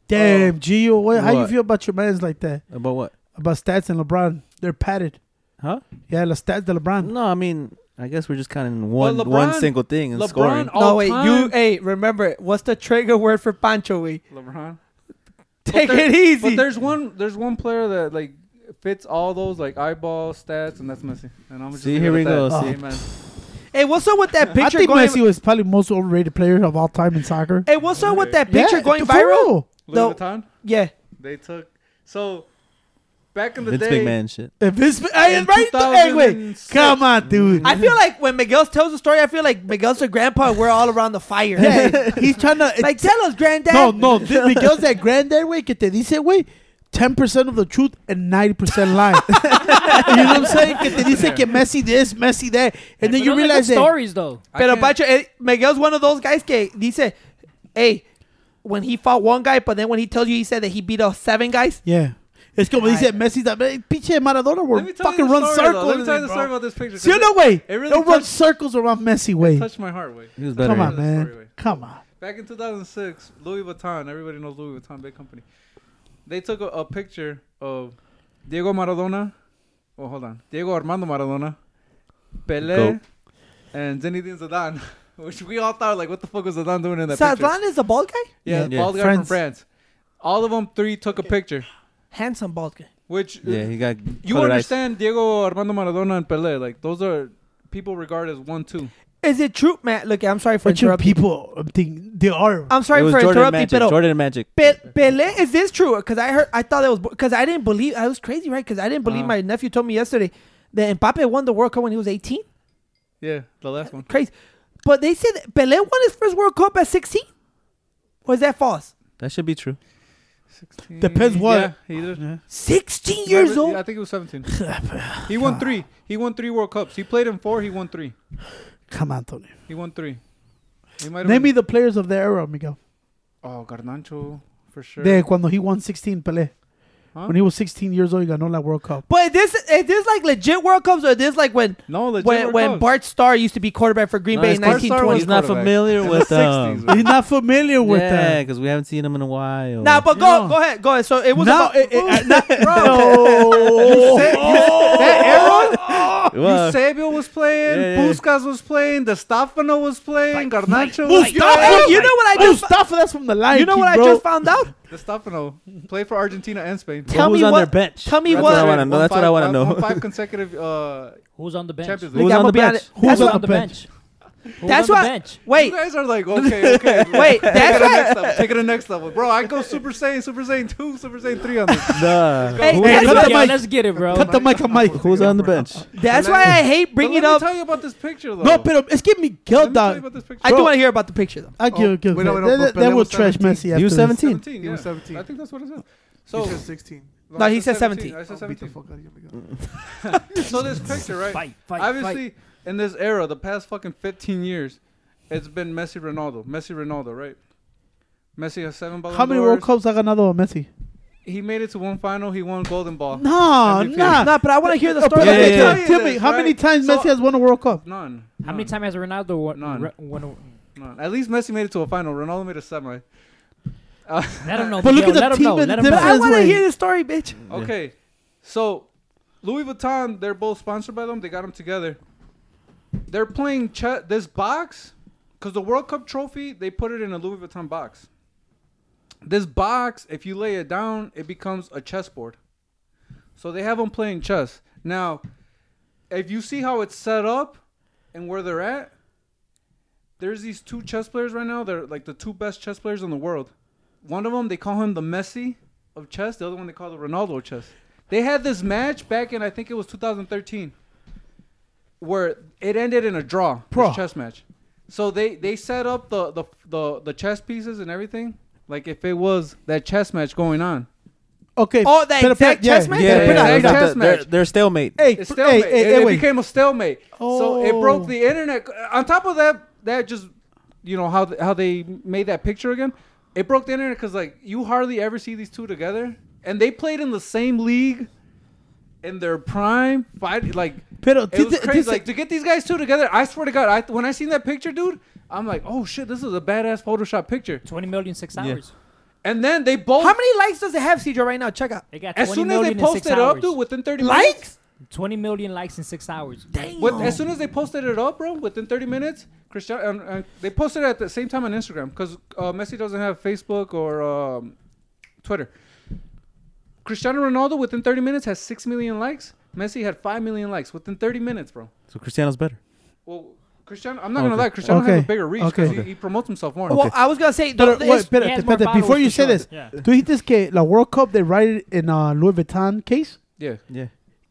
B: Damn, Gio. What, how you
C: What?
B: feel about your man's like that?
C: About what?
B: About stats and LeBron. They're padded.
C: Huh?
B: Yeah, the stats de LeBron.
C: No, I mean, I guess we're just counting one
D: LeBron-
C: one single thing and
D: lebron
C: scoring.
D: all
A: no wait,
D: time,
A: you. Hey, remember what's the trigger word for Pancho? Wait,
D: lebron
A: Take
D: there-
A: it easy.
D: But there's one there's one player that like fits all those like eyeball stats, and that's Messi. And I'm just
C: See,
D: leave it
C: here
D: at
C: we
D: that.
B: Oh.
C: go, see.
D: Amen.
A: Hey, what's up with that
B: I
A: picture
B: think
A: going?
B: Messi was probably most overrated player of all time in soccer.
A: Hey, what's up with that
B: Yeah,
A: picture going
B: for
A: viral?
B: real.
A: No.
D: Louis Vuitton,
A: Yeah.
D: they took so back in the
C: Vince
D: day.
C: McMahon shit.
B: If it's [LAUGHS] hey,
D: In
B: right, hey, wait,
D: 2006.
B: come on, dude.
A: I feel like when Miguel tells the story, I feel like Miguel's a grandpa. We're all around the fire.
B: [LAUGHS] yeah, he's trying to.
D: [LAUGHS]
A: like, tell us, granddad.
B: no, no, this, because that granddad way que te dice way. 10% of the truth and 90%
D: [LAUGHS]
B: lie. you know what I'm saying? Que te dice que Messi this, Messi that. And then you
E: But those are good
B: realize that.
E: stories though.
D: I
A: Pero
D: can't-
A: Pacho, eh, Miguel's one of those guys que dice, hey, when he fought one guy, but then when he tells you he said that he beat up seven guys.
B: Yeah. Es como dice Messi también. Pinche Maradona
D: Let
B: will
D: me tell you
B: fucking
D: the
B: run
D: story, though.
B: circles.
D: Let me tell you
B: in it,
D: the
B: bro.
D: story about this picture. 'cause
B: See, no way.
D: It really
B: They'll run
D: touched-
B: circles around Messi way.
D: it touched my heart. Way.
C: He was better.
B: Come
D: Better
B: on,
D: than this
B: man.
D: story,
B: Come on.
D: Back in 2006, Louis Vuitton, everybody knows Louis Vuitton, big company. They took a, a picture of Diego Maradona. Oh, hold on. Diego Armando Maradona, Pelé,
C: Goat.
D: and Zinedine Zidane, [LAUGHS] which we all thought, like, what the fuck was Zidane doing in that picture?
A: Sadlan is a bald guy?
D: Yeah, the
C: Yeah.
D: bald guy from
B: France.
D: France. All of them three took a picture,
A: Handsome bald guy.
D: which
C: Yeah, he got.
D: you
C: colored eyes.
D: understand Diego Armando Maradona and Pelé. Like, those are people regarded as one, two.
A: Is it true, man? Look, I'm sorry for
B: Bunch of
A: interrupting.
B: people um, think they are.
A: I'm
C: It
A: sorry
C: was
A: for
C: Jordan
A: interrupting,
C: Magic.
A: pero
C: Jordan Magic.
A: Pe- Pele, is this true? Because I heard, I thought it was, because I didn't believe, I was crazy, right? Because I didn't believe
D: Uh-huh.
A: my nephew told me yesterday that Mbappe won the World Cup when he was 18.
D: Yeah, the last one.
A: Crazy. But they said that Pele won his first World Cup at 16? Or is that false?
C: That should be true.
D: 16.
B: Depends what.
D: Yeah, he did.
A: 16 years
D: Remember-
A: old?
D: yeah, I think he
A: [LAUGHS]
D: was 17. he won three. He won three World Cups. He played in four. He won three.
B: Come on, Tony.
D: He won three. He might have
B: Name me
D: been-
B: the players of the era, Miguel.
D: Oh, Garnacho for sure.
B: De cuando he won 16, Pelé.
D: Huh?
B: When he was 16 years old, he ganó la World
D: [LAUGHS]
B: Cup.
A: But is this is this like legit World Cups or is this like when
D: no, legit
A: when,
D: World
A: when
D: Cups.
A: Bart Starr used to be quarterback for Green
C: No,
A: Bay
C: his
A: in
C: first
D: Starr was
A: 1920s?
C: He's not
D: quarterback.
C: familiar
D: In the
C: with
D: 60s,
C: um.
D: right?
B: He's not familiar with
A: [LAUGHS]
C: Yeah,
B: that.
C: because we haven't seen him in a while.
A: Nah, but go
B: No.
A: go ahead, go ahead. So it uh, was
B: No,
A: about,
B: it- it- I- not-
A: no.
B: Oh,
D: that era,
C: Well,
D: Oh, Eusebio was playing,
C: Yeah, yeah.
D: Puskas was playing, Destafano was playing, Garnacho was
A: You know, what- you know what I just
B: Mustafa, that's from the Lion
A: you know
B: King,
A: what I
B: bro.
A: just found out?
D: Destafano played for Argentina and Spain.
A: Tell
C: who's
A: me
C: on
A: what-
C: their bench?
A: Tell me
C: That's
A: what.
C: what I wanna know.
D: Won
C: That's what
D: five-
C: I wanna
D: won-
C: know.
D: won Five consecutive uh,
E: Who's on the bench?
D: Champions
A: Like,
D: League.
C: Who's
A: I'ma
C: on the
A: be
C: bench?
A: honest.
B: Who's
A: That's
B: on
A: what-
B: the bench?
E: Who's
A: That's
E: on the
A: why.
E: bench?
A: [LAUGHS] Wait,
D: You guys are
A: [LAUGHS]
D: like, okay, okay. bro. [LAUGHS]
A: wait.
D: Take it
A: That's
D: to the
A: why.
D: next level. Take it to the next level, bro. I go Super Saiyan, Super Saiyan two, Super Saiyan three on this.
C: Nah.
A: Hey, hey,
C: Who-
E: Let's
A: Cut
E: get-
A: the
E: yeah,
A: mic.
E: let's get it, bro.
B: Cut the mic on Mike.
C: Who's on the bench?
A: That's why I hate
D: Bring
A: bringing
D: let
A: up.
D: me tell you about this picture, though.
B: No, pero es que Miguel, Ah,
D: let me tell you Oh,
B: dog.
D: about this picture.
A: I do
B: Bro.
A: want to hear about the picture though.
B: I give, give.
F: wait, no, wait, no,
B: that
F: but
B: that,
F: Pelé
B: will
F: was
B: trash
F: 17.
B: Messi.
C: He was
B: after this.
C: 17.
D: 17.
F: He
D: Yeah.
F: was 17.
D: I think that's what it says.
F: So
D: So
F: he said 16.
A: No, he
D: I
A: said 17.
D: I said
F: I'll beat
D: 17.
F: the fuck out of you, Miguel.
D: So this picture, right?
E: Fight, fight,
D: Obviously, in this era, the past fucking 15 years, it's been Messi, Ronaldo, Messi, Ronaldo, right? Messi has seven Ballon
B: How many World
D: d'Ors.
B: Cups ha ganado Messi?
D: He made it to one final. He won Golden Ball.
B: No,
D: MVP.
B: nah.
A: No, but I want to
B: [LAUGHS]
A: hear the story.
B: But
C: Yeah,
B: let me
C: yeah,
B: tell-
D: yeah.
B: Tell me, how
D: Right.
B: many times
D: So-
B: Messi has won a World Cup?
D: None.
E: How many
D: None.
E: times has Ronaldo won?
D: None.
E: re- won-
D: None. At least Messi made it to a final. Ronaldo made a semi. Uh,
E: Let him know.
B: But look
E: Miguel,
B: at the
E: let him
B: team
E: know,
B: and
E: let
B: the
E: him know.
A: But I
B: difference.
A: want to
B: way.
A: hear the story, bitch.
D: Okay, so Louis Vuitton, they're both sponsored by them. They got them together. They're playing che- this box because the World Cup trophy they put it in a Louis Vuitton box. This box, if you lay it down, it becomes a chessboard. So they have them playing chess now. If you see how it's set up and where they're at, there's these two chess players right now. They're like the two best chess players in the world. One of them they call him the Messi of chess. The other one they call the Ronaldo of chess. They had this match back in I think it was 2013, where it ended in a draw.
B: Bro.
D: This chess match. So they they set up the the the, the chess pieces and everything. Like if it was that chess match going on.
B: Okay.
A: Oh, the
B: pero-
A: exact
B: yeah,
A: chess match?
B: yeah,
D: Yeah,
B: pero-
D: yeah,
B: hey,
D: yeah.
B: dog,
D: chess
C: They're,
D: match.
C: they're stalemate.
B: Hey,
D: It's
B: pr-
D: stalemate.
B: hey, hey,
D: it, it
B: wait.
D: became a stalemate. So it
B: Oh.
D: broke the internet. On top of that, that just you know how th- how they made that picture again. It broke the internet because like you hardly ever see these two together, and they played in the same league in their prime. Fight like
B: Pero
D: it was
B: did-
D: crazy.
B: did-
D: like to get these guys two together. I swear to God, I when I seen that picture, dude, I'm like, oh shit, this is a badass Photoshop picture.
E: 20 million six hours.
D: And then they both.
A: How many likes does it have, Cedro? Right now, check out.
E: They got 20
D: As soon as they
E: million in six
D: posted it up,
E: hours.
D: dude, within 30 minutes,
A: Likes?
E: 20 million likes in six hours.
A: Dang.
D: With, as soon as they posted it up, bro, within 30 minutes, Cristiano, and, and they posted it at the same time on Instagram because uh, Messi doesn't have Facebook or um, Twitter. Cristiano Ronaldo within 30 minutes has 6 million likes. Messi had 5 million likes within 30 minutes, bro.
C: So Cristiano's better.
D: Well, Cristiano, I'm not gonna
C: Okay.
D: lie, Cristiano has
B: Okay.
D: a bigger reach because
B: Okay.
D: he, he promotes himself more.
A: Well, I was gonna say,
B: Pero,
A: the-
B: wait,
A: it's-
B: espérate,
E: he has more
B: espérate.
E: followers
B: Before you
E: for
B: say
E: sure.
B: this,
E: Yeah.
B: ¿tú dijiste que la World Cup they write it in uh, Louis Vuitton case?
D: Yeah,
C: Yeah.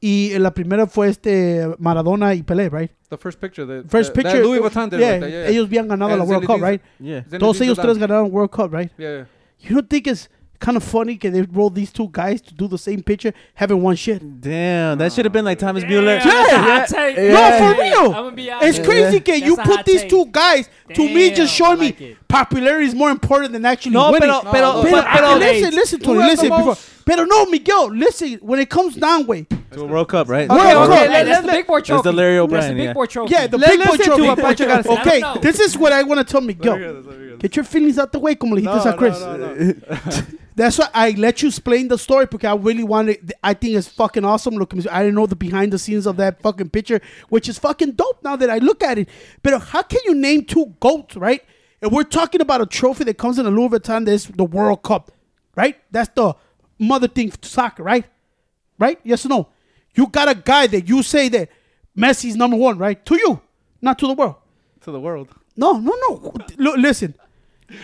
B: Y la primera fue este Maradona y Pelé, right?
D: the first picture, the
B: First
D: the- that
B: picture.
D: Louis Vuitton did it
B: yeah,
D: right there, yeah, yeah.
B: ellos habían ganado
D: El
B: la World Cup,
D: Zinedine-
B: right?
C: Yeah.
D: Zinedine
B: Todos ellos tres
D: Zidane.
B: ganaron World Cup, right?
D: Yeah, yeah.
B: You don't think it's kind of funny que they roll these two guys to do the same picture, having one shit?
C: Damn, that should have been like Thomas
E: Damn,
C: Mueller.
E: that's a hot take.
B: No, for real.
E: I'm gonna be out
B: It's
E: there.
B: crazy que
E: That's
B: you
E: a
B: put
E: hot
B: these
E: take.
B: two guys to me just
E: Damn, I
B: showing
E: like
B: me
E: it.
B: popularity is more important than actually
A: No,
B: winning.
A: pero, pero,
D: No,
A: pero,
B: Pero,
D: but
A: pero-
B: pero
E: accolades.
B: listen, listen to
D: Who
B: me,
D: has the
B: listen. Before,
D: most-
B: pero no, Miguel, listen. When it comes down way,
C: To a World Cup, right?
A: Okay,
B: Okay,
A: okay,
B: okay,
E: Hey,
A: let-
E: that's
A: let's
E: the big boy trophy.
C: the Larry
E: That's the
C: O'Brien,
E: big
C: yeah.
E: boy trophy.
B: yeah, the
A: Let-
B: big boy
A: listen to
B: trophy.
A: what Pancho gotta say.
B: [LAUGHS]
E: I
B: okay,
E: don't know.
B: this is what I want to tell
D: Let me
B: Miguel.
D: hear this, let me hear this.
B: Get your feelings out the way, como le dijiste a Chris. [LAUGHS] That's why I let you explain the story because I really wanted. I think it's fucking awesome. Look, I didn't know the behind the scenes of that fucking picture, which is fucking dope now that I look at it. But how can you name two goats, right? And we're talking about a trophy that comes in a Louis Vuitton. That's the World Cup, right? That's the mother thing to soccer, right? Right? Yes or no? You got a guy that you say that Messi's number one, right? To you, not to the world.
D: To the world.
B: No, no, no. Look, listen.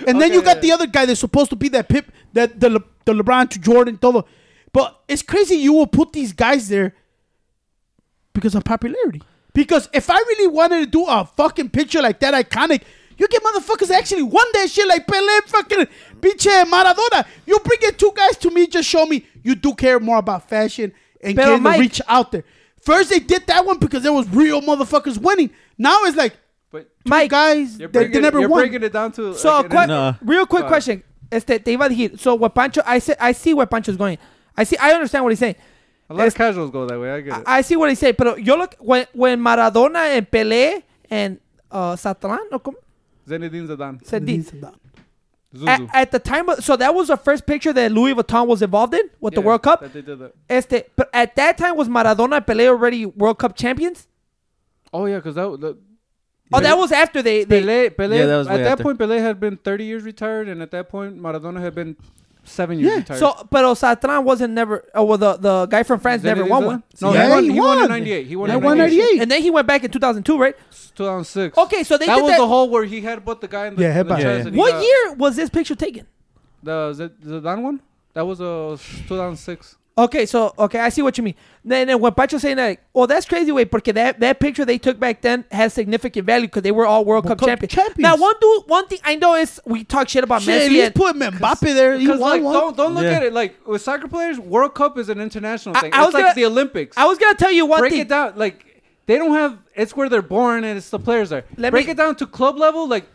B: And then you
D: Okay.
B: got the other guy that's supposed to be that Pip, that the Le, the LeBron to Jordan, todo. But it's crazy you will put these guys there because of popularity. Because if I really wanted to do a fucking picture like that iconic, you get motherfuckers that actually won that shit like Pele, fucking Piche, Maradona. You bring in two guys to me, just show me you do care more about fashion and
A: Pero
B: getting
A: Mike-
B: the reach out there. First they did that one because there was real motherfuckers winning. Now it's like
D: But
A: Mike,
B: Mike, guys
D: you're
B: that they,
D: breaking,
B: never
D: you're
B: won.
D: breaking it down to
A: So,
D: like,
A: a quick,
D: an-
C: No.
A: real quick
D: Sorry.
A: question. Este, te iba a decir, so what Pancho, I, said, I see where Pancho's going. I see, I understand what he's saying.
D: a lot of
A: Este-
D: casuals go that way. I get it.
A: I, I see what he said, pero yo look, when, when Maradona and Pelé and uh, Satan, or como,
D: Zinedine Zidane,
A: se
B: It
A: di-
B: means that.
A: at,
D: Zuzu.
A: at the time, of, so that was the first picture that Louis Vuitton was involved in with the
D: Yeah,
A: World Cup.
D: that they did that.
A: Este, but at that time, was Maradona and Pelé already World Cup champions?
D: Oh yeah, because that, that
A: Oh, that was after they. they
D: Pelé, Pelé.
C: Yeah, that was
D: at
C: way
D: that
C: after.
D: point, Pelé had been 30 years retired, and at that point, Maradona had been seven years retired.
A: so, pero Satran wasn't never. Oh, well, the, the guy from France
D: Zinedine
A: never won
D: Zidane?
A: one.
D: No,
B: Yeah,
D: he, won,
B: he
D: he won
B: won.
D: in '98. He won
B: Yeah,
D: in
B: won
D: 98.
B: 98.
A: And then he went back in 2002, right?
D: 2006.
A: Okay, so they
D: that
A: did
D: was
A: that.
D: the whole where he had but the guy in the,
B: Yeah,
D: in the
B: headbutt.
D: chest
C: Yeah, yeah.
D: and he
A: What
D: got-
A: year was this picture taken?
D: The Z- Zidane one. That was uh 2006.
A: Okay, so okay, I see what you mean. Then, then when Pacho's saying that, like, oh, that's crazy, way porque that that picture they took back then has significant value because they were all World Cup,
B: Cup
A: champions.
B: champions.
A: Now, one dude, one thing I know is we talk shit about
B: Shit, at
A: Messi.
B: least
A: And,
B: put Mbappe there. He
D: Because
B: won
D: like
B: one.
D: don't don't look
C: Yeah.
D: at it like with soccer players, World Cup is an international
A: I-
D: thing.
A: I was
D: it's like
A: gonna-
D: the Olympics.
A: I was gonna tell you one
D: break
A: thing.
D: it down like they don't have. It's where they're born and it's the players there.
A: Let
D: break
A: me-
D: it down to club level. Like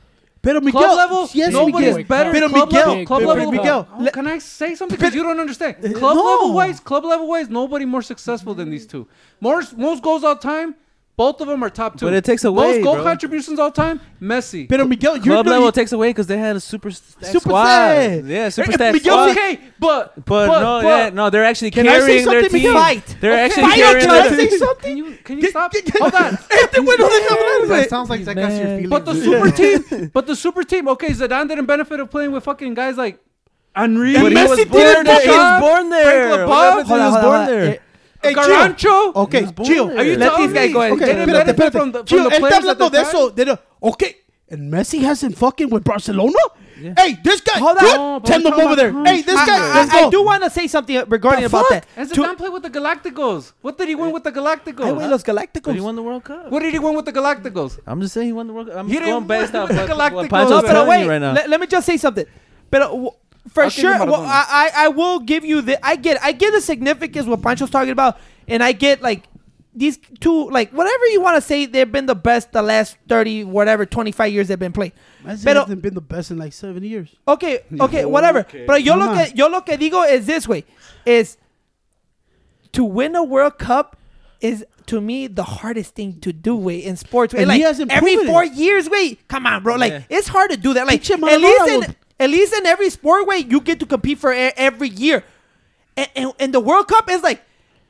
B: Pero Miguel,
D: club level,
B: yes,
D: nobody's
B: Miguel.
D: better.
B: Pero
D: club
B: Miguel,
D: level, club
B: pero
D: level.
B: Miguel,
D: Oh,
B: le- Eh,
D: can I say something? Because you don't understand. Club
B: no.
D: level wise, club level wise, nobody more successful than these two. Most most goals all time. Both of them are top two.
C: But it takes away,
D: most goal
C: bro.
D: contributions all time. Messi.
B: Pero Miguel, you're
C: Club
B: doing-
C: level takes away because they had a super stack
B: Super
C: squad.
B: stack.
C: Yeah, super
B: Hey,
C: stack
B: Miguel,
C: squad.
D: okay, but but,
C: But, no, yeah, no, they're actually
B: Can I say
C: carrying their
B: something,
C: team.
B: Miguel? Fight.
C: They're
B: Okay.
C: actually
B: Fight,
C: carrying
B: can I
C: their
B: say
C: team.
B: something?
D: Can you can you
B: Get-
D: stop?
B: get- get-
D: Hold on.
B: Este güey no deja hablar, güey.
F: That sounds like that got your feelings.
D: But the
F: hurt.
D: super team, but the super team. Okay, Zidane didn't benefit of playing with fucking guys like Henry.
B: And
C: But he
B: Messi
C: was
B: didn't
C: born there. He was
B: fucking-
C: born there.
D: Frank Lampard?
C: What happened to
A: Hold
C: he
A: on, hold on,
C: was born
A: hold on.
C: there.
B: Hey, Gio.
D: Garancho.
B: Okay,
C: was born
B: Gio.
C: there.
D: Are you
A: Let
D: telling
A: these guys
D: me
A: go ahead.
B: Okay,
D: They didn't
B: espérate,
D: benefit
B: espérate.
D: from the, from
B: Gio,
D: the
B: él
D: players
B: está
D: at the
B: hablando de
D: time?
B: eso. de lo- okay, and Messi hasn't fucking with Barcelona? Hey, this guy,
A: Hold on.
B: good.
D: No, but
B: Send
D: we're
B: him
D: talking
B: over there.
D: about
B: Hey, this
A: I,
B: guy,
A: I-
B: let's
A: I
B: go.
A: do want to say something regarding
B: The
A: about
B: fuck?
A: that.
D: And
A: To-
D: Zidane played with the Galacticos. What did he win with the
A: I win
D: Galacticos?
A: los
C: But he
A: Galacticos.
C: won the World Cup.
D: What did he win with the Galacticos?
C: I'm just saying he won the World Cup. I'm
D: He
C: just
D: didn't
C: going based
D: win
C: off
D: with
C: what,
D: the
C: what
D: Galacticos.
C: Pancho's
A: No,
D: I'm
A: but
C: telling
A: wait.
C: you right now.
A: Let, let me just say something. But w- for
D: I'll give you
A: sure, well,
D: Maradona.
A: I, I I will give you the. I get I get the significance what Pancho's talking about, and I get like these two like whatever you want to say. They've been the best the last thirty whatever twenty five years they've been playing.
B: Messi
A: Pero-
B: hasn't been the best in like seven years.
A: Okay, okay, whatever.
D: Okay.
A: But yo
B: Come
A: lo
B: on.
A: que yo lo que digo is this way is to win a World Cup is to me the hardest thing to do way in sports. Way.
B: And
A: Like
B: he hasn't
A: every
B: proven it.
A: four years, wait, come on, bro. Like
C: Yeah.
A: it's hard to do that. Like
B: Pinche
A: at least
B: Maradona
A: in
B: was-
A: at least in every sport way you get to compete for e- every year, and, and, and the World Cup is like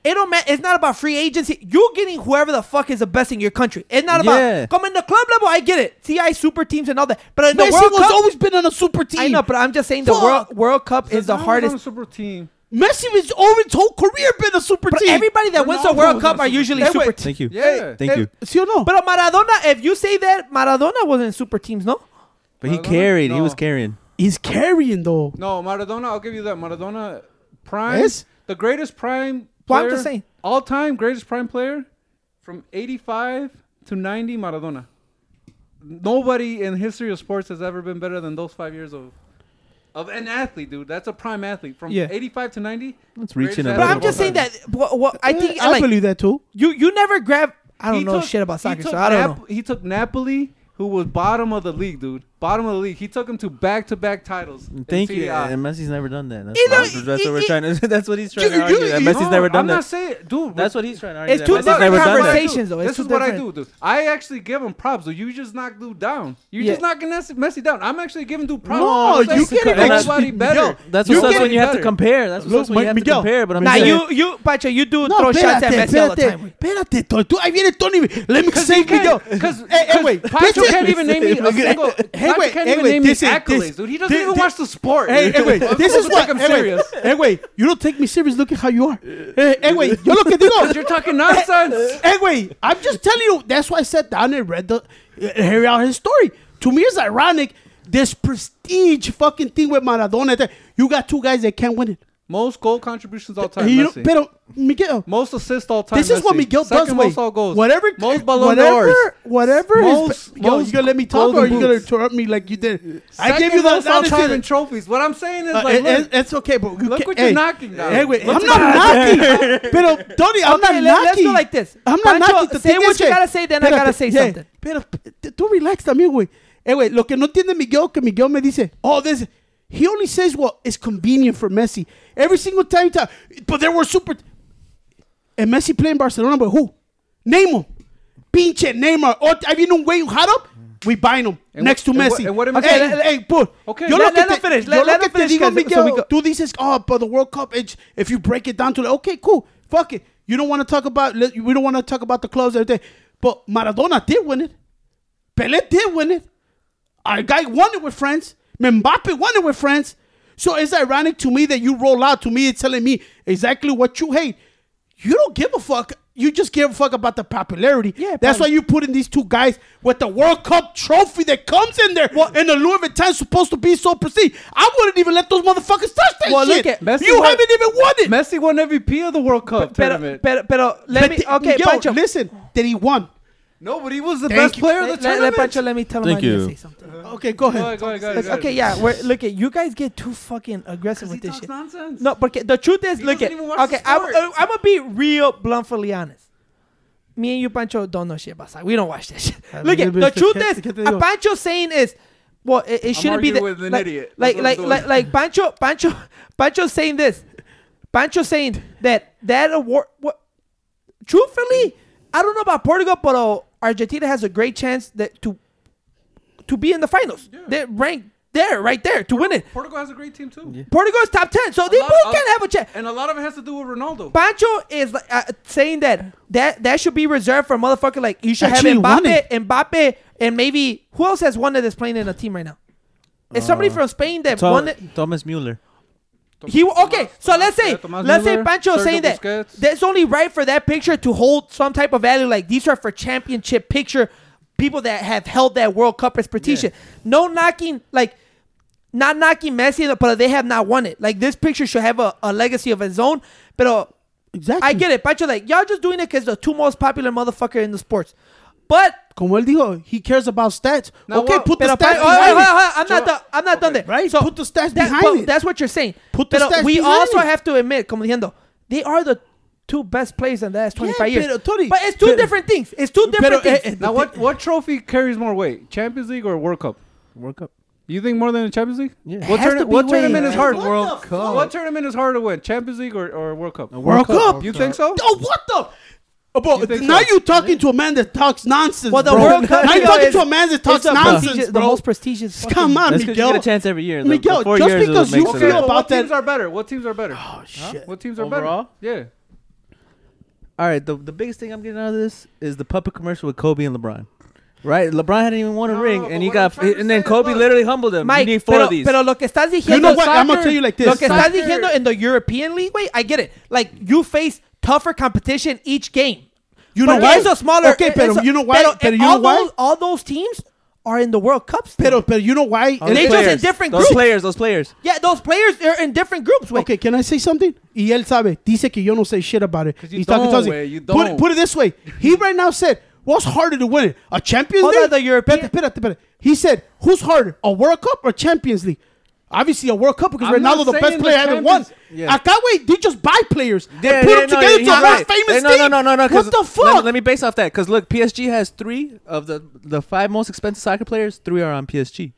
A: It don't matter. It's not about free agency. You're getting whoever the fuck is the best in your country. It's not
C: Yeah.
A: about come in the club level. I get it. CI super teams and all that. But in the
B: Messi
A: World
B: has
A: Cup,
B: always been on a super team.
A: I know. But I'm just saying the
B: Fuck.
A: World World Cup is the hardest.
D: super team.
B: Messi has over his whole career been a super
A: But
B: team.
A: everybody that wins the
D: Ronaldo
A: World
D: was
A: Cup
D: not
A: are
D: super
A: usually
B: team.
A: super
B: Wait.
A: teams.
C: Thank you.
D: Yeah.
C: Thank you.
B: See or no?
A: But Maradona, if you say that, Maradona wasn't in super teams, no?
C: But he
D: Maradona?
C: carried. He
D: No.
C: was carrying.
B: he's carrying though.
D: No, Maradona. I'll give you that. Maradona, prime,
B: Yes?
D: the greatest prime.
A: Well, I'm
D: Player,
A: just saying.
D: all time greatest prime player from '85 to '90. Maradona. Nobody in history of sports has ever been better than those five years of. Of an athlete, dude. That's a prime athlete from
A: Yeah.
D: 85 to 90.
C: It's reaching a
D: But
A: But
C: little
A: I'm just saying that. What, what, I think
B: Eh,
D: Eh,
B: I
A: like
B: believe that too.
A: you, you never grab. I don't
D: He
A: know
D: took-
A: shit about
D: he
A: soccer,
D: took
A: so I don't
D: Nap-
A: know.
D: He took Napoli, who was bottom of the league, dude. Bottom of the league. He took him to back-to-back titles. in
C: Thank
D: Serie
C: you.
D: A.
C: And Messi's never done that. That's,
A: Either-
C: what- that's what we're
A: it-
C: trying to. That's what he's trying
D: you-
C: to argue. that
D: No,
C: Messi's never done
D: I'm
C: that.
D: not saying, dude.
C: that's what he's trying to argue.
A: It's
C: that
A: two
C: Messi's
A: different
C: never done that.
A: conversations, though. It's
D: This is
A: two
D: what I do,
A: different-
D: dude. I actually give him props, dude. You just knock dude down. You
A: Yeah.
D: just knocking Messi- Messi down. I'm actually giving dude props.
B: No,
D: I'm saying
B: you can't
D: there's
B: actually-
D: nobody better.
C: That's
D: You
C: what sucks
D: can't
C: when you have to
D: better.
C: compare. That's what
B: Look,
C: sucks when you
B: Mike
C: have
B: Miguel.
C: to compare. But I'm
A: Now
C: saying
A: you, you, Pacho, you do
B: No,
A: throw shots at
B: espérate,
A: Messi all the
B: espérate,
A: time.
B: espérate, to- tú- ahí viene Tony. Let me
D: He
B: save me,
D: can't-
B: though.
D: Cause,
B: Hey, hey,
D: cause
B: wait.
D: Pancho
B: This-
D: can't even name me a single. Pancho
B: wait,
D: can't
B: hey,
D: even
B: wait,
D: name me
B: this is-
D: accolades,
B: this-
D: dude. He doesn't
B: this-
D: even
B: this-
D: watch the sport.
B: Hey, hey, wait, this is
D: People
B: what.
D: think I'm
B: hey, wait,
D: serious.
B: Hey, wait, you don't take me serious. Look at how you are. Hey, hey, wait, you look at
D: Because
B: this.
D: you're
B: [LAUGHS]
D: talking nonsense.
B: Hey, wait, I'm just telling you. That's why I sat down and read the, uh, hear out his story. To me, it's ironic. This prestige fucking thing with Maradona. that You got two guys that can't win it.
D: Most goal contributions all time.
B: You know,
D: Messi.
B: pero Miguel,
D: most assists all time.
B: this is what
D: Messi.
B: Miguel
D: Second
B: does.
D: Most
B: Wait,
D: all goals.
B: whatever,
D: Most Ballon
B: whatever,
D: d'Ors.
B: whatever. his-
D: Most-
B: yo,
D: most
B: you gonna let me talk, or
D: golden
B: you gonna
D: boots.
B: interrupt me like you did?
D: Second
B: I gave you the
D: most all
B: honest
D: time
B: answer.
D: in trophies. What I'm saying is
B: Uh,
D: like,
B: it-
D: look,
B: it- it's okay, but you
D: Look
B: can't-
D: what you're
B: hey,
D: knocking down.
B: Hey, wait,
A: What's
B: I'm not
A: [LAUGHS]
B: knocking. Pero, Tony, I'm
A: Okay,
B: not
A: let-
B: knocking.
A: let's go like this.
B: I'm not
A: Pancho,
B: knocking. Te
A: say
B: tengo
A: what you
B: que-
A: gotta say, then I
B: Espérate,
A: gotta say
B: yeah,
A: something.
B: Pero, t- tú relax también, güey. Eh, güey, lo que no entiende Miguel, que Miguel me dice, oh, this, he only says what is convenient for Messi. Every single time he talk, but there were super, and Messi playing Barcelona, but who? Neymar. Pinche Neymar. Oh, have you known way hot up? We buying him
D: And
B: next to
D: what- and
B: Messi.
D: what- and what did
B: okay,
D: Messi-
B: hey, hey, put.
D: Okay,
B: yo
D: let-
B: lo que
A: let
B: te-
A: him finish,
B: yo
A: let-
B: lo
A: let
B: que
A: him
B: te
A: finish,
B: digo,
A: guys, so
B: Miguel,
A: we go-
B: tú dices, oh, but the World Cup, it's, if you break it down to like, okay, cool, fuck it. You don't want to talk about, let- we don't want to talk about the clubs and everything. But Maradona did win it. Pelé did win it. Our guy won it with France. Mbappe won it with France. So it's ironic to me that you roll out. To me, it's telling me exactly what you hate. You don't give a fuck. You just give a fuck about the popularity.
A: Yeah,
B: That's
A: probably.
B: why you put in these two guys with the World Cup trophy that comes in there. and the Louis Vuitton's supposed to be so prestigious. I wouldn't even let those motherfuckers touch that
A: Well,
B: shit.
A: look at-
D: Messi
B: you
D: won-
B: haven't even won it.
D: [LAUGHS] Messi won MVP of the World Cup
A: Pero,
D: tournament.
A: pero, pero, let
B: But
A: me.
B: th-
A: Okay,
B: yo,
A: Pancho.
B: listen, that he won.
D: no, but he was the
B: Thank
D: best
B: you.
D: player of
A: Let,
D: the
A: let, let
D: tournament.
A: Pancho let me tell him
C: Thank
A: I need to
C: you.
A: say something.
B: Okay, go
D: Go
B: ahead.
D: ahead, go ahead, go ahead,
A: Look,
D: go ahead.
A: okay, yeah. We're, look at you guys get too fucking aggressive
D: Because he
A: with this
D: talks
A: shit.
D: nonsense.
A: No, porque the truth is,
D: He
A: look at
D: doesn't even watch
A: okay.
D: the
A: I'm,
D: sport.
A: I'm gonna be real bluntly honest. Me and you, Pancho, don't know shit about soccer. We don't watch that shit.
B: A
A: Look
B: little
A: at
B: bit
A: the
B: of
A: truth
B: forget-
A: is,
B: forget the-
A: uh, Pancho's saying is, well, it, it shouldn't be that.
D: arguing with an
A: like,
D: idiot.
A: Like,
D: That's
A: like,
D: what I'm
A: like,
D: doing.
A: like, Pancho, Pancho, Pancho's saying this. Pancho's saying that that award. What? Truthfully, I don't know about Portugal, but uh, Argentina has a great chance that to to be in the finals. They're ranked there, right there, to win it.
D: Portugal has a great team too,
A: Portugal's top ten, so they
D: lot-
A: both
D: a-
A: can have a chance.
D: and a lot of it has to do with Ronaldo.
A: Pancho is uh, saying that that that should be reserved for motherfucker like you should
B: Actually
A: have
B: won
A: Mbappe,
B: it.
A: Mbappe, and maybe who else has one that is playing in a team right now? It's somebody
B: Uh,
A: from Spain that won it.
C: Thomas Mueller.
A: He okay. So let's say
D: Tomás
A: let's say
D: Müller,
A: Pancho is
D: Sergio
A: saying that
D: Busquets.
A: that's only right for that picture to hold some type of value. Like these are for championship picture people that have held that World Cup as prestigious. No knocking like not knocking Messi, but they have not won it. Like this picture should have a, a legacy of its own. But
B: Exactly.
A: I get it, Pancho. Like y'all just doing it because the two most popular motherfucker in the sports. But
B: Como él dijo, he cares about stats.
D: Now
B: okay,
D: what-
B: put the
A: pero
B: stats
A: Pan-
B: behind
A: oh, oh,
B: it.
A: oh, oh, I'm not done. I'm not done there.
B: Right?
A: So
B: Put the stats
A: that-
B: behind
A: well,
B: it.
A: That's what you're saying.
B: Put the
A: Pero
B: stats
A: we
B: behind
A: also
B: it.
A: have to admit, como diciendo, they are the two best players in the last 25
B: Yeah,
A: years.
B: pero, Tony,
A: but it's two
B: pero-
A: different things. It's two different
B: eh,
A: things.
B: eh,
D: now, what what trophy carries more weight, Champions League or World Cup?
C: World Cup.
D: You think more than the Champions League?
C: Yeah.
D: What,
A: Has
D: tourna-
A: to be
D: what
A: weight.
D: tournament is hard?
B: What World the Cup. fuck?
D: What tournament is harder to win, Champions League or, or World Cup?
B: World Cup.
D: You think so?
B: Oh, what the? Oh,
D: You
B: bro,
D: think
B: now
D: so?
B: you're talking to a man that talks nonsense.
A: Well, the
B: bro.
A: World Cup
B: Now you're
A: video
B: talking
A: is-
B: to a man that
A: It's
B: talks
A: the
B: nonsense,
A: prestigious-
B: bro.
A: the most prestigious.
B: Come
A: fucking-
B: on,
C: That's 'cause you
B: Ah, Miguel.
C: get a chance every year. The-
B: Miguel,
C: the four
B: just
C: years is what
B: because you
C: makes it
B: feel
C: up.
B: about
D: what
B: that-
A: Oh,
D: teams are better? What teams are better?
B: Oh, shit.
D: What teams are
C: Overall?
D: better? Yeah.
C: all right, the the biggest thing I'm getting out of this is the puppet commercial with Kobe and LeBron. Right, LeBron hadn't even won a
F: No, no,
C: ring,
F: no, but
C: and he
F: what I'm
C: got,
F: trying to
C: and then
F: say is,
C: Kobe
F: look,
C: literally humbled him.
A: Mike,
C: you need four
A: pero,
C: of these.
A: pero lo que estás diciendo,
B: know what? I'm gonna tell you like this.
A: Lo que estás
B: Soccer.
A: diciendo in the European League, way, I get it. Like you face tougher competition each game.
B: You
A: But
B: know why?
A: Eso es smaller.
B: Okay, pero
A: eso-
B: you know why?
A: Pero, eh,
B: Pero
A: and
B: you know
A: all
B: why?
A: Those, all those teams are in the World Cups. still.
B: Pero, pero you know why?
C: Those
A: They just in
C: players,
A: different
C: those
A: groups.
C: players, those players.
A: yeah, those players are in different groups. Way.
B: Okay, can I say something? Y él sabe. Dice que yo no say shit about it.
D: 'Cause you
B: He's talking
D: don't,
B: to us.
D: wey, you
B: Put it,
D: don't.
B: put it this way. He right now said, what's harder to win? A Champions
A: Hold on,
B: League?
A: the European-
B: Espérate, espérate, espérate. He said, who's harder, a World Cup or Champions League? Obviously, a World Cup because
D: I'm not
B: Ronaldo, the best
D: saying the
B: player, haven't won.
D: Champions- Yeah.
B: Acá, güey, they just buy players.
C: Yeah,
B: and put
C: yeah,
B: them
C: no,
B: together to
C: he's
B: a more
C: right.
B: famous
C: Hey, no,
B: team.
C: No, no, no, no. 'cause
B: What the
C: Let me,
B: fuck?
C: let me base off that because look, PSG has three of the the five most expensive soccer players. Three are on PSG.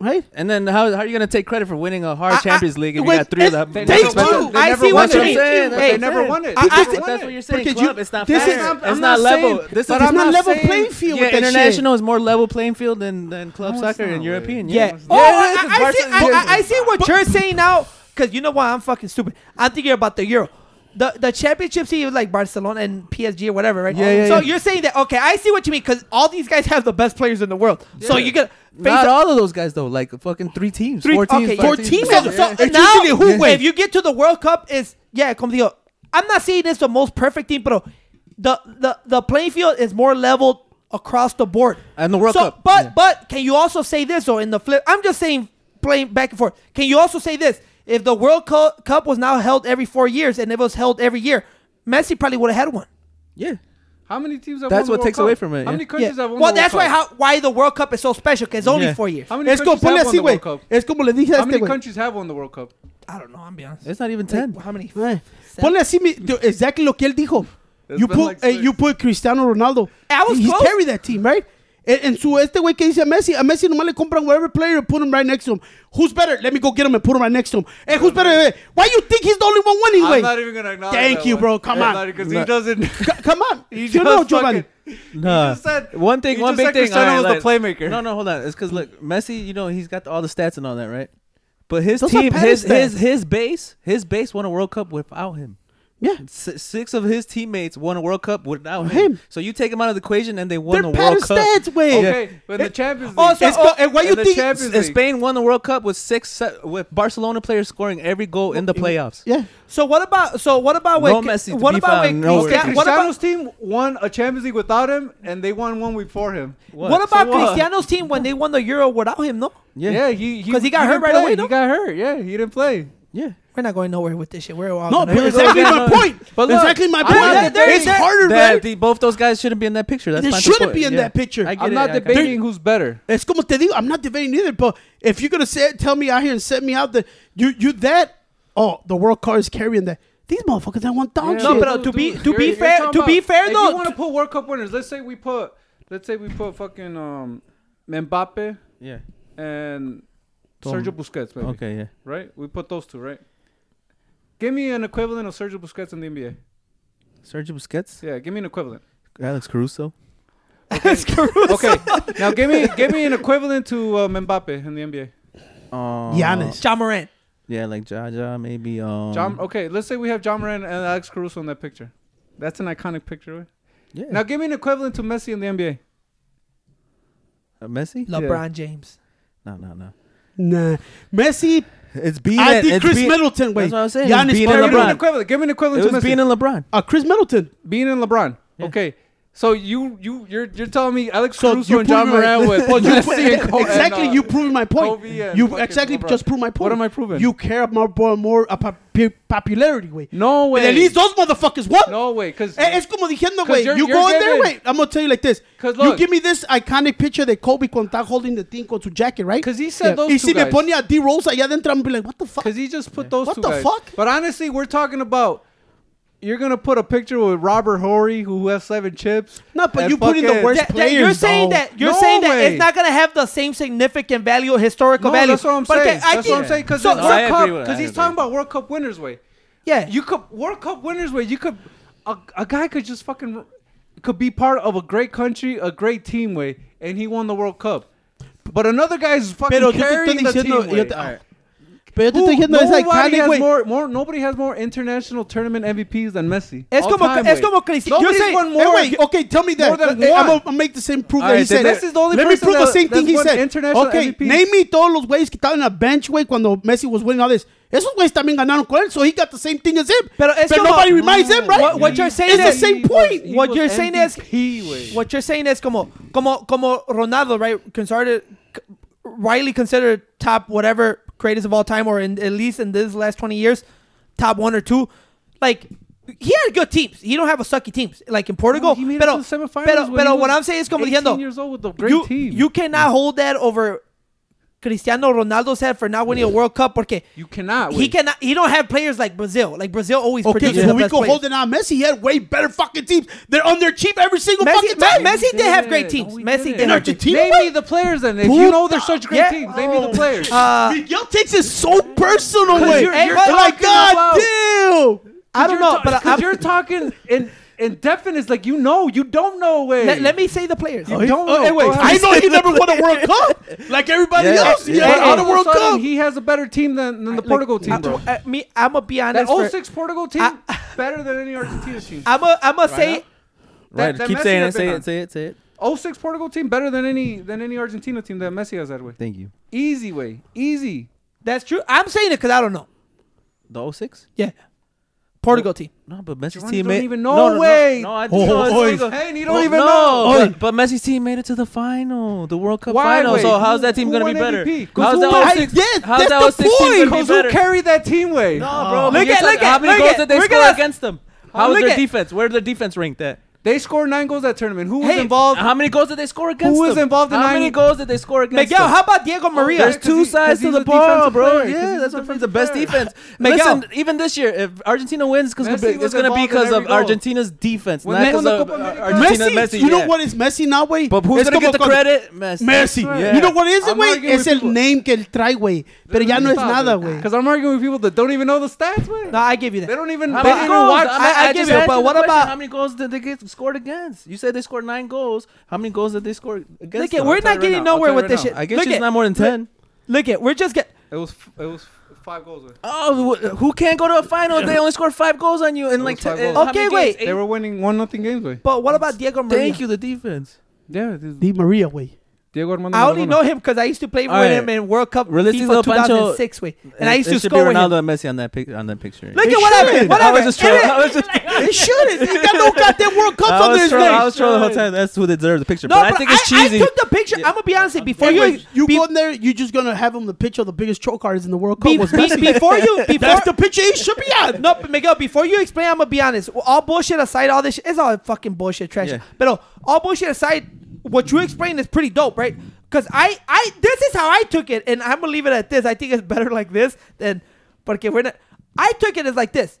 B: Right?
C: And then how, how are you gonna take credit for winning a hard
A: I- I-
C: Champions League if you
B: when-
C: got three of the
B: and
C: most
B: they
C: expensive?
B: do.
A: I
D: never
A: see
D: won
A: what you
C: That's what
D: it.
C: I'm
A: mean.
C: saying. That's
A: Hey,
D: they never won it.
B: I- I-
C: But
B: Won
C: that's what you're saying.
B: Because
C: Club,
B: you-
C: it's not
B: this
C: fair.
B: is-
D: I'm-
C: it's not,
D: I'm not
C: level.
D: saying-
C: this
D: but
C: is
B: It's
D: I'm
B: not
D: not
B: level
D: saying-
B: playing field
C: yeah,
B: with that shit.
C: international is more level playing field than, than club
D: No, it's
C: soccer
D: not,
C: and
D: wait.
C: European.
A: Yeah.
C: Yeah.
A: Oh, I, I-
C: because
A: I see,
C: Barca-
A: I, I- I see what you're saying now. Because you know what? I'm fucking stupid. I'm thinking about the Euro. The, the championship team is like Barcelona and PSG or whatever, right?
C: Yeah, yeah,
A: so
C: yeah.
A: you're saying that okay? I see what you mean because all these guys have the best players in the world. So
C: Yeah.
A: you get
C: Not all of those guys though. Like fucking three teams,
A: Three-
C: four teams,
A: okay,
C: five
A: four
B: teams.
A: So,
B: Yeah.
A: so
B: It's
A: now,
B: usually who
A: if
B: wins.
A: you get to the World Cup, is yeah, come the. I'm not saying it's the most perfect team, but the the the playing field is more leveled across the board.
C: And the World
A: so,
C: Cup,
A: but
C: yeah.
A: but can you also say this or in the flip? I'm just saying playing back and forth. Can you also say this? If the World Cu- Cup was now held every four years and it was held every year, Messi probably would have had one.
C: Yeah.
D: How many teams have
C: That's what
D: won the World
C: takes
D: Cup?
C: away from it,
D: How many
C: yeah.
D: countries
A: Yeah.
D: have
A: Well,
D: won the World
A: that's why
D: Cup?
A: how why the World Cup is so special because it's only
C: Yeah.
A: four years.
D: How many
B: Es como,
D: countries
B: ponle
D: have won
B: así,
D: the
B: güey.
D: World Cup?
B: Es como le dije a
D: How
B: este,
D: many
B: güey.
D: countries have won the World Cup?
A: I don't know. I'm being honest.
C: It's not even
A: Like,
C: ten.
A: how many?
B: Eh, Ponle así, mi- dude, exactly lo que él dijo.
D: It's
B: You
D: been
B: put,
D: like
B: eh,
D: six.
B: you put Cristiano Ronaldo.
A: I was
B: He's
A: close.
B: carried that team, right? En, en su este güey que dice a Messi, a Messi nomás le compran whatever player and put him right next to him. Who's better? Let me go get him and put him right next to him. Hey, who's better? Eh, Why you think he's the only one winning,
D: I'm not
B: güey?
D: even gonna acknowledge.
B: Thank
D: that
B: you,
D: one.
B: bro. Come
D: I'm
B: on.
D: not- 'cause
C: No.
D: he doesn't. [LAUGHS]
B: C- Come on.
D: He
B: you
D: just
B: know, Giovanni.
D: fucking-
C: Nah.
D: just said-
C: one thing.
D: he
C: One
D: just
C: big
D: said
C: thing.
D: Cristiano
C: alright,
D: was the playmaker.
C: No, no, hold on. It's because look, Messi. You know he's got all the stats and all that, right? But his
B: Those are
C: team,
B: petty
C: his his
B: stats.
C: his base, his base won a World Cup without him.
B: Yeah.
C: S- six of his teammates won a World Cup without him.
B: Him.
C: So you take him out of the equation, and they won
B: They're
C: the World
B: better
C: Cup.
B: stats, güey.
D: Okay, but in the Champions League.
A: Oh, so-
B: It's co- eh, why
D: In
B: you
D: the
B: think?
D: Champions-
C: S- Spain won the World Cup with six se- with Barcelona players scoring every goal in the playoffs.
B: Yeah.
A: So what about so what about
C: No
A: when
C: Messi to
A: what
C: be
A: about
C: found
A: when
C: nowhere.
A: Cristiano, what
D: Cristiano's
A: about
D: team won a Champions League without him, and they won one before him.
A: what,
C: So
A: about Cristiano's team when they won the Euro without him? No,
C: Yeah.
D: Yeah, he
A: 'Cause he got
D: didn't
A: hurt right
D: play.
A: away, no?
D: He got hurt. Yeah, he didn't play.
C: Yeah.
A: we're not going nowhere with this shit. We're all
B: No,
A: gonna-
B: but exactly
C: look,
B: my point.
C: but look,
B: exactly my
D: I'm
B: point.
D: not debating
B: it's
A: that.
B: harder,
C: That,
B: right?
C: the, both those guys shouldn't be in that picture. That's
B: They
C: not the
B: shouldn't
C: point.
B: be in
C: Yeah.
B: that picture.
C: I get
D: I'm
C: it.
D: not
C: I got it.
D: debating who's better.
B: Es como te digo, I'm not debating either, but if you're gonna say, tell me out here and set me out that you you that oh the world car is carrying that these motherfuckers that want
A: Yeah.
B: dog shit.
A: No,
D: uh,
A: but- uh, to be- to be
D: you're
A: fair-
D: talking
A: to be
D: about-
A: fair,
D: if
A: though,
D: you want
A: t-
D: to put World Cup winners, let's say we put, let's say we put fucking um, Mbappe
C: Yeah.
D: and
C: Tom-
D: Sergio Busquets, maybe.
C: Okay. Yeah.
D: Right? We put those two, right? Give me an equivalent of Sergio Busquets in the NBA.
C: Sergio Busquets,
D: Yeah, give me
A: [LAUGHS]
D: an equivalent.
C: Alex Caruso.
D: Okay, now give me give me an equivalent to um, Mbappe in the NBA. Oh. Um,
C: Uh,
B: Giannis.
A: Ja Morant.
C: Yeah, like Jaja, maybe. Um,
D: John, oh, okay, let's say we have John Moran and Alex Caruso in that picture. That's an iconic picture. right?
C: Yeah.
D: Now give me an equivalent to Messi in the NBA.
C: Uh, Messi?
A: LeBron James.
C: No, no, no.
B: Nah, Messi.
C: It's being.
B: I think Chris Middleton. Wait,
C: That's what I'm saying.
B: Giannis
C: It's being
B: Now
C: in
D: Now, give me an
C: LeBron.
D: equivalent. Give me an equivalent
C: It
D: to
C: was
D: Messi.
C: being in LeBron.
B: Uh, Chris Middleton.
D: being in LeBron.
C: Yeah.
D: Okay. So you you you're you're telling me Alex
B: So
D: Caruso
B: you
D: and John
B: prove me right. [LAUGHS]
D: Moran with what you [LAUGHS] see and Co-
B: exactly,
D: and, uh,
B: you proving my point.
D: Kobe and
B: You
D: fucking
B: exactly
D: LeBron.
B: just proved my point.
D: What am I proving?
B: You care about more, more about pu- popularity, way.
D: no way.
B: But at least those motherfuckers won.
D: no way, because
B: Eh, Es como diciendo, güey,
D: you're-
B: you
D: you're
B: go in there,
D: getting-
B: wait. I'm gonna tell you like this.
D: 'Cause
B: you
D: look-
B: give me this iconic picture de Kobe cuando está holding the thing con su jacket, right?
D: 'Cause he said those
B: Y
D: two
B: si me
D: guys.
B: pone a D Rose allá adentro, I'm gonna be like, what the fuck?
D: because he just put those
B: Eh, What
D: two
B: the
D: guys.
B: fuck?
D: But honestly, we're talking about. You're gonna put a picture with Robert Horry, who has seven chips.
B: No, but
D: and
B: you put in the
D: fucking-
B: worst
A: That- that you're
B: players,
A: saying
B: though.
A: that you're
D: No
A: saying that
D: way.
A: it's not gonna have the same significant value, historical
D: No,
A: value.
D: that's what I'm
A: But
D: saying.
A: okay, I
D: that's what I'm
A: think-
D: saying. Because
A: so-
C: No, I
D: World
C: agree
D: Cup,
C: with-
D: because
C: I
D: he's
C: agree.
D: talking about World Cup winners way.
A: yeah,
D: You could World Cup winners way. You could a, a guy could just fucking could be part of a great country, a great team way, and he won the World Cup. But another guy's fucking
B: Pero yo te estoy
D: carrying the
A: ah,
B: diciendo,
D: team
B: yo
D: way.
B: te- ah, Pero yo te estoy
D: Who-
B: diciendo, es
D: nobody
B: iconic,
D: has
B: güey.
D: more, more, nobody has more international tournament MVPs than Messi.
A: Es
D: All
A: como,
D: time,
A: es
D: güey.
A: como Cristiano. You're
D: Nobody's
A: saying,
D: won
B: Hey,
D: more.
B: wait, okay, tell me that.
D: More than
B: Hey, I'm
D: one.
B: gonna make the same proof
D: All
B: that he
D: right, then
B: said.
D: Messi's the only
B: Let me
D: person
B: prove the
D: that-
B: same thing
D: that's
B: he
D: won
B: said.
D: international
B: okay,
D: MVPs.
B: name me todos los güeyes que estaban en la bench, güey, cuando Messi was winning all this. Esos güeyes también ganaron con él, so he got the same thing as him.
A: Pero es como-
B: nobody reminds him, right?
A: What- what you're saying is-
B: It's the same
A: He
B: point.
A: what you're saying is-
D: is
A: What you're saying is como como como Ronaldo, right? Considered rightly considered top whatever greatest of all time, or in, at least in this last twenty years, top one or two. Like he had good teams. He don't have a sucky teams like in Portugal.
D: he made it
A: pero
D: to the semifinals
A: pero,
D: when
A: pero
D: he
A: what
D: was
A: I'm saying is como
D: 18
A: diciendo,
D: years old with a great
A: you
D: team.
A: you cannot hold that over Cristiano Ronaldo's head for not winning a World Cup porque
D: you cannot.
A: he cannot. He don't have players like Brazil. Like Brazil always
B: Okay,
A: produces
B: so
A: the
B: we
A: best
B: go
A: players.
B: holding on Messi. He had way better fucking teams. They're on their cheap every single
A: Messi,
B: fucking time.
A: Me- Messi did have great
D: didn't.
A: teams.
D: No, he
A: Messi
D: didn't.
A: did
B: In
A: have great
B: Argentina,
A: teams.
D: Name me the players then. If you know they're
B: Puta.
D: such great
A: Yeah.
D: teams, name me the players.
A: Uh,
B: Miguel takes it so personal, güey.
D: you're-
B: Hey,
A: you're
B: Like,
D: talking about-
B: God damn.
A: I don't know, but
D: because
A: I'm,
D: you're talking in indefinite. It's like you know, you don't know.
A: [LAUGHS]
D: Way.
A: let, let me say the players.
C: Oh,
D: You don't know.
B: Hey, wait,
D: Go ahead.
B: I know he never won a World
A: [LAUGHS]
B: Cup. Like everybody
C: Yeah,
B: else. He
C: yeah.
B: never
A: Hey,
B: won a
A: hey,
B: World
D: All of a sudden,
B: Cup.
D: He has a better team than, than the Portugal team, bro.
A: I, I, uh, me, I'm gonna be honest.
D: That
A: for-
D: 06 Portugal team, better than any Argentina team.
A: I'm gonna I'm gonna say
C: Right.
D: That- that
C: Keep
D: Messi
C: saying
D: had
C: it.
D: been
C: Say
D: on.
C: it. Say it. Say it.
D: 06 Portugal team, better than any than any Argentina team that Messi has that way.
C: Thank you.
D: Easy way, easy.
A: that's true. I'm saying it because I don't know.
C: The 06?
A: Yeah, Portugal team.
C: No, but Messi's
D: Giovanni
C: team
D: don't
C: made.
D: even
C: no,
D: know,
C: no, no,
D: way.
C: No, I just
B: Oh,
C: know it's
B: oh,
C: legal.
D: Hey, you
C: No,
D: don't even
C: no,
D: know.
C: But, but Messi's team made it to the final, the World Cup
D: Why,
C: final.
D: wait?
C: So how's that
D: Who-
C: team
D: who
C: gonna be
D: won
C: better?
D: MVP?
C: How's
D: Who
B: won?
C: that 06?
B: I- yes,
C: how's
B: that's
C: that
B: the
C: 06 team gonna
D: Because
C: be
D: who
C: better?
D: carried that team way?
C: No, bro.
A: Look
C: but you're
A: at-
C: talking-
A: look
C: How
A: at-
C: many
A: look
C: goals
A: at-
C: did they
A: look at
C: score
A: us.
C: against them? How was
A: Look
C: their
A: at-
C: defense? Where did their defense ranked at?
D: They scored nine goals that tournament. Who was
A: Hey,
D: involved?
C: How many goals did they score against
D: was
C: them?
D: involved in
C: How many
D: nine-
C: goals did they score against
A: Miguel,
C: them?
A: how about Diego Maria?
C: Oh, There's
D: Yeah, 'cause
C: two
D: he- 'cause
C: sides to
D: he's
C: the
D: a
C: ball,
D: defensive
C: bro.
D: player, 'cause
C: yeah,
D: he's a
C: that's what I'm saying. The
D: defensive
C: best
D: player.
C: defense.
A: Miguel.
C: Listen, even this year, if Argentina wins, it's gonna
D: Messi
C: be,
D: was
C: it's gonna be
D: involved in
C: because of
D: every goal.
C: Argentina's defense,
D: When
C: not
D: they
C: because
D: won the
C: of
D: Copa America.
C: Argentina. Messi,
B: you
C: yeah.
B: know what is Messi now, güey?
C: But who's
B: Es
C: gonna get the
B: como cuando-
C: credit? Messi.
B: Messi.
D: Yeah.
B: You know what is it,
D: I'm
B: güey?
D: arguing
B: Es
D: with
B: el
D: people.
B: name que él trae, güey. Pero ya no es nada, güey.
D: Because I'm arguing with people that don't even know the stats, way.
A: No, I give you
D: They
A: that.
D: don't even.
C: How
D: they
C: many
D: didn't
C: goals?
D: even watch.
A: I- I give
C: just
A: you,
C: asked
A: but
C: the
A: what
C: question,
A: about-
C: how many goals did they get scored against? You said they scored nine goals. How many goals did they score against?
A: Look
C: them?
A: at, we're
C: I'll tell you
A: not
C: right
A: getting
C: now. I'll
A: nowhere
C: tell you
A: with
C: right
A: this
C: now.
A: shit.
C: I guess
A: Look
C: it's
A: at-
C: not more than ten.
A: Look at, we're just get.
D: It was. f- It was f- five goals. way.
C: Oh, wh- who can't go to a final if they only scored five goals on you in like?
D: five
C: ten-
D: goals.
C: how many
A: Okay,
C: games?
A: wait.
C: Eight?
D: They were winning one nothing games, way.
A: But what about Diego Maria?
C: Thank you, the defense.
D: Yeah. this-
B: Di Maria, güey.
D: Diego Armando.
A: I only
D: Maradona.
A: know him because I used to play with
C: All right.
A: him in World Cup
C: Realistic
A: FIFA
C: little Pancho-
A: 2006 way, and I used
C: it
A: to
C: should
A: score
C: be
A: with him.
C: Ronaldo and Messi on that pic- on that picture.
A: Look
B: It
A: at whatever,
B: should.
A: whatever.
C: I was just trolling. I was
A: It-
C: just-
B: It shouldn't. He got no goddamn World Cups
C: I
B: on
C: was
B: his
C: trolling. I
B: name.
C: was trolling the whole time. That's who deserves the picture.
A: No,
C: but I think it's cheesy.
A: I took the picture. I'm gonna be honest. with you, Before
B: Hey,
A: you,
B: wait, you
A: be-
B: go in there, you're just gonna have him the picture of the biggest troll cards in the World Cup.
A: Be-
B: was
A: be-
B: Messi.
A: before you- before-
B: that's the picture he should be on.
A: No, but Miguel, before you explain, I'm gonna be honest. All bullshit aside, all this shit is all fucking bullshit trash.
C: Yeah.
A: But no, all bullshit aside, what you explained is pretty dope, right? Because I, I, this is how I took it, and I'm gonna leave it at this. I think it's better like this than, porque we're not. I took it as like this.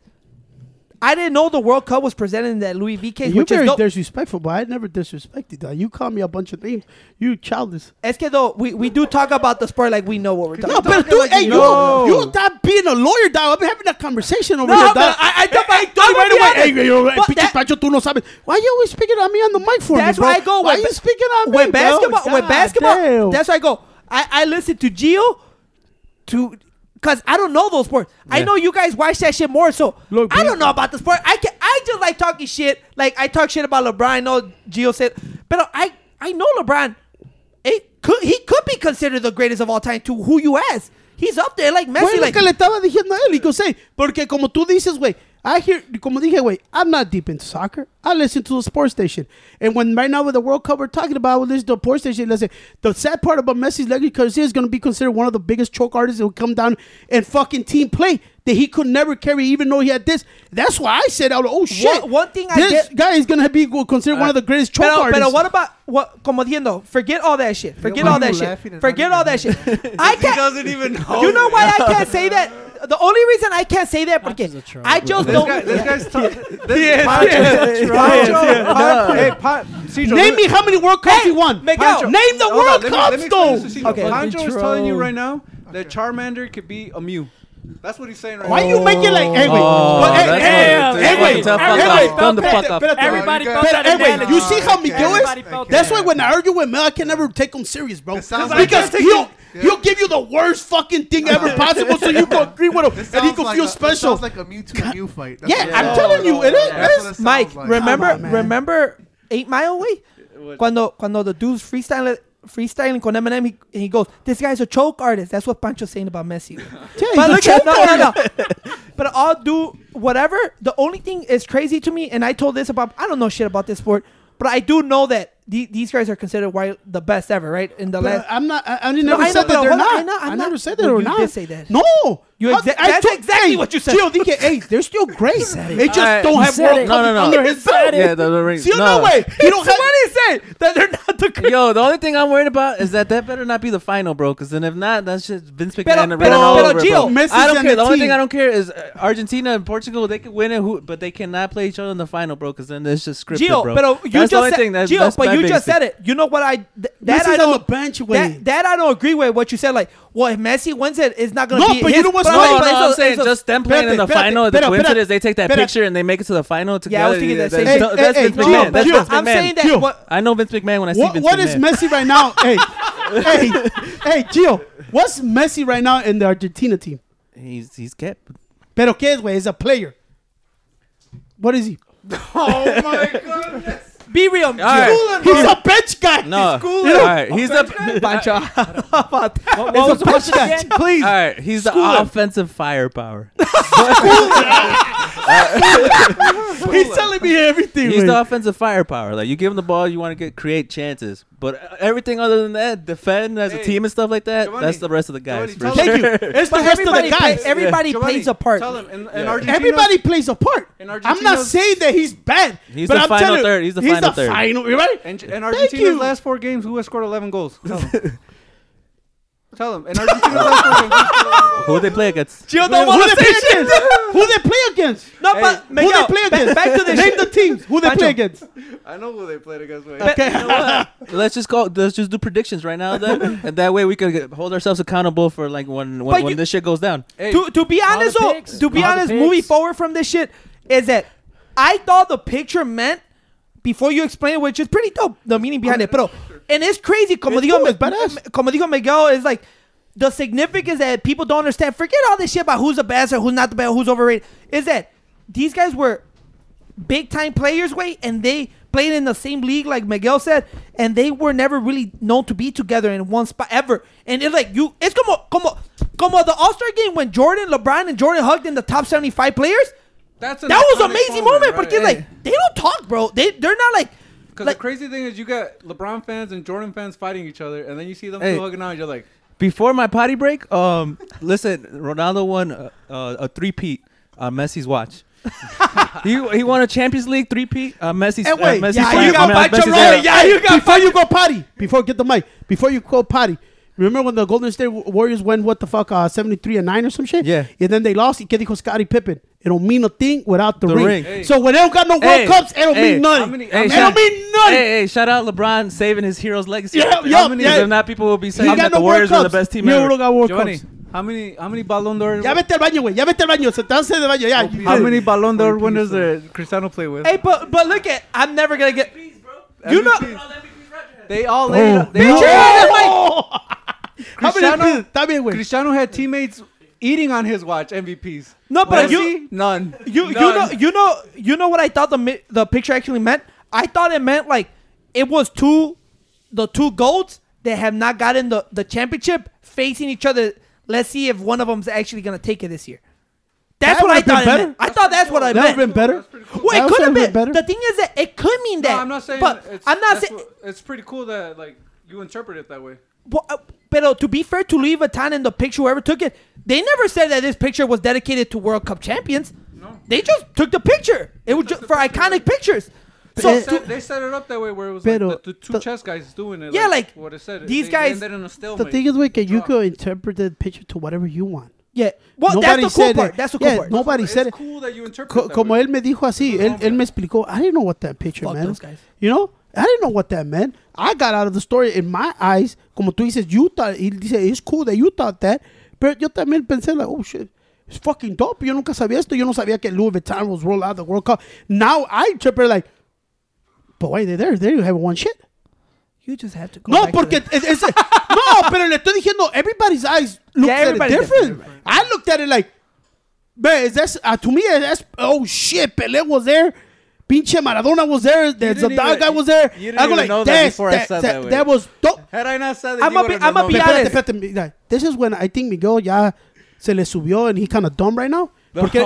A: I didn't know the World Cup was presented in that Louis V case,
B: You're
A: which is
B: very
A: dope.
B: disrespectful, but I never disrespected that. You call me a bunch of names. You childish.
A: Es que though we, we do talk about the sport like we know what we're talking.
B: No,
A: about.
B: but dude,
D: like
B: hey,
D: you
B: you,
D: know.
B: you stop being a lawyer, dog. I'm having that conversation over
A: No,
B: here,
A: but
B: dog.
A: I- I don't- I don't
B: Hey,
A: be
B: right away.
A: honest.
B: Hey, you know, hey,
A: But
B: pinche
A: that-
B: Pancho, tú no sabes. Why you always speaking on me on the mic for
A: That's
B: me, bro?
A: where I go
B: Why
A: with
B: you
A: ba-
B: speaking on me,
A: with basketball,
B: bro?
A: with
B: God
A: basketball,
B: damn.
A: that's where I go. I, I listen to Gio, to because I don't know those sports. I
C: Yeah.
A: know you guys watch that shit more, so
B: Look,
A: I
B: bro.
A: don't know about the sport. I can I just like talking shit. Like I talk shit about LeBron. I know Gio said, but I I know LeBron. It could he could be considered the greatest of all time to who you ask. He's up there like
B: Fue
A: Messi.
B: lo
A: Like,
B: que le estaba diciendo a él, y que sé, porque como tú dices, güey, I hear, como dije, güey, I'm not deep into soccer. I listen to the sports station. And when right now with the World Cup we're talking about, with this the sports station, listen, the sad part about Messi's legacy because he is going to be considered one of the biggest choke artists who come down and fucking team play that he could never carry, even though he had this. That's why I said, out, oh shit,
A: one thing I
B: this
A: did-
B: guy is going to be considered one of the greatest choke
A: Pero,
B: artists.
A: pero what about what? Como diciendo, forget all that shit. Forget
F: why
A: all
F: you
A: that shit.
F: laughing and
A: Forget
F: not
A: all that shit.
D: [LAUGHS]
A: I can't.
D: doesn't even know.
A: You know why I can't say that? The only reason I can't say that
E: Pancho's a
A: because
E: troll.
A: I just
D: This guy,
A: don't.
D: this guy's tough.
A: [LAUGHS]
D: This
A: Yes,
D: Pancho,
A: yes,
D: Pancho,
A: yes.
D: Pancho, hey, Pan- Cedro,
B: Name me how many World Cups
A: Hey,
B: he won.
A: Miguel,
B: Pancho. Name the
D: hold on,
B: World
D: let me- let
B: Cups,
D: me finish
B: though.
D: this, Cedro.
A: Okay.
D: Pancho is
E: Fucking
D: telling you
E: troll.
D: right now that Charmander could be a Mew. That's what he's saying right
B: Why
D: now.
B: you make it like, hey, wait,
C: Oh,
B: but, hey, hey,
C: that's
E: what-
B: hey, wait,
E: that's what
B: hey,
E: I'm
B: wait,
E: talking
C: about. Dumb the fuck up.
B: espérate, espérate.
E: Everybody
F: But
E: felt
B: But
E: that
B: hey, wait,
E: analogy.
B: you see how
F: Okay.
B: Miguel is?
E: Everybody felt
B: That's
E: that.
B: why when I argue with Mel, I can never take him serious, bro.
F: It sounds
B: because
F: like-
B: he'll
F: Yeah.
H: He'll give you the worst fucking thing
F: [LAUGHS]
H: ever possible so you can agree with him
F: This
H: and he
F: sounds
H: can
F: like
H: feel
F: a- this
H: special.
F: Sounds like a Mewtwo and Mew fight. That's
A: Yeah,
F: what
A: I'm
F: sounds
A: telling you, it is.
F: That's what
A: it is.
F: sounds
A: Mike,
F: like.
A: remember,
B: Come on, man.
A: remember, eight mile away.
D: What-
A: Cuando, cuando the dude's freestyling, freestyling con Eminem, he, he goes, "This guy's a choke artist." That's what Pancho's saying about Messi. but look at no, no, no. But I'll do whatever. The only thing is crazy to me, and I told this about. I don't know shit about this sport, but I do know that the, these guys are considered why the best ever, right? In the
B: But uh,
A: last,
B: I'm not. I, I never
A: No, I know,
B: said
A: but
B: that they're
A: hold on,
B: not.
A: I know, I'm
B: I
A: not-
B: never said that
A: but
B: or
A: you
B: not.
A: did say that.
B: No,
A: You
B: How-
A: exa-
B: I
A: that's
B: told-
A: exactly
B: hey,
A: what you said.
B: Gio, DK, hey, they're still great. they just
C: Alright,
B: don't
E: he
B: have
E: said
B: World
E: it.
B: Cup
C: No, no, no.
B: under his belt.
C: Yeah, the, the ring.
H: See,
C: no.
H: no way. He don't have.
A: somebody said that they're not the. greatest.
C: Yo, the only thing I'm worried about is that that better not be the final, bro. Because then if not, that's just Vince McMahon
A: Pero-
C: running
A: pero-
C: all
A: pero
C: over, it,
A: Gio,
C: bro.
B: Messi's
C: I don't
B: on
C: care.
B: the
C: The only thing
B: team.
C: I don't care is uh, Argentina and Portugal. They can win it, who, but they cannot play each other in the final, bro. Because then it's just scripted,
A: Gio,
C: bro.
A: pero you
C: that's the
A: just
C: only
A: said,
C: thing. That's,
A: Gio,
C: that's
A: but
C: my
A: you
C: biggest
A: just
C: thing.
A: said it. You know what I th- that
B: Messi's
A: I
B: on the
A: don't
B: bench
A: that,
B: waiting.
A: that I don't agree with what you said. Like, well, if Messi wins it, it's not gonna
B: No,
A: be.
B: but you
A: his-
B: know what's
A: but-
C: No,
B: funny?
A: but
C: no,
A: it's a-
C: I'm saying
A: it's a-
C: just them playing in the
B: espérate,
C: final. The
B: espérate,
C: coincidence is they take that
B: espérate.
C: picture and they make it to the final together.
A: Yeah, I was thinking that same
C: that's-
A: thing.
C: That's
B: Hey,
C: Vince
B: hey,
C: McMahon.
B: Gio,
C: That's
B: Gio,
C: Vince
A: I'm saying
C: McMahon.
A: that
B: Gio.
A: what,
C: I know Vince McMahon when I see
B: What,
C: Vince
B: what is
C: McMahon.
B: Messi right
C: [LAUGHS]
B: now? hey, hey, hey, Gio, what's Messi right now in the Argentina team?
C: He's he's kept.
B: Pero qué es, güey? He's a player. What is he?
D: Oh my god!
A: be real. Gio.
C: right.
B: He's a bench guy.
C: No,
B: He's
C: all
B: cool.
C: right, he's the
A: Pancho, how about that?
B: It's
E: What, what was
B: a
E: the question
B: bench guy.
E: again?
B: Please.
C: All right, he's the
B: [LAUGHS]
C: offensive firepower.
B: [LAUGHS] He's telling me everything.
C: He's
B: man.
C: the offensive firepower. Like you give him the ball, you want to get create chances, but uh, everything other than that, defend as a
D: Hey,
C: team and stuff like that.
D: Giovanni,
C: that's the rest of the guys.
D: Giovanni,
C: for
D: tell
C: sure.
B: Thank you. It's the
A: But
B: rest of
A: everybody,
B: the
A: play,
B: guys.
A: everybody
D: Giovanni,
A: plays a part.
D: Tell him in, in
C: Yeah.
D: Argentina.
B: Everybody plays a part.
D: In
B: I'm not
D: Argentina's-
B: saying that he's bad.
C: He's
B: but
C: the
B: I'm
C: final
B: telling you,
C: third. He's the final third.
B: final- you're right.
D: In, in Argentina's
B: you.
D: last four games, who has scored 11 goals?
B: [LAUGHS]
D: Tell him. Tell him. In Argentina's last four games, who has scored 11
C: [LAUGHS] Who they play
A: [LAUGHS]
C: against?
A: Gio
B: Who
A: don't want
B: they
A: to
B: play
A: say shit.
B: against? Who they play against?
A: No,
D: Hey,
A: but
B: Who they
A: Miguel,
B: play
A: ba-
B: against?
A: back to the
B: Name
A: shit.
B: the teams. Who they
A: Pancho.
B: play against?
D: goals? I know who they played against.
B: [LAUGHS]
D: Wait.
C: Let's just go. Let's just do predictions right now, then, and that way we could get- hold ourselves accountable for like when when,
A: But
C: when
A: you-
C: this shit goes down.
A: to, to be
E: all the
A: honest, though,
E: pics,
A: to be
E: all the
A: honest, moving
E: pics.
A: forward from this shit is that I thought the picture meant before you explain it, which is pretty dope, the meaning behind it. Pero, and it's crazy, como
B: It's
A: digo,
B: cool,
A: Mi-
B: it's badass.
A: como digo Miguel, is like the significance that people don't understand. Forget all this shit about who's the best or who's not the best, who's overrated. Is that these guys were big time players, way, and they played in the same league, like Miguel said, and they were never really known to be together in one spot ever. And it's like you, it's como como como the All Star game when Jordan, LeBron, and Jordan hugged in the top seventy five players.
D: That's an
A: That was
D: iconic
A: an amazing moment,
D: right?
A: because like they don't talk, bro. They they're not like
D: Because
A: like
D: the crazy thing is, you got LeBron fans and Jordan fans fighting each other, and then you see them
C: Hey.
D: two hugging out. You're like,
C: Before my potty break, um, listen, Ronaldo won uh, uh, a three peat on Messi's
D: [LAUGHS]
C: watch. he he won a Champions League three peat on Messi's.
B: And wait,
C: uh, Messi's
B: yeah,
C: fire-
B: you
C: I
B: got
C: mean, on
B: Pancho
C: Messi's
B: Rowley.
C: era.
B: Yeah, you got before you go potty. Before get the mic. Before you go potty. Remember when the Golden State Warriors went what the fuck uh, seventy three and nine or some shit?
C: Yeah.
B: And then they lost. Y que dijo Scottie Pippen? It don't mean a thing without the,
C: The
B: ring.
C: ring.
D: Hey.
B: So when they don't got no World
C: Hey,
B: Cups, it don't
C: hey,
B: mean
D: how
B: nothing.
D: many-
B: it
D: how
C: Hey,
D: many-
B: don't
C: shout,
B: mean nothing.
C: hey, hey, shout out LeBron saving his hero's legacy.
B: Yeah,
C: How
B: yeah,
C: many-
B: yeah.
C: If not, people will be
B: He
C: saying
B: got
C: that
B: no
C: the Warriors
B: World
C: were the
B: Cups.
C: best team
B: You
C: ever.
B: don't got World
D: Giovanni,
B: Cups.
D: how many how many Ballon d'Or?
B: Ya vete al baño, güey. Ya vete al baño. Se te hace de baño. Ya.
D: How many Ballon d'Or winners did Cristiano play with?
A: hey, but but look at I'm never gonna get you know.
D: MVPs. they all laid.
B: Oh.
D: They all,
B: How
D: Cristiano-
B: many? Está bien, güey.
D: Cristiano had teammates eating on his watch MVPs.
A: No, but you-
D: Messi? none.
A: You you know
D: None.
A: you know you know what I thought the mi- the picture actually meant. I thought it meant like it was two, the two goats that have not gotten the the championship facing each other. Let's see if one of them's actually gonna take it this year. That's
B: That
A: what I
B: would've been
A: thought. It
B: better.
A: meant. I thought that's what I
B: That would have
A: meant.
B: been better.
A: well,
B: that
A: it
B: would've
A: could have
B: been
A: been.
B: better.
A: The thing is that it could mean
D: No,
A: that.
D: I'm not saying.
A: But
D: it's,
A: I'm not
D: that's
A: saying.
D: what- it's pretty cool that like you interpret it that way.
A: Well, uh, Pero to be fair to Louis Vuitton and the picture, whoever took it, they never said that this picture was dedicated to World Cup champions.
D: No.
A: They just took the picture. It was just
D: took the
A: for
D: picture.
A: iconic pictures.
D: they,
A: So
D: set,
A: to-
D: they set it up that way where it was
B: Pero
D: like the, the two
B: the-
D: chess guys doing it.
A: Yeah, like,
D: what it said.
A: these
D: They- they
A: guys-
D: ended in a
B: The
D: stalemate.
B: thing is, wait, you
D: Draw.
B: could interpret the picture to whatever you want.
A: yeah, well,
B: Nobody
A: that's the cool
B: said
A: part.
B: that.
A: That's the cool
B: Yeah,
A: part.
B: no- nobody
D: it's
B: said it.
D: cool that you interpret
B: Co-
D: that
B: como
D: way.
B: él me dijo así, él, él me explicó, I didn't know what that picture
A: Fuck
B: meant.
A: those guys.
B: You know, I didn't know what that meant. I got out of the story in my eyes, como tú dices, you thought, él dice, it's cool that you thought that, pero yo también pensé, like, oh shit, it's fucking dope, yo nunca sabía esto, yo no sabía que Louis Vuitton was rolled out of the World Cup. Now I interpret like, but why they there? They didn't have one shit.
A: You just have to go.
B: No,
A: back to
B: porque
A: the-
B: es, es- no, pero le estoy diciendo everybody's eyes look
A: Yeah,
B: at it
A: everybody's
B: different.
A: different.
B: I looked at it like, man, is that's uh, to me that's oh shit, Pelé was there. Pinche Maradona was there. The
D: didn't
B: Zidane
D: even-
B: guy was there.
D: you didn't
B: I go
D: even
B: like,
D: know that
B: that,
D: before I
B: that,
D: said
B: that-
D: that way.
B: that was dope.
D: Had I not said that,
A: I'ma
D: you
A: be-
D: would've known
A: I'ma be
D: better.
A: honest.
B: Espérate, espérate, mira, This is when I think Miguel ya se le subió and he kind of dumb right now. Porque,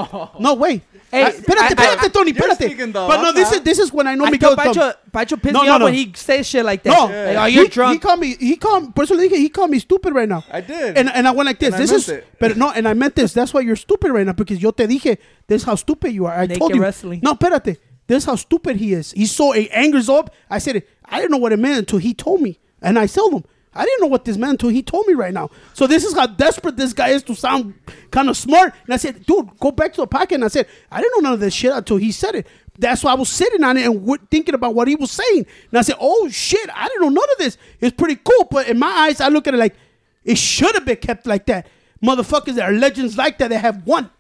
B: no, way.
A: Hey,
B: Ah, espérate,
A: I- I-
B: espérate, Tony,
D: you're
B: espérate.
D: speaking dumb,
B: But no,
D: I'm
B: this is
D: not.
B: this is when I know
A: I
B: Miguel
A: told
B: dumb.
A: Pancho, Pancho pissed
B: No,
A: me
B: no,
A: off
B: no.
A: when he says shit like that.
B: No,
A: Like, oh, you're
B: he,
A: drunk.
B: He called me. He called. Por eso le dije, he called me stupid right now.
D: I did.
B: And, and I went like this.
D: And I
B: this
D: meant
B: is,
D: it.
B: but no, and I meant this. That's why you're stupid right now because yo te dije, this is how stupid you are. I
A: Naked
B: told you.
A: wrestling.
B: No, espérate. This is how stupid he is. He's so he angers up. I said, I didn't know what it meant until he told me, and I told him. I didn't know what this meant until he told me right now. So this is how desperate this guy is to sound kind of smart. And I said, dude, go back to the pocket. And I said, I didn't know none of this shit until he said it. That's why I was sitting on it and w- thinking about what he was saying. And I said, oh shit, I didn't know none of this. It's pretty cool. But in my eyes, I look at it like, it should have been kept like that. Motherfuckers that are legends like that, they have one.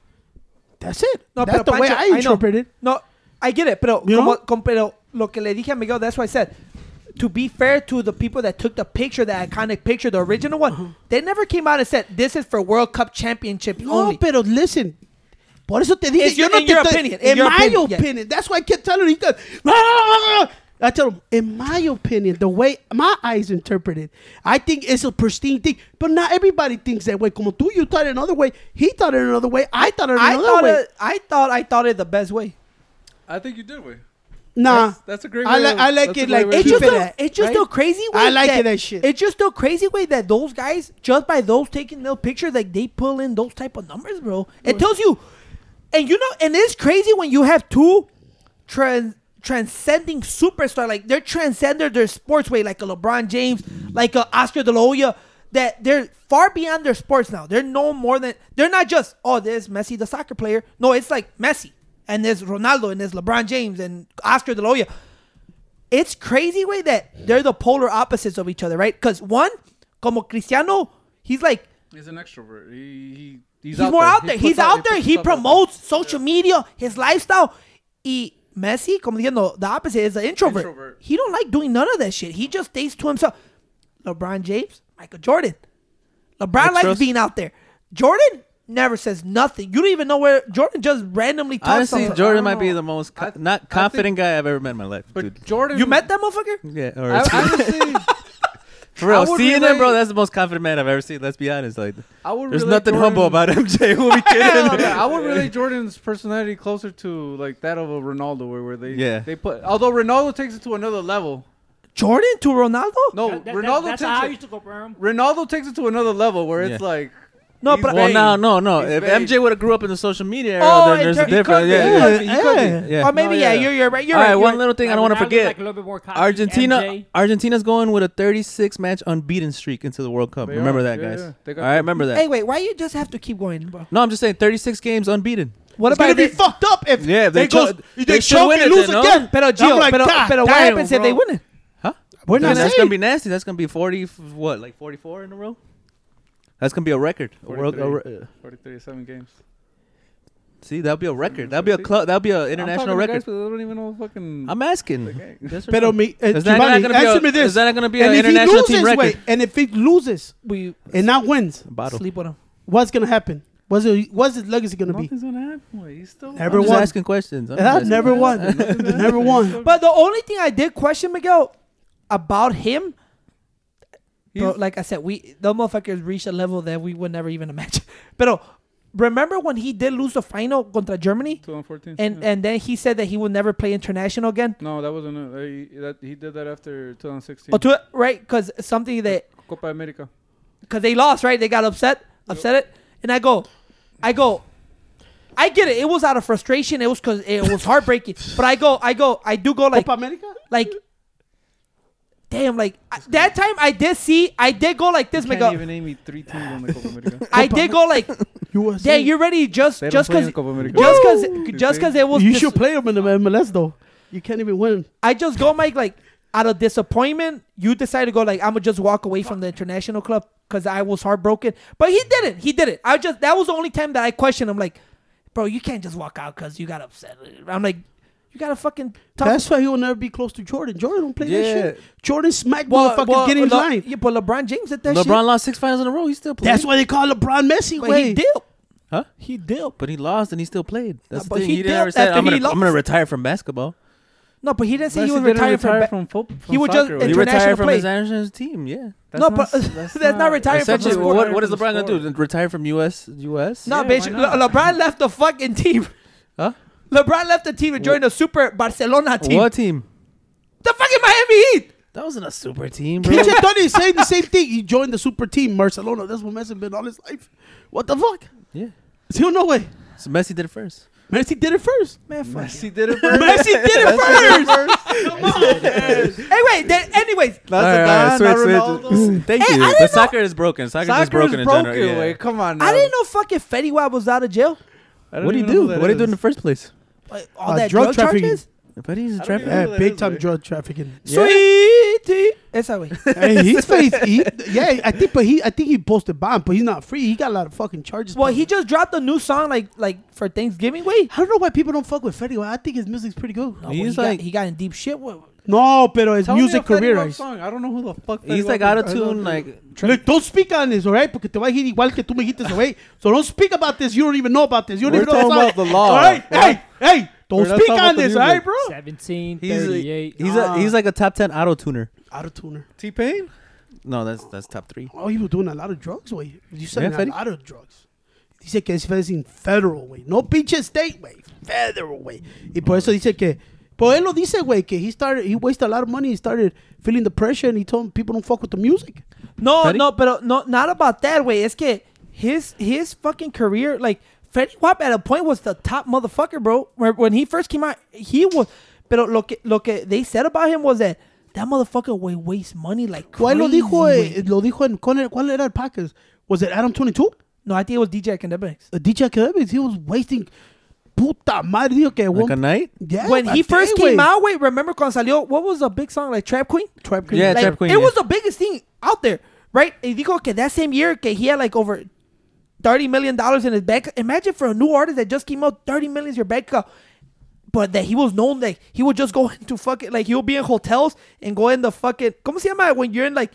B: That's it.
A: No,
B: That's
A: pero
B: the way
A: Pancho,
B: I
A: I know.
B: interpret it.
A: No, I get it, pero,
B: You
A: como,
B: know?
A: com- pero lo que le dije a Miguel, that's why I said, to be fair to the people that took the picture, the iconic picture, the original one,
B: Uh-huh.
A: they never came out and said, this is for World Cup championships
B: No,
A: only.
B: pero listen. Por eso te dije,
A: It's
B: yo
A: your-
B: no
A: in
B: te
A: your
B: estoy-
A: opinion, in
B: In,
A: your
B: my
A: opinion,
B: opinion,
A: yeah.
B: That's why I kept telling him. He goes, ah, I tell him, in my opinion, the way my eyes interpret it, I think it's a pristine thing. But not everybody thinks that way. Como tú, you thought it another way. He thought it another way. I thought it
A: I
B: another
A: thought
B: way.
A: it, I thought I thought it the best way.
D: I think you did. Way.
B: nah.
D: That's, that's a great.
B: I
D: way
B: like-
D: of-
B: I like
D: that's
B: it
D: a great
B: like-
A: It's
D: way of
B: Keep
A: just
D: doing
B: it
A: a,
B: at-
A: it's just
B: right?
A: a crazy way.
B: I like it, that shit.
A: It's just a crazy way that those guys, just by those taking those pictures, like they pull in those type of numbers, bro. It tells you, and you know, and it's crazy when you have two trans transcending superstar like they're transcended their sports way, like a LeBron James, like a Oscar De La Hoya. That they're far beyond their sports now. They're no more than they're not just oh there's Messi the soccer player. No, it's like Messi and there's Ronaldo and there's LeBron James and Oscar De La Hoya it's crazy way that they're the polar opposites of each other, right? Because one, como Cristiano, he's like
D: He's an extrovert. He, he
A: he's, more out there. He's out there. He promotes social media, his lifestyle. Y Messi, como diciendo, the opposite is an introvert.
D: Introvert.
A: He don't like doing none of that shit. He just stays to himself. LeBron James, Michael Jordan. LeBron likes
C: trust-
A: being out there. Jordan never says nothing. You don't even know where Jordan just randomly talks.
C: Honestly,
A: sometimes.
C: Jordan
D: I
C: might
D: don't
C: be
D: know.
C: the most co-
D: I- I
C: not
D: think-
C: confident guy I've ever met in my life, dude.
D: But Jordan,
A: you met that motherfucker?
C: Yeah, or
D: I, honestly,
C: for real,
D: I would
C: seeing him, bro,
D: relate-
C: that's the most confident man I've ever seen. Let's be honest, like
D: I would
C: there's
D: relate
C: nothing
D: Jordan-
C: humble about MJ. Who
D: [LAUGHS]
A: [LAUGHS]
C: we
E: Um,
C: kidding?
D: Yeah, I would relate Jordan's personality closer to like that of a Ronaldo, where, where they
C: Yeah.
D: they put. Although Ronaldo takes it to another level.
A: Jordan to Ronaldo?
D: No,
E: That- that-
D: Ronaldo takes
E: that's how
D: it.
E: you took over him.
D: Ronaldo takes it to another level where it's
C: Yeah.
D: like.
A: No,
D: he's
A: but-
C: Well,
D: vain.
C: no, no, no.
D: He's
C: If
D: vain.
C: MJ would have grew up in the social media era,
A: Oh,
C: then
A: in
C: there's
A: ter-
C: a
A: he
C: difference.
A: could
C: Yeah,
A: be,
C: yeah,
A: he
C: yeah,
A: could be.
C: yeah.
A: Or maybe
D: No,
A: yeah,
D: yeah.
A: you're you're right. You're
C: All
A: right.
C: right,
A: you're
C: one
A: right.
C: little thing I
E: Like,
C: don't want
E: Ronaldo's,
C: to forget.
E: Like a little bit more cocky.
C: Argentina,
E: MJ.
C: Argentina's going with a 36 match unbeaten streak into the World Cup.
D: They
C: remember
D: are.
C: that,
D: Yeah,
C: guys.
D: yeah. They got
C: All right,
D: the-
C: remember that.
A: Hey, wait, why you just have to keep going, bro?
C: No, I'm just saying 36 games unbeaten.
A: What
B: it's going to
A: about
B: be
A: if
B: fucked up if
C: Yeah, if they
B: they, goes,
C: cho-
B: they,
C: they should
B: choke
C: win
B: and
C: it
B: lose
C: then, no?
B: again.
A: Pero Gio,
B: I'm like,
A: pero,
B: God
A: pero what
B: damn,
A: happens if they
B: bro.
A: win it?
C: Huh?
B: We're
C: Then
B: not
C: that's
B: safe.
C: gonna be nasty. That's gonna be 40. f- What, like 44 in a row? That's gonna be a record. A world. a re- uh,
D: 43, seven games.
C: see, that'll be a record. That'll be a club. That'll be an international
D: I'm talking
C: record.
D: to Guys, but I don't even know fucking.
C: I'm
A: [LAUGHS]
C: asking. [LAUGHS]
D: Okay.
C: Yes or
B: Pero
C: no?
B: me, uh,
C: Is that not
B: Giovanni,
C: gonna be
B: answer
C: a-
B: me
C: Is
B: this.
C: that not gonna be
B: and
C: an
B: if he
C: international team
B: loses,
C: record?
B: wait, and if he loses
A: We
B: and not wins,
C: Bottle.
A: sleep on him.
B: what's gonna happen? What's it, what's his legacy gonna be?
D: Nothing's gonna happen. Wait, he's still.
B: Every-
C: I'm just
B: won.
C: asking questions. I'm
B: And I
C: just asking
B: never
C: questions.
B: won. [LAUGHS] never won.
A: But the only thing I did question Miguel about him, bro,
D: He's-
A: like I said, we the motherfuckers reached a level that we would never even [LAUGHS] imagine. But remember when he did lose the final contra Germany,
D: Two and fourteen.
A: and
D: yeah.
A: and then he said that he would never play international again.
D: No, that wasn't. it. Uh, he, that, he did that after 2016.
A: Or Oh, to, right? Because something that
D: Copa America.
A: because they lost, right? They got upset, upset it, and I go, I go, I get it. It was out of frustration. It was because it was heartbreaking. but I go, I go, I do go like,
B: Copa America?
A: like, damn, like I, that time I did see, I did go like this,
D: You can't
A: Miguel.
D: even name me three teams
A: [LAUGHS]
D: on the Copa America.
A: I did go
D: [LAUGHS]
A: like,
B: USA.
A: yeah, you're ready just
D: They don't
A: just
D: play in
A: because.
D: the Copa America.
A: Just cause,
D: You
A: just
D: think?
A: cause it was,
B: you
A: dis-
B: should play him in the MLS though. You can't even win.
A: I just go, Mike, like out of disappointment, you decided to go, like I'm gonna just walk away from the international club because I was heartbroken. But he didn't. He did it. I just that was the only time that I questioned him, like, bro, you can't just walk out because you got upset. I'm like, you You gotta fucking talk.
B: That's why he will never be close to Jordan. Jordan don't play that shit. Jordan smack motherfuckers
A: well,
B: get in
A: Le-
B: line.
A: Yeah, but LeBron James did that
C: LeBron lost six finals in a row. He still played.
B: That's why they call LeBron Messi.
A: shit. But
B: way.
A: he did.
C: Huh?
A: He did.
C: But he lost and he still played. That's
A: but
C: the thing.
A: he
C: He,
A: did
C: didn't ever say,
A: after
C: I'm
A: he
C: gonna, I'm gonna
A: lost.
C: retire from basketball.
A: No, but he didn't say
D: Messi
A: he was
D: didn't
A: retiring from.
D: retire
A: ba-
D: from, football.
A: He was just-
C: He
A: International
C: retired from
A: play.
C: his national team. Yeah.
A: No, but that's not retiring from the
C: Essentially,
A: sport.
C: what, what is LeBron gonna do? Retire from US? US?
A: No,
D: Yeah,
A: bitch.
D: why not?
A: Le- LeBron left the fucking team.
C: Huh?
A: LeBron left the team and joined the super Barcelona team.
C: What team?
A: The fucking Miami Heat.
C: That wasn't a super [LAUGHS] team, bro.
B: PJ Tunney saying the same thing. He joined the super team, Barcelona. That's what Messi been all his life. What the fuck?
C: yeah.
B: Still no way.
C: So Messi did it first.
B: Messi did it first.
A: Man, fuck.
D: Messi did it first.
A: Messi did it first. hey, wait. Then, anyways,
D: That's a
C: all
D: guy,
C: right, switch,
D: not
C: switch.
D: Ronaldo.
C: Thank
A: Hey,
C: you.
A: I didn't know-
C: But soccer is broken. Soccer,
D: Soccer
C: is broken in general. yeah.
D: wait, come on. Now.
A: I didn't know fucking Fetty Wap was out of jail.
D: I don't
C: What do you
D: even
C: do?
D: know who that
C: What do you do in
D: is.
C: the first place?
A: Like, All
B: Uh,
A: that drug,
B: drug trafficking.
A: charges.
C: But he's a
D: don't even
C: traffic.
D: know
B: Yeah,
D: who that
B: big
D: is,
B: time
D: like.
B: drug trafficking.
C: Yeah.
A: Sweetie. That's how we.
B: hey, he's face. He, yeah, I think, but he, I think he posted bond, but he's not free. He got a lot of fucking charges.
A: [LAUGHS] Well, he just dropped a new song like like for Thanksgiving. Wait.
B: I don't know why people don't fuck with Fetty. Wap. I think his music's pretty good.
A: No,
C: He's
A: he,
C: like-
A: got, he got in deep shit. What,
B: No, pero his
D: Tell me
B: music
D: a Fetty
B: career
D: Wap
B: is.
D: song. I don't know who the fuck.
C: He's
D: Fetty
C: like
D: Wap
C: out
D: is.
C: of tune. Like
B: Look, don't speak on this, all right? Porque te va a ir igual que tú me dijiste, güey. So don't speak about this. You don't even know about this. You don't
D: We're
B: even know
D: talking
B: about
D: about the law.
B: All right?
D: We're
B: Hey, hey, don't
D: we're not
B: speak
D: talking
B: on
D: about the
B: this, all right,
D: music.
B: bro?
E: 17,
C: he's a,
E: 38.
C: he's a
B: Ah.
C: he's like a top ten auto tuner.
B: Out of tuner.
D: T Pain.
C: No, that's that's top three.
B: Oh, you were doing a lot of drugs, güey. You selling
C: Yeah, Fetty.
B: a lot of drugs. Dice que es facing federal, güey. No pinche state, güey. Federal, güey. Y por eso dice que... Pues él lo dice, güey, que he started... He wasted a lot of money. He started feeling the pressure and he told him people don't fuck with the music.
A: No,
C: Fetty?
A: no, pero no, not about that way. It's que his his fucking career, like Fetty Wap at a point was the top motherfucker, bro. When, when he first came out, he was. Pero lo que lo que they said about him was that that motherfucker would waste money like crazy.
B: Güey, lo dijo... eh,
A: güey.
B: lo dijo en... ¿cuál era- ¿Cuál era el podcast? Was it Adam 22?
A: no, I think it was DJ Academics.
B: a DJ Academics, he was wasting puta madre. Dijo que
C: Like a night.
B: yeah,
A: when
B: a
A: he first
B: day,
A: came
B: güey.
A: out, wait, remember cuando salió, what was the big song like Trap Queen?
B: Trap Queen.
C: Yeah,
A: Like,
C: Trap Queen.
A: It
C: yeah.
A: was the biggest thing out there, right? Y dijo que that same year que he had like over thirty million dollars in his bank. Imagine for a new artist that just came out, thirty million is your bank account. But that he was known that he would just go [LAUGHS] into fucking like he'll be in hotels and go in the fucking ¿Cómo se llama? When you're in like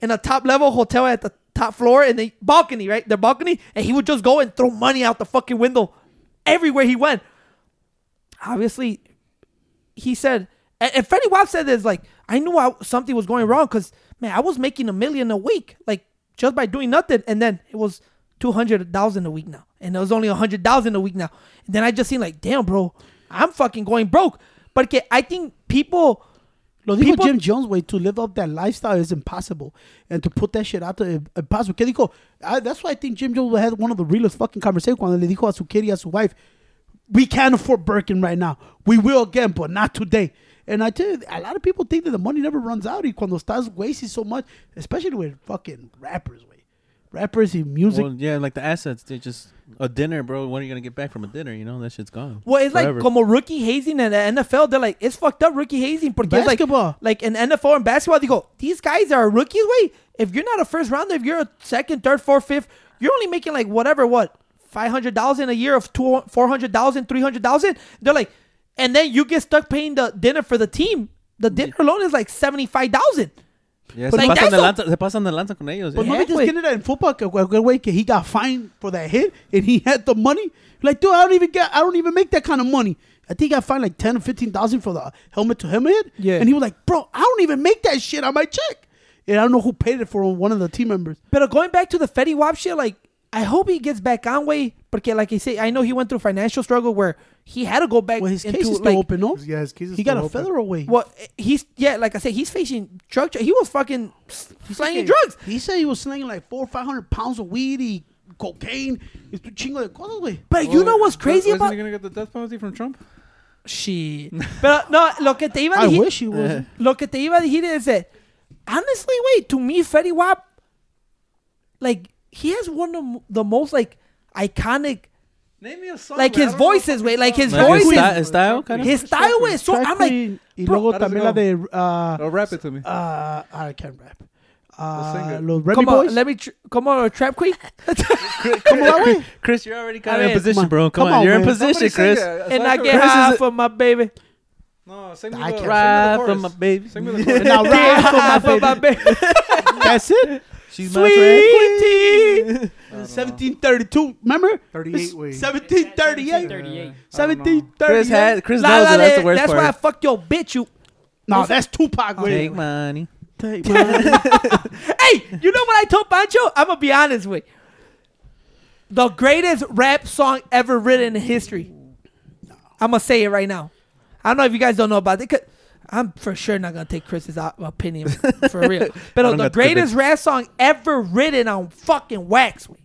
A: in a top level hotel at the top floor and the balcony, right? The balcony, and he would just go and throw money out the fucking window everywhere he went. Obviously, he said, and, and Freddie Wap said this, like, I knew I, something was going wrong because, man, I was making a million a week, like, just by doing nothing. And then it was 200,000 a week now. And it was only 100,000 a week now. And then I just seen, like, damn, bro, I'm fucking going broke. But que- I think people,
B: Lo dijo
A: People-
B: Jim Jones, way to live up that lifestyle is impossible, and to put that shit out there is impossible. Que dijo, I, that's why I think Jim Jones had one of the realest fucking conversations cuando le dijo a su kid y a su wife, we can't afford Birkin right now. We will again, but not today. And I tell you, a lot of people think that the money never runs out. Y cuando estás wasting so much, especially with fucking rappers, way, rappers and music.
C: Well, yeah, like the assets. They just a dinner, bro. When are you gonna get back from a dinner? You know that shit's gone.
A: well, it's
C: Forever.
A: like, como rookie hazing in the NFL, they're like, it's fucked up rookie hazing. Porque it's like,
B: Basketball.
A: like in NFL and basketball, they go, these guys are rookies. Wait, if you're not a first rounder, if you're a second, third, fourth, fifth, you're only making like whatever, what, 500,000 a year of two, 400,000, 300,000. They're like, and then you get stuck paying the dinner for the team.
B: Mm-hmm.
A: The dinner alone is like 75,000.
C: Yeah,
A: But
C: se
A: like,
C: pasan de
A: that's
C: lanza, se pasan de lanza con ellos.
B: But
C: yeah.
B: no me
A: Heck,
B: just
A: wait.
B: getting that in football. Que, que, que, wait, que he got fined for that hit, and he had the money. Like, dude, I don't even get. I don't even make that kind of money. I think I got fined like ten or fifteen thousand for the helmet to helmet hit.
A: Yeah.
B: And he was like, "Bro, I don't even make that shit on my check." And I don't know who paid it for one of the team members.
A: But going back to the Fetty Wap shit, like I hope he gets back on way. Porque like I say, I know he went through financial struggle where he had to go back
B: Well, his case
A: into
B: is still
A: like
B: open, no?
F: Yeah, his case is
B: He got
F: still
B: a
F: open.
B: federal way.
A: well he's yeah like I said he's facing drug. He was fucking slanging drugs.
B: He said he was slinging like four or five hundred pounds of weed, he, cocaine. It's too chingo de cosas, güey.
A: But you know Oh, what's
D: Wa-
A: crazy
D: wasn't
A: about
D: he gonna get the death penalty from Trump?
A: [LAUGHS] she? But no, lo que te iba a
B: I
A: decir,
B: wish he was.
A: [LAUGHS] lo que te iba a decir is that honestly, wait, to me, Fetty Wap, like he has one of m- the most like iconic
D: Name me a song.
A: like
D: man. I
A: his
D: don't know
A: voices, wait, like his
C: Like his
A: voices,
C: sty- his style, kind of.
A: his style, wait. So
B: Track
A: I'm like.
B: queen, y
A: bro,
B: luego
D: how does it
B: también la de
D: fucking-
B: uh,
D: Oh, rap it to me.
B: uh, I can't rap.
D: sing
B: Uh,
D: it.
B: los Remy
A: Come on,
B: Boys.
A: let me tr- come on, trap queen.
B: Come on, wait.
C: Chris, you're already
B: I
C: kind of in
B: mean,
C: position,
B: come
C: bro. Come,
B: on,
C: on, you're in
B: man.
D: Somebody
C: position,
D: sing
C: Chris.
D: it.
A: and I
D: Aside
A: get
D: from-
A: high for my baby.
D: No, sing me the,
B: I
D: sing me
B: can't
D: the
C: Ride for
D: chorus.
C: my baby.
D: Sing me the chorus.
B: Now,
A: [LAUGHS]
B: ride for my
A: For my
B: baby.
A: [LAUGHS] baby.
B: [LAUGHS] That's it.
C: She's my friend.
B: Sweetie.
D: I [LAUGHS] don't know.
B: 1732. Remember?
F: 38 way.
B: 1738.
E: 38.
D: I don't know.
B: 1738.
C: Chris had Chris
A: La
C: knows
A: La
C: that that's the
A: Land,
C: worst
A: that's
C: part.
A: why I fucked your bitch. You.
B: No, that's Tupac. way.
C: Oh, Take money.
B: Take my-
A: Hey, you know what I told Pancho? I'm gonna be honest with. you. The greatest rap song ever written in history. I'm gonna say it right now. I don't know if you guys don't know about it. 'cause I'm for sure not gonna take Chris's o- opinion
D: [LAUGHS]
A: for real.
C: don't
A: But
C: got
A: the
C: the
A: greatest rap song ever written on fucking wax. we.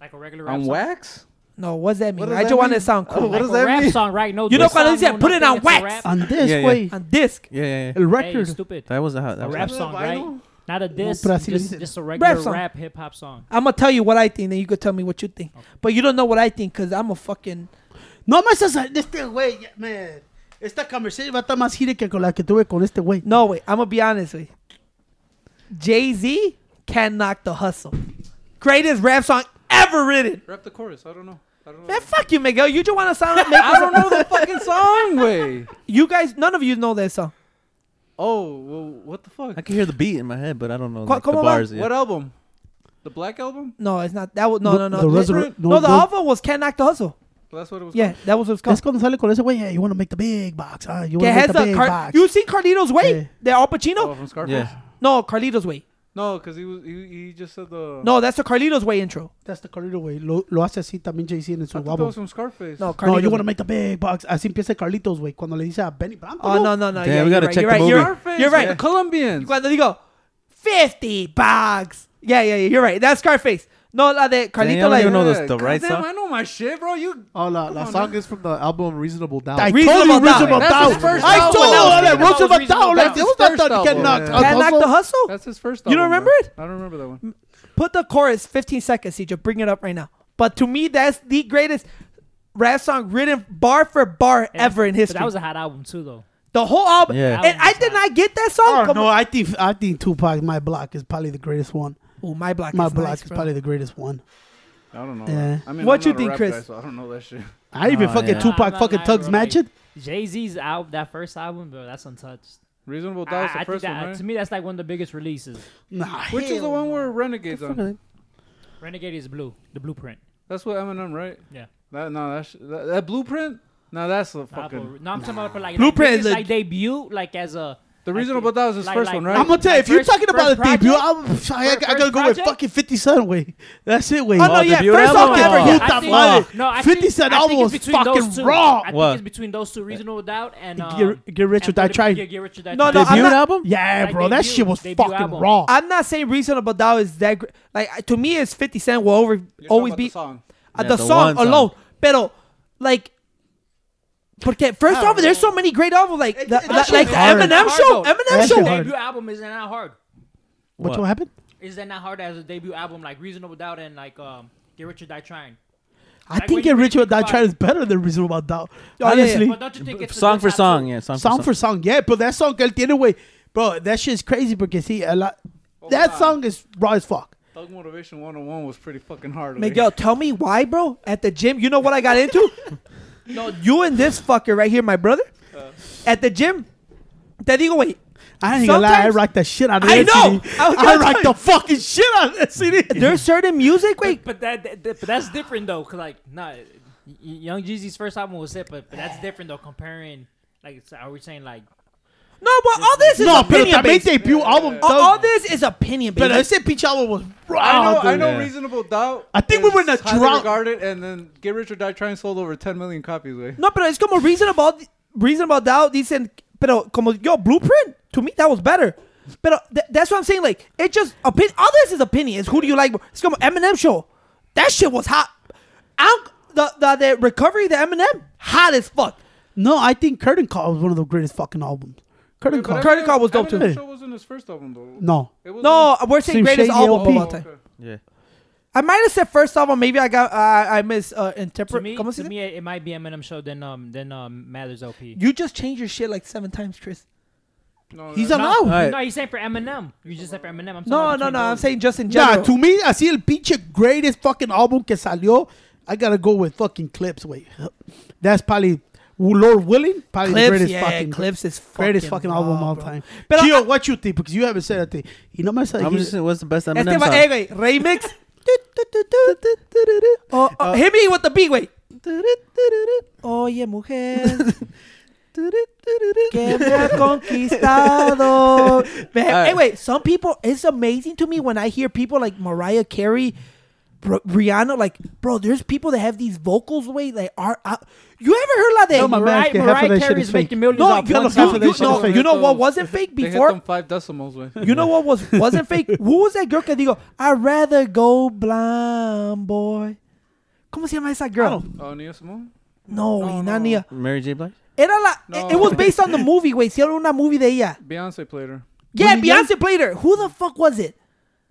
E: Like a regular rap
D: On
E: song.
D: wax?
A: No, what's that mean?
D: What does
A: I
D: that
A: just want to
D: mean?
A: sound cool.
D: Oh, [LAUGHS] what
E: Like
D: does
E: a
D: that
E: rap
D: mean?
E: song, right? No,
A: You know
E: no
A: cuando
E: song,
A: dice,
E: no
A: "Put it on
E: nothing, it's a
A: wax."
E: rap.
B: On this
C: Yeah, yeah.
B: way.
A: On disc.
C: Yeah, yeah, yeah.
B: El
E: Hey, you're
B: record.
E: stupid.
C: That was a hot.
E: A
C: That was
E: rap
C: hot.
E: song,
D: Vinyl?
E: right? Not a diss,
B: Brasileño.
E: just, just a regular
A: song.
E: rap hip hop song.
A: I'm gonna tell you what I think, then you could tell me what you think. But you don't know what I think because I'm a fucking.
B: No me haces a- de este güey, ya- man. Esta conversación va a estar más gira que con la que tuve con este güey.
A: No way. I'm gonna be honest with you. Jay Z can knock the hustle. Greatest rap song ever written.
D: Rap the chorus. I don't know. I don't know.
A: Man, fuck you, Miguel. You just want to sound
B: [LAUGHS]
A: like
D: I don't know the fucking song, way.
A: you guys. None of you know that song.
D: Oh, well, what the fuck?
C: I can hear the beat in my head, but I don't know
A: Cu-
C: like, the
A: ¿cómo va?
C: bars. yet.
D: What album? The Black Album?
A: No, it's not. That was no, no,
B: No,
A: no.
B: the
A: Li-
B: Resurre-
A: no,
B: no,
A: the
B: no.
A: album was "Can Knock the Hustle."
D: That's what it was
A: Yeah, that was what it's
B: Es
A: called.
B: cuando sale con ese güey, yeah, you wanna make the big box, huh?
A: That
B: You wanna
A: has
B: make the
A: the
B: big
A: Car-
B: box.
A: you seen Carlito's Way?
B: Yeah.
A: The Al
D: called.
A: Pacino?
D: Oh, from Scarface?
C: Yeah.
A: No, Carlito's Way.
D: No, because he was he, he just said the.
A: No, that's the Carlito's Way intro.
B: That's the Carlito way. Lo, lo hace así también Jay-Z en
D: I
B: su
D: thought that
B: guapo.
D: was from Scarface.
A: No,
B: No, you
A: Carlito's.
B: wanna
A: Way.
B: make the big box. Así empieza Carlitos, güey. Cuando le dice a Benny Blanco.
A: Oh no no no!
C: Damn,
A: yeah, you're
C: we gotta
A: right,
C: check
A: you're
C: the
A: right,
C: movie.
A: You're, you're right.
D: The Colombians.
A: Cuando digo 50 bucks. Yeah, yeah, yeah. You're right. That's Scarface. No, la de
C: I
A: Carlito,
C: don't
A: la
C: even know
A: de
C: the- the right
D: Goddamn,
C: song.
D: I know my shit, bro. You.
F: Oh, la, la
D: on,
F: song is from the album Reasonable Doubt.
B: I told
A: Reasonable
B: you
A: Doubt.
B: Roosevelt
D: That's his
B: Dow.
D: first
B: I
D: album.
B: told you
E: That
B: that
E: was
B: Roosevelt
E: Reasonable
B: Dow. Like,
E: Doubt.
B: it was
D: That's
B: not
D: his
B: done.
D: first
B: Can
D: album.
B: knock.
F: Yeah.
B: out
A: Can Knock
B: hustle.
A: the Hustle.
D: That's his first
A: You
D: album.
A: don't remember
D: bro.
A: it?
D: I don't remember that one.
A: Put the chorus 15 seconds, CJ. Bring it up right now. But to me, that's the greatest rap song written bar for bar
E: Yeah.
A: ever in
E: But
A: history.
E: that was a hot album too, though.
A: the whole album.
C: Yeah.
A: And I did not get that song.
B: Oh,
A: Come
B: no,
A: on.
B: I think I think Tupac, my block is probably the greatest one.
A: Ooh, my block
B: My
A: is
B: block
A: nice,
B: is
A: bro.
B: probably the greatest one.
D: I don't know.
B: Yeah.
D: I mean,
A: What
D: I'm
A: you
D: not a
A: think,
D: rap
A: Chris?
D: guy, so I don't know that shit.
B: I even
C: Oh,
B: fucking
C: yeah.
E: I'm
B: Tupac
E: not
B: fucking
E: lying,
B: Tugs
E: bro,
B: match it.
E: Jay Z's out that first album, bro. That's untouched.
D: Reasonable
E: I-
D: Doubt's
E: Ah,
D: the
E: I think
D: first
E: that-
D: one, right?
E: To me, that's like one of the biggest releases.
B: Nah,
D: Which is the
B: hell.
D: one where Renegade's on?
E: Renegade is blue, the blueprint.
D: That's what Eminem, right?
E: Yeah.
D: That no, that's that, that blueprint. No, that's the fucking.
E: Apple- No, I'm talking about for like
A: Blueprint
E: like,
A: is
E: biggest,
A: a-
E: like debut, like as a.
D: the
E: like,
D: Reasonable Doubt is his
E: like-
D: first
E: like-
D: one,
E: Right.
B: I'm
D: right?
B: gonna tell you, if you're
E: First-
B: talking about
E: first
B: a debut,
E: project?
B: I'm, I, I
E: First
B: gotta go with
E: project?
B: fucking 50 Cent, way. That's it, way.
A: Oh, no,
C: Oh,
A: yeah.
C: debut
A: First
C: album?
A: song ever.
C: Oh.
A: Yeah,
E: I
B: Puta
E: think-
B: madre.
E: no, I
B: 50
E: think-
B: Cent
E: I think
B: album
E: it's
B: was
E: between those
B: fucking
E: two.
B: raw.
E: I
C: What?
E: think it's between those two, Reasonable Doubt and.
B: Get-
E: Um,
B: Get Rich
E: and
B: or Die
E: Put It-
B: Trying.
E: Get, Get Rich or Die
A: No,
E: Trying.
A: no, I'm
C: Debut
A: not-
C: album?
B: Yeah,
E: Like
B: bro, that
E: debut-
B: shit was
E: debut
B: fucking
E: album.
B: raw.
A: I'm not saying reasonable doubt is that great. Like I- to me, it's 50 Cent will over,
D: You're talking
A: always
D: about the
A: be uh,
D: song.
A: the,
C: Yeah, the
A: song
C: one song.
A: alone. Pero like, porque first
F: don't
A: off, there's
F: know.
A: so many great albums. Like the,
B: it-
A: the-
B: that
A: like
B: shit's
A: the
B: hard.
A: Eminem
E: Hard,
A: show,
E: though.
A: Eminem
B: That shit
A: show.
B: hard.
E: Debut album is not hard.
B: What,
C: What?
B: what happened?
E: Is that not hard as a debut album like Reasonable Doubt and like um Get Rich or Die Trying?
B: I
E: Like,
B: think
E: when you
B: Get Rich or
E: think
B: Die
E: about
B: Trying
E: it-
B: is better than Reasonable Doubt.
A: Oh, yeah, yeah.
B: Honestly.
E: But don't you think it's the
C: Song for
E: best
C: song,
E: album?
C: yeah. Song,
B: Song
C: for
B: for song, yeah, but that song que él tiene, way, bro, that shit's crazy because he a lot.
A: Oh,
B: That
D: nah.
B: song is raw as fuck.
D: Thug Motivation 101 was pretty fucking hard. like.
A: Miguel, tell me why, bro? At the gym, you know what I got
B: [LAUGHS]
A: into? no, you and this fucker right here, my brother.
B: Uh.
A: At the gym, te digo, wait.
B: I ain't gonna lie, I
A: Sometimes-
B: rocked that shit out of
A: I
B: that
A: know!
B: CD.
A: I was
B: I
A: gonna
B: rocked
A: tell
B: the fucking shit out of that CD.
A: There's certain music, wait.
E: But that, that- that- but that's different though, cause like nah, y- y- Young Jeezy's first album was it, but, but that's different though. Comparing like it's- are we saying like
A: No, but all this is
B: no, pero
A: opinion
B: también
A: based.
B: debut album.
A: all,
B: Doug.
A: all this is opinion based.
B: Pero ese pinche álbum was raw.
D: I know, I
B: dude.
D: know
C: Yeah.
D: Reasonable Doubt.
B: I think we
D: is
B: were in a
D: highly
B: drought.
D: regarded, and then Get Rich or Die Trying sold over 10 million copies, eh? way.
A: no, pero es como reasonable, reasonable doubt. Dicen, pero como yo blueprint to me that was better. But that's what I'm saying. Like it just opinion. All this is opinion. It's who do you like? more. It's como Eminem show. That shit was hot. Out the, the the recovery the Eminem hot as fuck.
B: No, I think Curtain Call was one of the greatest fucking albums. Curtain Call.
A: Curtain Call was dope, too.
D: That show wasn't his first album, though.
B: No.
D: It was
A: No, we're saying
B: Slim
A: greatest
B: Shady
A: album
B: LP.
A: of all time.
D: okay.
C: Yeah.
A: I might have said first album. Maybe I got uh, I miss uh,
E: to
A: interpret.
E: me,
A: ¿Cómo
E: to
A: se dice?
E: me it, it might be Eminem show than um than um Mather's LP.
A: You just changed your shit like seven times, Chris.
D: No,
B: He's
D: that-
B: allowed.
E: no,
C: Alright.
E: no, you saying for Eminem? You just said for Eminem. I'm
A: No,
E: talking
A: no,
E: about
A: no. I'm
E: between
A: saying just in
B: Nah,
A: general.
B: to me, así el pinche greatest fucking album que salió, I gotta go with fucking Clips, wait. That's probably Lord willing, probably the
A: Clips,
B: greatest
A: yeah,
B: fucking
A: Clips is fucking
B: greatest fucking album of
A: raw,
B: all
A: bro.
B: time.
A: Pero-
B: Pero Gio, what you think? Because you haven't said a thing. You know, my son.
C: I'm
B: he-
C: just saying, what's the best
A: Este
C: Eminem
A: va, eh,
C: song?
A: güey, remix. [LAUGHS] Du, du, du, du, du, du, du, du. Oh, oh, hit me with the beat, güey. Du, du, du, du, du. Oye, mujer. [LAUGHS] du, du, du, du, du, Que me ha conquistado. Man,
C: All right.
A: Hey, wait. Some people, it's amazing to me when I hear people like Mariah Carey, Br- Rihanna, like, bro, there's people that have these vocals, way like, are out. You ever heard like that?
B: No, my man,
E: Mariah,
B: get half of
E: Mariah
B: that shit
E: Carey's
B: is fake.
E: making millions
A: No,
E: off
A: you,
E: one
A: you,
B: half of
E: song.
B: that
A: you-
B: shit
A: no,
B: is fake.
A: you know what wasn't fake
D: They hit
A: before?
D: them five decimals, eh?
A: [LAUGHS]
D: güey.
A: You know what was wasn't [LAUGHS] fake? Who was that girl que digo, I'd rather go blind, boy? ¿Cómo se llama esa girl?
D: Oh, Neo Simone?
A: Ah, No, güey, not Nia.
C: Mary J. Blige?
A: Era la, eh,
D: No.
A: it, it was based on the movie, güey. Hicieron una movie de ella.
D: Beyonce played her.
A: Yeah, Beyonce played her. Who the fuck was it?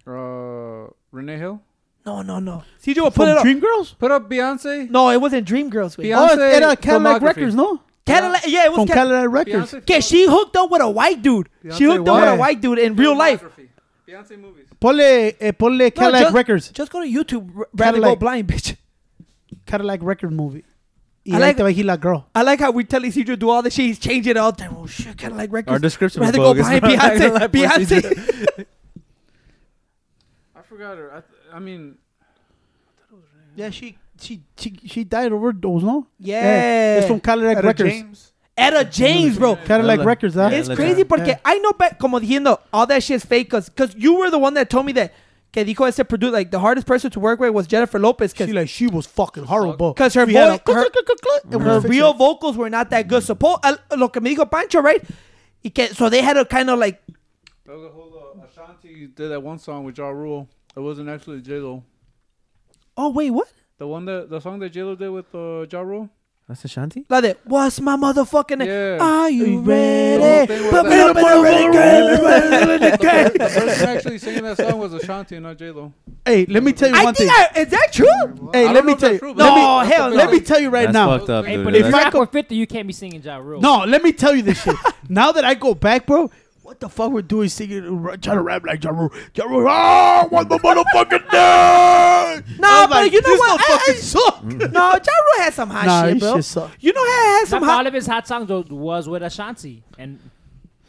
D: Uh, Renee Hill?
A: No, no, no. CJ will put
B: from
A: it up.
B: Dreamgirls.
D: Put up Beyonce.
A: No, it wasn't Dreamgirls, güey.
D: Beyonce
B: Oh, it's era Cadillac
D: filmography.
B: Records, no?
A: Cadillac, yeah, it was
B: From
A: Cadillac.
B: Cadillac Records.
D: Beyonce.
A: Okay, she hooked up with a white dude. she
F: Beyonce
A: hooked up with a
B: what?
A: white dude in real life.
D: filmography. Beyonce movies.
B: Ponle, eh, ponle Cadillac
A: just-
B: Records.
A: Just go to YouTube, r- rather go
B: Cadillac.
A: blind, bitch.
B: Cadillac Record movie. Y
A: I
B: ahí
A: like-
B: te va a ir la girl.
A: I like how we're telling Cedro do all the shit. He's changing it all the time. Oh shit, kind of like records.
C: Our description was
A: rather go
C: bogus.
A: behind
C: bro. [LAUGHS] I
A: Beyonce.
C: ain't gonna lie, bro.
A: Beyonce.
D: I forgot her. I, th- I mean,
B: Yeah, she she she she died overdose, no?
A: [LAUGHS] Yeah.
B: it's from Cadillac
F: Etta
B: Records.
F: James.
A: Etta James, bro.
B: Cadillac
C: Yeah,
B: Records,
C: yeah,
B: huh?
A: It's
C: look at
A: crazy
C: her.
A: porque
B: Yeah.
A: I know, but como diciendo, all that shit's fake. Cause, 'cause you were the one that told me that. Que dijo ese producer, like the hardest person to work with was Jennifer Lopez. Cause,
B: She like she was fucking horrible.
A: 'cause her,
B: We had
A: voice,
B: a-
A: her,
B: It was
A: her
B: fixed
A: real
B: up.
A: vocals were not that good. Suppo- uh, lo que me dijo Pancho, right? Y que, so they had to kind of like,
D: there was a whole uh, Ashanti did that one song with Ja Rule. It wasn't actually J Lo.
A: oh wait, what?
D: The one that the song that J Lo did with uh, Ja
A: [LAUGHS]
D: Rule.
C: That's Ashanti?
A: Like that. What's my motherfucking name?
D: Yeah.
A: Are you
D: The
A: ready?
D: whole thing
A: Put
D: was
A: me
D: that-
A: up in a red grain, red grain.
D: The person actually singing that song was Ashanti, not
A: [LAUGHS]
D: J Lo.
B: Hey, let me tell you
A: I
B: one thing.
A: think I, is that true?
B: hey, let me tell you.
A: No,
B: let me,
A: hell
B: let me tell you right
C: That's
B: now.
C: fucked up,
E: Hey,
C: dude.
E: but if you
C: That's-
E: rap with 50, you can't be singing Ja Rule.
B: No, let me tell you this shit. [LAUGHS] now that I go back, bro, what the fuck we're doing singing, trying to rap like Ja Rule. Ja Rule, ah, what the motherfucking [LAUGHS] day?
A: Nah,
B: I was
A: but you know
B: this
A: what?
B: don't
A: I-
B: fucking
A: I-
B: suck.
A: No, Ja Rule had some hot
B: Nah,
A: shit,
B: his
A: bro.
B: shit suck.
A: You know how had
E: Not
A: some
E: all
A: hot.
E: of his hot songs was- was with Ashanti. And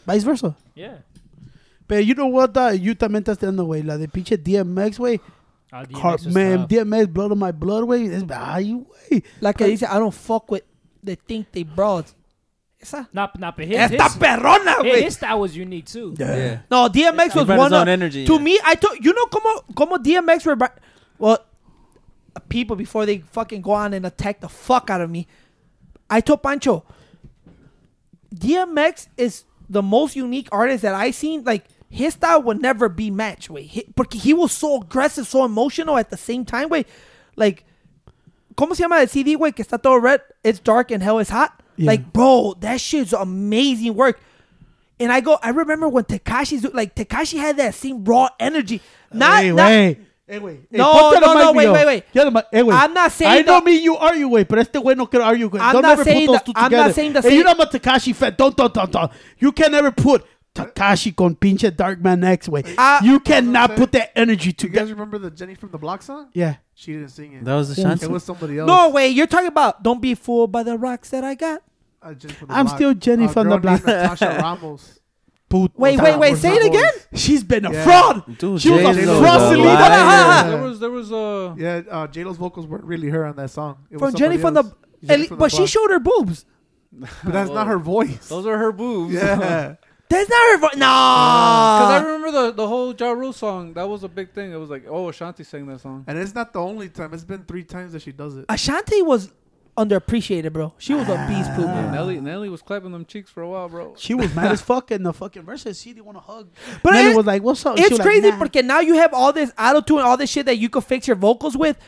B: Vice versa.
E: yeah.
B: Pero you know what? Uh, you también estás tirando, güey. La de pinche DMX, güey.
E: Oh, DMX
B: Car-
E: was
B: Man,
E: tough.
B: DMX, blood of my blood, güey. Es ay, güey.
A: Like I said, I don't fuck with. They think they broads. Esa.
E: Nah, nah, but his, his,
A: Esta [LAUGHS] perrona,
E: his,
A: güey.
E: his style was unique too.
C: Yeah.
A: No, DMX
C: He
A: was
C: brought his
A: one
C: own
A: of.
C: energy.
A: To
C: yeah.
A: me, I thought you know como como DMX were, bri- well, people before they fucking go on and attack the fuck out of me. I told Pancho, DMX is the most unique artist that I seen. Like his style would never be matched. Wait, he, porque he was so aggressive, so emotional at the same time. Wait, like, ¿cómo se llama el CD? Wait, que está todo red. It's dark and hell is hot.
B: Yeah.
A: Like, bro, that shit's amazing work. And I go, I remember when Takashi's like Takashi had that same raw energy. Not,
B: Hey,
A: not
B: güey. Hey, güey. Hey,
A: No,
B: ponte
A: no,
B: la
A: no,
B: mic,
A: wait,
B: mijo.
A: wait, wait.
B: Ya la ma- eh, güey.
A: I'm not saying
B: I know
A: the-
B: me, you are you, güey, pero este güey no quiere argue, güey.
A: I'm
B: Don't
A: not
B: ever put
A: saying
B: those
A: the-
B: two
A: I'm not
B: together.
A: saying the
B: Hey,
A: same-
B: you know I'm a Takashi fan. Don't, don't, don't, don't. You can never put Takashi con pinche Darkman X, güey.
A: Ah.
B: you cannot
F: Okay.
B: put that energy
F: Do you guys
B: together.
F: remember the Jenny from the Block song?
B: Yeah.
F: She didn't sing it.
C: That was Ashanti.
F: It was somebody else.
A: No way, you're talking about don't be fooled by the rocks that I got.
F: Uh, Jenny from the
B: I'm
F: block.
B: still Jenny
F: A
B: from
F: girl
B: the Block.
F: named Natasha
B: [LAUGHS]
F: Ramos.
B: Puta
A: Wait, wait, wait,
B: madre.
A: say it again.
B: She's been a
F: Yeah.
B: fraud.
C: Dude,
B: She was a
C: J-Lo's
B: frosty
C: a
B: leader.
C: liar.
A: Ah,
D: There was there was uh,
F: Yeah, uh, J Lo's vocals weren't really her on that song. It was
A: From Jenny
F: somebody
A: from
F: else.
A: the.
F: Jenny
A: Eli-
F: from the
A: but she
F: Block.
A: showed her boobs.
F: But that's not her voice. [LAUGHS]
D: those are her boobs. [LAUGHS]
F: yeah.
A: That's not her voice. No.
B: Uh,
D: Because
A: Uh.
D: I remember the, the whole Ja Rule song. That was a big thing. It was like, oh, Ashanti sang that song.
F: And it's not the only time. It's been three times that she does it.
A: Ashanti was underappreciated, bro. She was a beast, poo.
B: Ah.
D: Yeah, Nelly, Nelly was clapping them cheeks for a while, bro.
B: She
A: [LAUGHS]
B: was mad as fuck in the fucking verses. She didn't want to hug.
A: But
B: But Nelly
A: it-
B: was like, "What's up?" She
A: It's
B: was like,
A: crazy
B: "Nah."
A: because now you have all this auto tune, all this shit that you could fix your vocals with.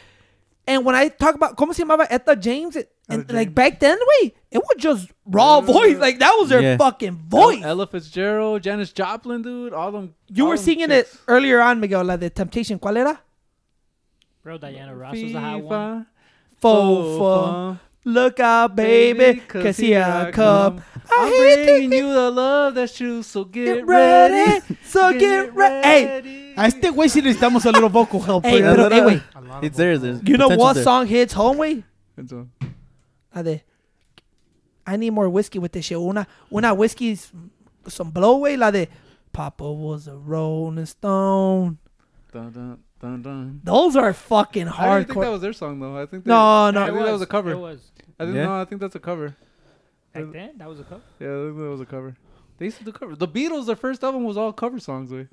A: And when I talk about como se llamaba Etta James, and,
F: Etta
A: like
F: James.
A: back then, wait, it was just raw
B: Uh,
A: voice. Like that was her
C: Yeah.
A: fucking voice.
D: Ella Fitzgerald, Janis Joplin, dude. All them.
A: you
D: all
A: were
B: oh,
D: them
A: singing
D: chicks.
A: it earlier on, Miguel, la de Temptation. ¿Cuál era?
E: Bro, Diana Ross was the hot one.
D: FIFA,
A: Fo, fo.
D: fo,
A: Look out, baby, cause here I come. I
D: I'm
A: hate to
D: bringing you the love that's true, so get,
A: get
D: ready.
A: ready, so get ready. Hey,
B: A este güey sí necesitamos a little vocal help.
A: hey, pero,
B: pero-
A: hey, wait.
F: A lot
C: It's there. There's
A: You know
C: potential
A: what
C: there.
A: song hits home, way?
D: It's a-
A: La de I need more whiskey with this shit. Una, una whiskey's some blow away, la de Papa was a Rolling Stone.
D: Dun, dun, dun, dun.
A: Those are fucking
D: I didn't think that
A: hardcore.
D: was their song though. I think they,
A: No,
D: I
A: no.
D: think that was a cover.
E: It was.
D: I think
C: Yeah.
D: no, I think that's a cover.
A: Uh,
E: Back then, that was a cover.
D: Yeah, I think that was a cover. They used to do covers. The Beatles, their first album was all cover songs. Way.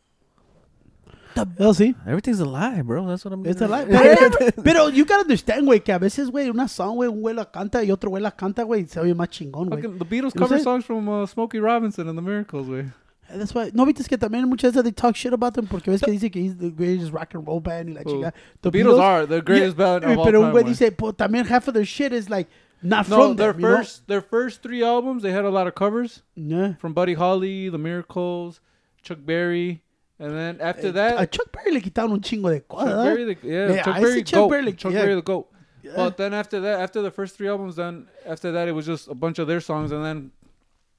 B: They'll see.
C: Everything's a lie, bro. That's what I'm.
B: It's a
C: getting
B: lie.
C: at.
B: Pero, pero you gotta understand, güey, que a veces, güey, una song, güey, un güey la canta y otro güey la canta, güey, y se oye más chingón, güey.
D: Fucking, the Beatles
B: You know what
D: cover
B: I'm saying?
D: songs from uh, Smokey Robinson and the Miracles. Way.
B: That's why, no viste que también muchas veces they talk shit about them porque ves que dice que he's the greatest rock and roll band y la
D: Who?
B: chingada.
D: Oh, The Beatles are the greatest band
B: güey,
D: of all
B: Pero un
D: time.
B: güey
D: güey.
B: dice, pues también half of their shit is like not
D: no,
B: from
D: their
B: them,
D: first their first three albums they had a lot of covers
B: you know? Yeah.
D: from Buddy Holly, the Miracles, Chuck Berry, and then after that
B: a Chuck Berry le quitaron un chingo de
D: Chuck
B: cosas. ¿verdad?
D: Berry, the, yeah,
B: Yeah, I
D: Chuck
B: see
D: Berry,
B: Chuck
D: goat.
B: Berry,
D: Chuck
B: yeah.
D: Berry, the goat.
B: Yeah.
D: But then after that, after the first three albums, then after that it was just a bunch of their songs, and then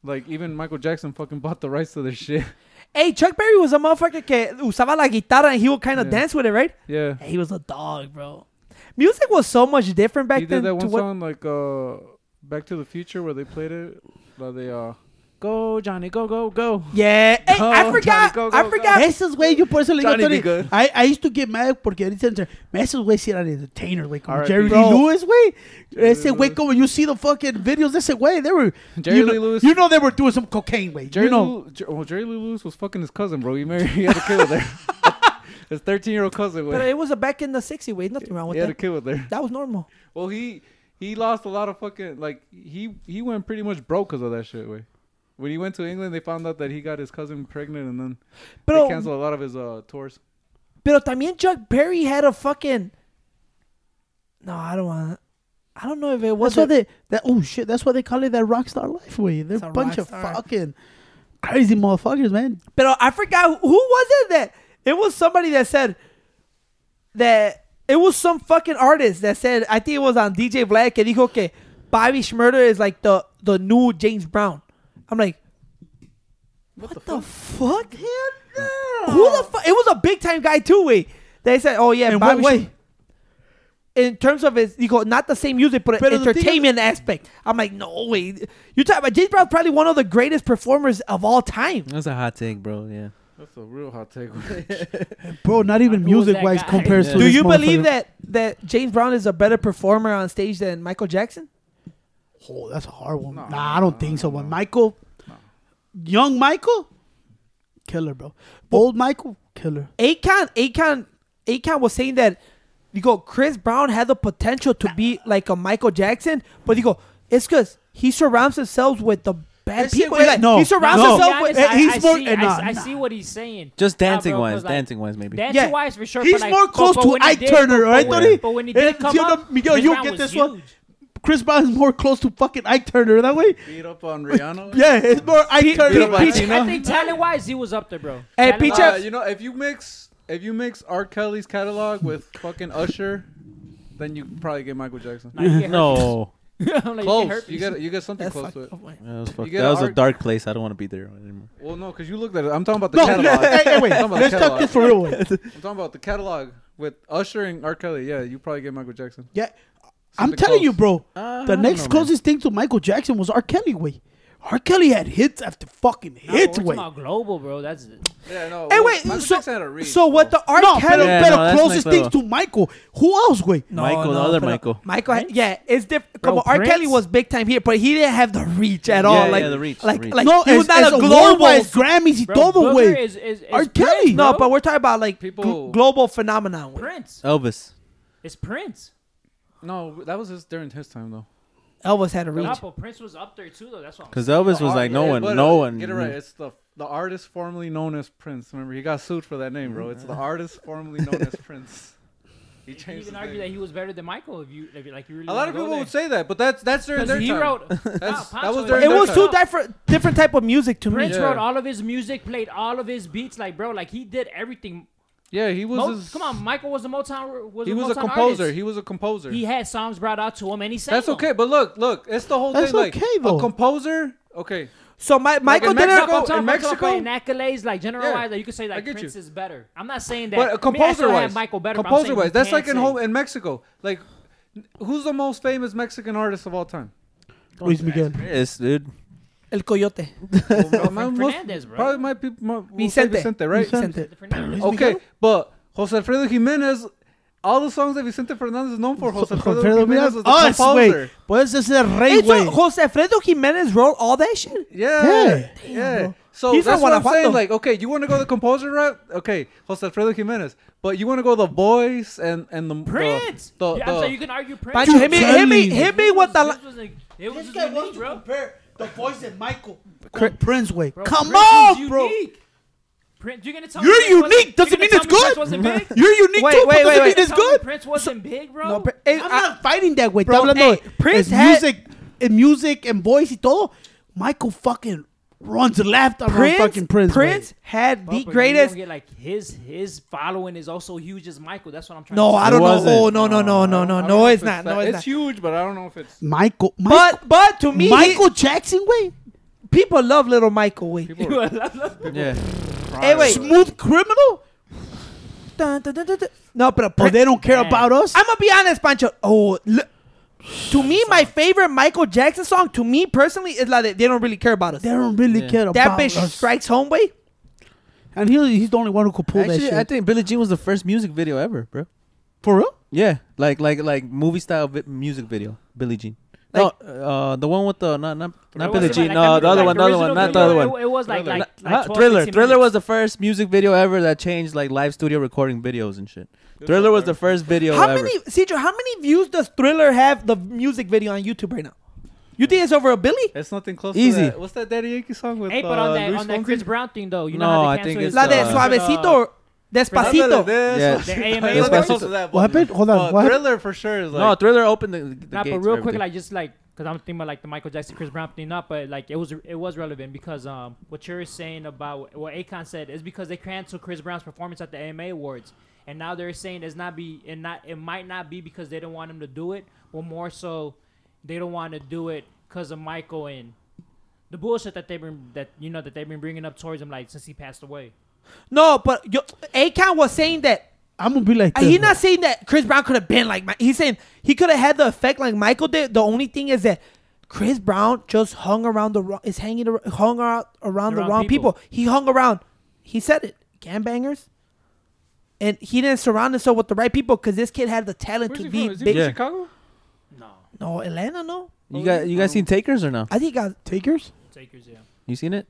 D: like even Michael Jackson fucking bought the rights to their shit. [LAUGHS]
A: Hey, Chuck Berry was a motherfucker que usaba la guitarra and he would kind of
D: Yeah.
A: dance with it, right?
D: Yeah,
A: He was a dog, bro. Music was so much different back
D: he
A: then.
D: did that
A: to
D: one
A: what-
D: song like uh Back to the Future where they played it, where they uh go Johnny go go go.
A: Yeah. Hey,
D: Go,
A: I
D: Johnny,
A: forgot.
D: go,
A: I
D: go,
A: forgot.
B: Esos, güey, yo por eso le digo a
D: Johnny be
B: Tony.
D: good.
B: I, I used to get mad porque ahorita entre- esos, güey, sí eran entertainers, güey. Como
D: R.I.P.
B: Jerry
D: Bro.
B: Lee Lewis, güey. Ese
D: Jerry
B: güey,
D: Lewis.
B: como you see the fucking videos de ese güey, they were.
D: Jerry
B: you know,
D: Lee Lewis.
B: You know they were doing some cocaine, güey.
D: Jerry
B: You know.
D: Lew- Jer- well, Jerry Lee Lewis was fucking his cousin, bro. He married. [LAUGHS] He had a kid with her. [LAUGHS] his thirteen-year-old cousin.
A: But
D: With,
A: it was a back in the 60s. Wait, nothing wrong with
D: he had a
A: that.
D: kid with her.
A: That was normal.
D: Well, he he lost a lot of fucking like he he went pretty much broke because of that shit. Way. When he went to England, they found out that he got his cousin pregnant, and then they
A: Pero,
D: canceled a lot of his uh tours.
A: pero también Chuck Berry had a fucking. No, I don't want to. I don't know if it was.
B: That's why they that oh shit. That's why they call it that rock star life way. They're
A: It's a
B: a bunch
A: rock
B: of
A: star.
B: fucking crazy motherfuckers, man.
A: But I forgot who was it that it was somebody that said that it was some fucking artist that said I think it was on DJ Black and dijo que Bobby Schmurder is like the the new James Brown. I'm like, what, the, fuck? Who the fuck? It was a big time guy too. Wait, they said, oh yeah,
B: In
A: Bobby
B: what
A: Schm-
B: way?
A: in terms of his, you go not the same music, but
B: Pero the thing is-
A: entertainment aspect. I'm like, no way. You talk about James Brown's probably one of the greatest performers of all time.
C: That's a hot take, bro. Yeah.
D: That's a real
B: [LAUGHS]
D: hot take.
B: Bro, not
E: Who
B: even
E: was that
B: music wise
E: guy?
B: compares
C: Yeah.
B: to.
A: Do
B: this
A: you believe
B: motherfucker.
A: that that James Brown is a better performer on stage than Michael Jackson?
B: Oh, that's a hard one.
D: No,
B: nah, I don't think so. But Michael, young Michael, killer, bro. Old Michael, killer.
A: Akon, Akon, Akon was saying that you go Chris Brown had the potential to be like a Michael Jackson, but you go it's because he surrounds himself with the bad
B: Ese
A: people.
B: güey-
A: Like,
B: no,
A: he surrounds
B: no.
A: himself
E: To
A: with
E: be honest,
B: eh, he's
E: I,
B: more-
E: I, see,
B: eh,
E: I,
B: nah,
E: s- I
B: nah.
E: see what he's saying.
C: Just
E: Nah, bro,
C: dancing wise,
E: 'cause, like,
C: dancing wise, maybe. [LAUGHS]
E: Dancing
A: Yeah.
E: wise, for sure.
B: He's
E: but, like,
B: more
E: but-
B: close
E: but
B: to
E: when he
B: Ike
E: did-
B: Turner,
E: but-
B: right,
E: but-
B: Tony?
E: But when he
B: Eh,
E: did come
B: you know,
E: up,
B: Miguel,
E: Chris
B: you'll
E: Brown
B: get
E: was
B: this one.
E: huge.
B: Chris Brown is more close to fucking Ike Turner that way.
D: Beat up on Rihanna.
B: Yeah, it's more Ike
D: beat
B: Turner.
D: up
B: Peach-
D: Ike.
E: I think talent wise, he was up there, bro.
A: Hey,
E: Talent-wise,
A: Peaches.
D: Uh, you know, if you mix if you mix R. Kelly's catalog with fucking Usher, then you probably get Michael Jackson.
E: [LAUGHS] like, he get
C: No.
E: herpes. I'm like, he get
D: Close.
E: herpes.
D: You get you get something
A: That's
D: close
A: fuck-
D: to it.
A: oh, wait.
C: That was, fuck-
D: get
C: that was a
D: art-
C: dark place. I don't want to be there anymore.
D: Well, no, because you looked at it. I'm talking about the
B: No, [LAUGHS]
D: catalog.
B: hey, hey, wait.
D: I'm talking about
B: Let's
D: the
B: talk
D: catalog.
B: this for real. Way.
D: I'm talking about the catalog with Usher and R. Kelly. Yeah, you probably get Michael Jackson.
B: Yeah, I'm
D: Something
B: telling you,
D: close.
B: bro.
C: Uh, I
B: the
C: don't
B: next
C: know, man.
B: closest thing to Michael Jackson was R. Kelly. Way, R. Kelly had hits after fucking
E: Nah, but we're
B: hits.
E: talking
B: Way,
E: about global, bro. That's
D: Yeah, no.
A: Hey,
D: well,
A: wait,
D: Michael
A: so-
D: Jackson had a reach.
A: So what the R.
B: no,
A: Kelly?
B: pero,
C: Yeah,
B: pero
C: no, that's
B: closest
C: next
B: things
C: level.
B: to Michael. Who else? Way,
A: No,
C: Michael, the other
B: uh,
A: pero
C: Michael.
A: Michael, had- yeah, it's different. Come
E: Bro,
A: on, R. Kelly
E: Prince?
A: was big time here, but he didn't have the reach at
C: Yeah,
A: all.
C: yeah,
A: like,
C: the reach,
A: like,
C: reach.
A: like,
B: no,
A: he was
B: it's,
A: not
B: it's
A: a
B: a
A: global.
B: worldwide Grammys y
E: bro,
B: todo,
E: Booger
B: way.
E: Is, is, is
B: R.
E: Prince,
B: Kelly.
A: no,
E: bro.
A: but we're talking about like gl-
D: People-
A: global phenomenon. güey.
E: Prince.
C: Elvis.
E: It's Prince.
D: No, that was just during his time though.
A: Elvis had a reach.
E: Nah, but Prince was up there too, though. That's what I'm
C: Because Elvis was like, no
D: Yeah,
C: one,
D: but,
C: no
D: uh,
C: one.
D: Get it right. It's the the artist formerly known as Prince. Remember, he got sued for that name, bro. It's the artist formerly known as Prince. He
E: You can
D: changed his
E: even argue that
D: name.
E: he was better than Michael if you, if you like you really
D: A lot of people would say that, but that's that's during
E: because
D: their
E: he
D: time.
E: wrote
D: That's-
E: Nah,
D: that was
E: Poncho
D: during
A: it
D: their
A: was
D: time.
A: two different different type of music to me.
D: [LAUGHS]
E: Prince
D: Yeah.
E: wrote all of his music, played all of his beats, like bro, like he did everything.
D: Yeah, he was.
E: Mo-
D: his-
E: come on, Michael was a Motown. Was
D: he
E: a
D: was a
E: Motown
D: composer.
E: artist.
D: He was a composer.
E: He had songs brought out to him, and he sang.
D: that's
E: them.
D: okay, but look, look, it's the whole
B: That's
D: thing. Like
B: okay, though.
D: a composer. Okay,
A: So my, Michael
D: in
A: didn't.
D: Mexico-
E: I'm talking,
D: in
E: I'm talking about
D: Mexico-
E: in accolades, like generalized,
D: Yeah,
E: like you could say
D: I
E: like
D: get
E: Prince
D: you.
E: is better. I'm not saying that. I mean, I
D: but a
E: still
D: composer
E: have
D: wise,
E: Michael better. but I'm
D: composer
E: saying
D: wise.
E: you
D: That's
E: can
D: like in
E: say-
D: home in Mexico. Like, who's the most famous Mexican artist of all time?
B: Luis Miguel.
C: Yes, dude.
A: El Coyote.
D: Well, my- most-
E: Fernandez, bro.
D: Probably my people. My, we'll say
A: Vicente.
D: Vicente, right?
A: Vicente.
E: Fernandez.
D: Okay, but Jose Alfredo Jimenez, all the songs that Vicente Fernandez is known for, Jose Alfredo Jimenez was the
B: us,
D: composer.
B: güey. Puedes ser rey,
A: Hey, so
B: güey.
A: Jose Fredo Jimenez wrote all that shit?
D: Yeah, yeah. So
A: He's
D: that's
A: from
D: what I'm
A: Guanajuato.
D: saying. Like, okay, you want to go the composer route? Okay, Jose Alfredo Jimenez. But you want to go the voice and and the the-
E: Prince.
D: The,
E: yeah,
D: the,
E: I'm sorry, you can argue Prince.
A: Pancho, hit me, hit me, hit me with the.
E: This was like, it was just unique, bro.
B: compare the voice of Michael Prince, güey.
E: Bro,
B: Come
E: Prince was
B: on, bro.
E: unique. Prince, you're gonna tell
B: You're
E: me Prince wasn't-
B: unique.
E: you're
B: Doesn't
E: gonna
B: mean
E: tell
B: it's
E: me Prince
B: good.
E: wasn't big?
B: You're unique
A: Wait,
B: too, but
A: wait,
B: doesn't
A: wait,
B: mean
A: wait.
B: it's
E: Tell me
B: good.
E: Prince wasn't big, bro.
A: No, pero- eh,
B: I'm
A: ah,
B: not fighting that, güey.
A: Bro,
B: Está hablando
A: hey, Prince
B: es
A: had-
B: music, en music and voice y todo. Michael fucking runs left around
A: Prince,
B: fucking Prince. güey.
A: Prince had the
E: Bro, Oh, but you don't
A: greatest.
E: Get, like his his following is also huge as Michael. That's what I'm trying.
A: No,
E: to
A: I
E: say.
A: don't know.
C: wasn't.
A: Oh no, no, no, no, no,
D: I
A: no.
D: don't know if
A: It's not.
D: that-
A: No,
D: it's
A: it's not.
D: humiege, but I don't know if it's.
B: Michael, Michael,
A: But but to me, he-
B: Michael Jackson, güey.
A: people love little Michael. Wait.
D: People were
C: Yeah.
A: Hey, wait.
B: Smooth criminal.
A: [SIGHS] Dun, dun, dun, dun, dun. No, pero
B: But Oh, they
A: Prince-
B: don't care
E: Man.
B: about us.
A: I'm gonna be honest, Pancho. Oh, look. to me, my favorite Michael Jackson song, to me personally, is like they don't really care about us.
B: They don't really
C: Yeah.
B: care
A: That
B: about
A: bitch
B: us.
A: strikes home way.
B: And he, he's the only one who could pull that
C: Actually,
B: shit.
C: I think Billie Jean was the first music video ever, bro.
B: For real?
C: Yeah, like like like movie style vi- music video, Billie Jean.
A: Like-
C: no, uh, the one with the not not,
E: It
C: not
E: wasn't
C: Billie Jean.
E: like that
C: no, the
E: original-
C: other
E: like
C: one, the other one,
E: original
C: not the
E: video.
C: other one.
E: It, it was like
D: Thriller.
E: like,
C: Nah,
E: like
C: huh,
E: 12,
C: thriller.
E: 15
C: Thriller
E: minutes.
C: was the first music video ever that changed like live studio recording videos and shit. Thriller was the first video
A: How
C: ever.
A: many, Cedro? How many views does Thriller have the music video on YouTube right now? You think it's over a billion?
D: It's nothing close.
C: Easy.
D: To that. What's that Daddy Yankee song with?
E: Hey, but
D: uh,
E: on that
D: Luis
E: on that
D: Fonsi?
E: Chris Brown thing though, you
C: No,
E: know how
C: I
E: they
C: think
E: canceled
C: it's,
E: his,
A: La de
C: uh,
A: suavecito, or
D: Dándole
A: despacito.
D: this.
C: Yes.
E: The
D: That's
E: AMA.
C: That's
D: not
C: Despacito.
D: close to that,
B: What
D: but-
B: happened? Hold on.
D: but
B: what happened?
D: Thriller for sure is like.
C: no, Thriller opened the, the
E: Nah,
C: gates. for
E: but real quick,
C: everything.
E: like just like because I'm thinking about like the Michael Jackson, Chris Brown thing, not but like it was it was relevant because um what you're saying about what Akon said is because they canceled Chris Brown's performance at the AMA Awards, and now they're saying it's not be and not it might not be because they don't want him to do it, but more so they don't want to do it because of Michael and the bullshit that they've been that you know that they've been bringing up towards him like since he passed away.
A: No, but yo, Akon was saying that.
B: I'm going to be like
A: Uh,
B: this.
A: He's not saying that Chris Brown could have been like. Mi- He's saying he could have had the effect like Michael did. The only thing is that Chris Brown just hung around the wrong. Is hanging ar- hung out around the
E: Around
A: wrong people.
E: people.
A: He hung around. He said it. Gangbangers. And he didn't surround himself with the right people because this kid had the talent
D: Where's
A: to
D: he
A: be
D: from? Is he
A: big.
D: from
C: Yeah.
D: Chicago?
E: No,
A: No, Atlanta, no.
C: you guys, you guys seen Takers or no?
A: I think I
B: Takers?
E: takers, yeah.
C: You seen it?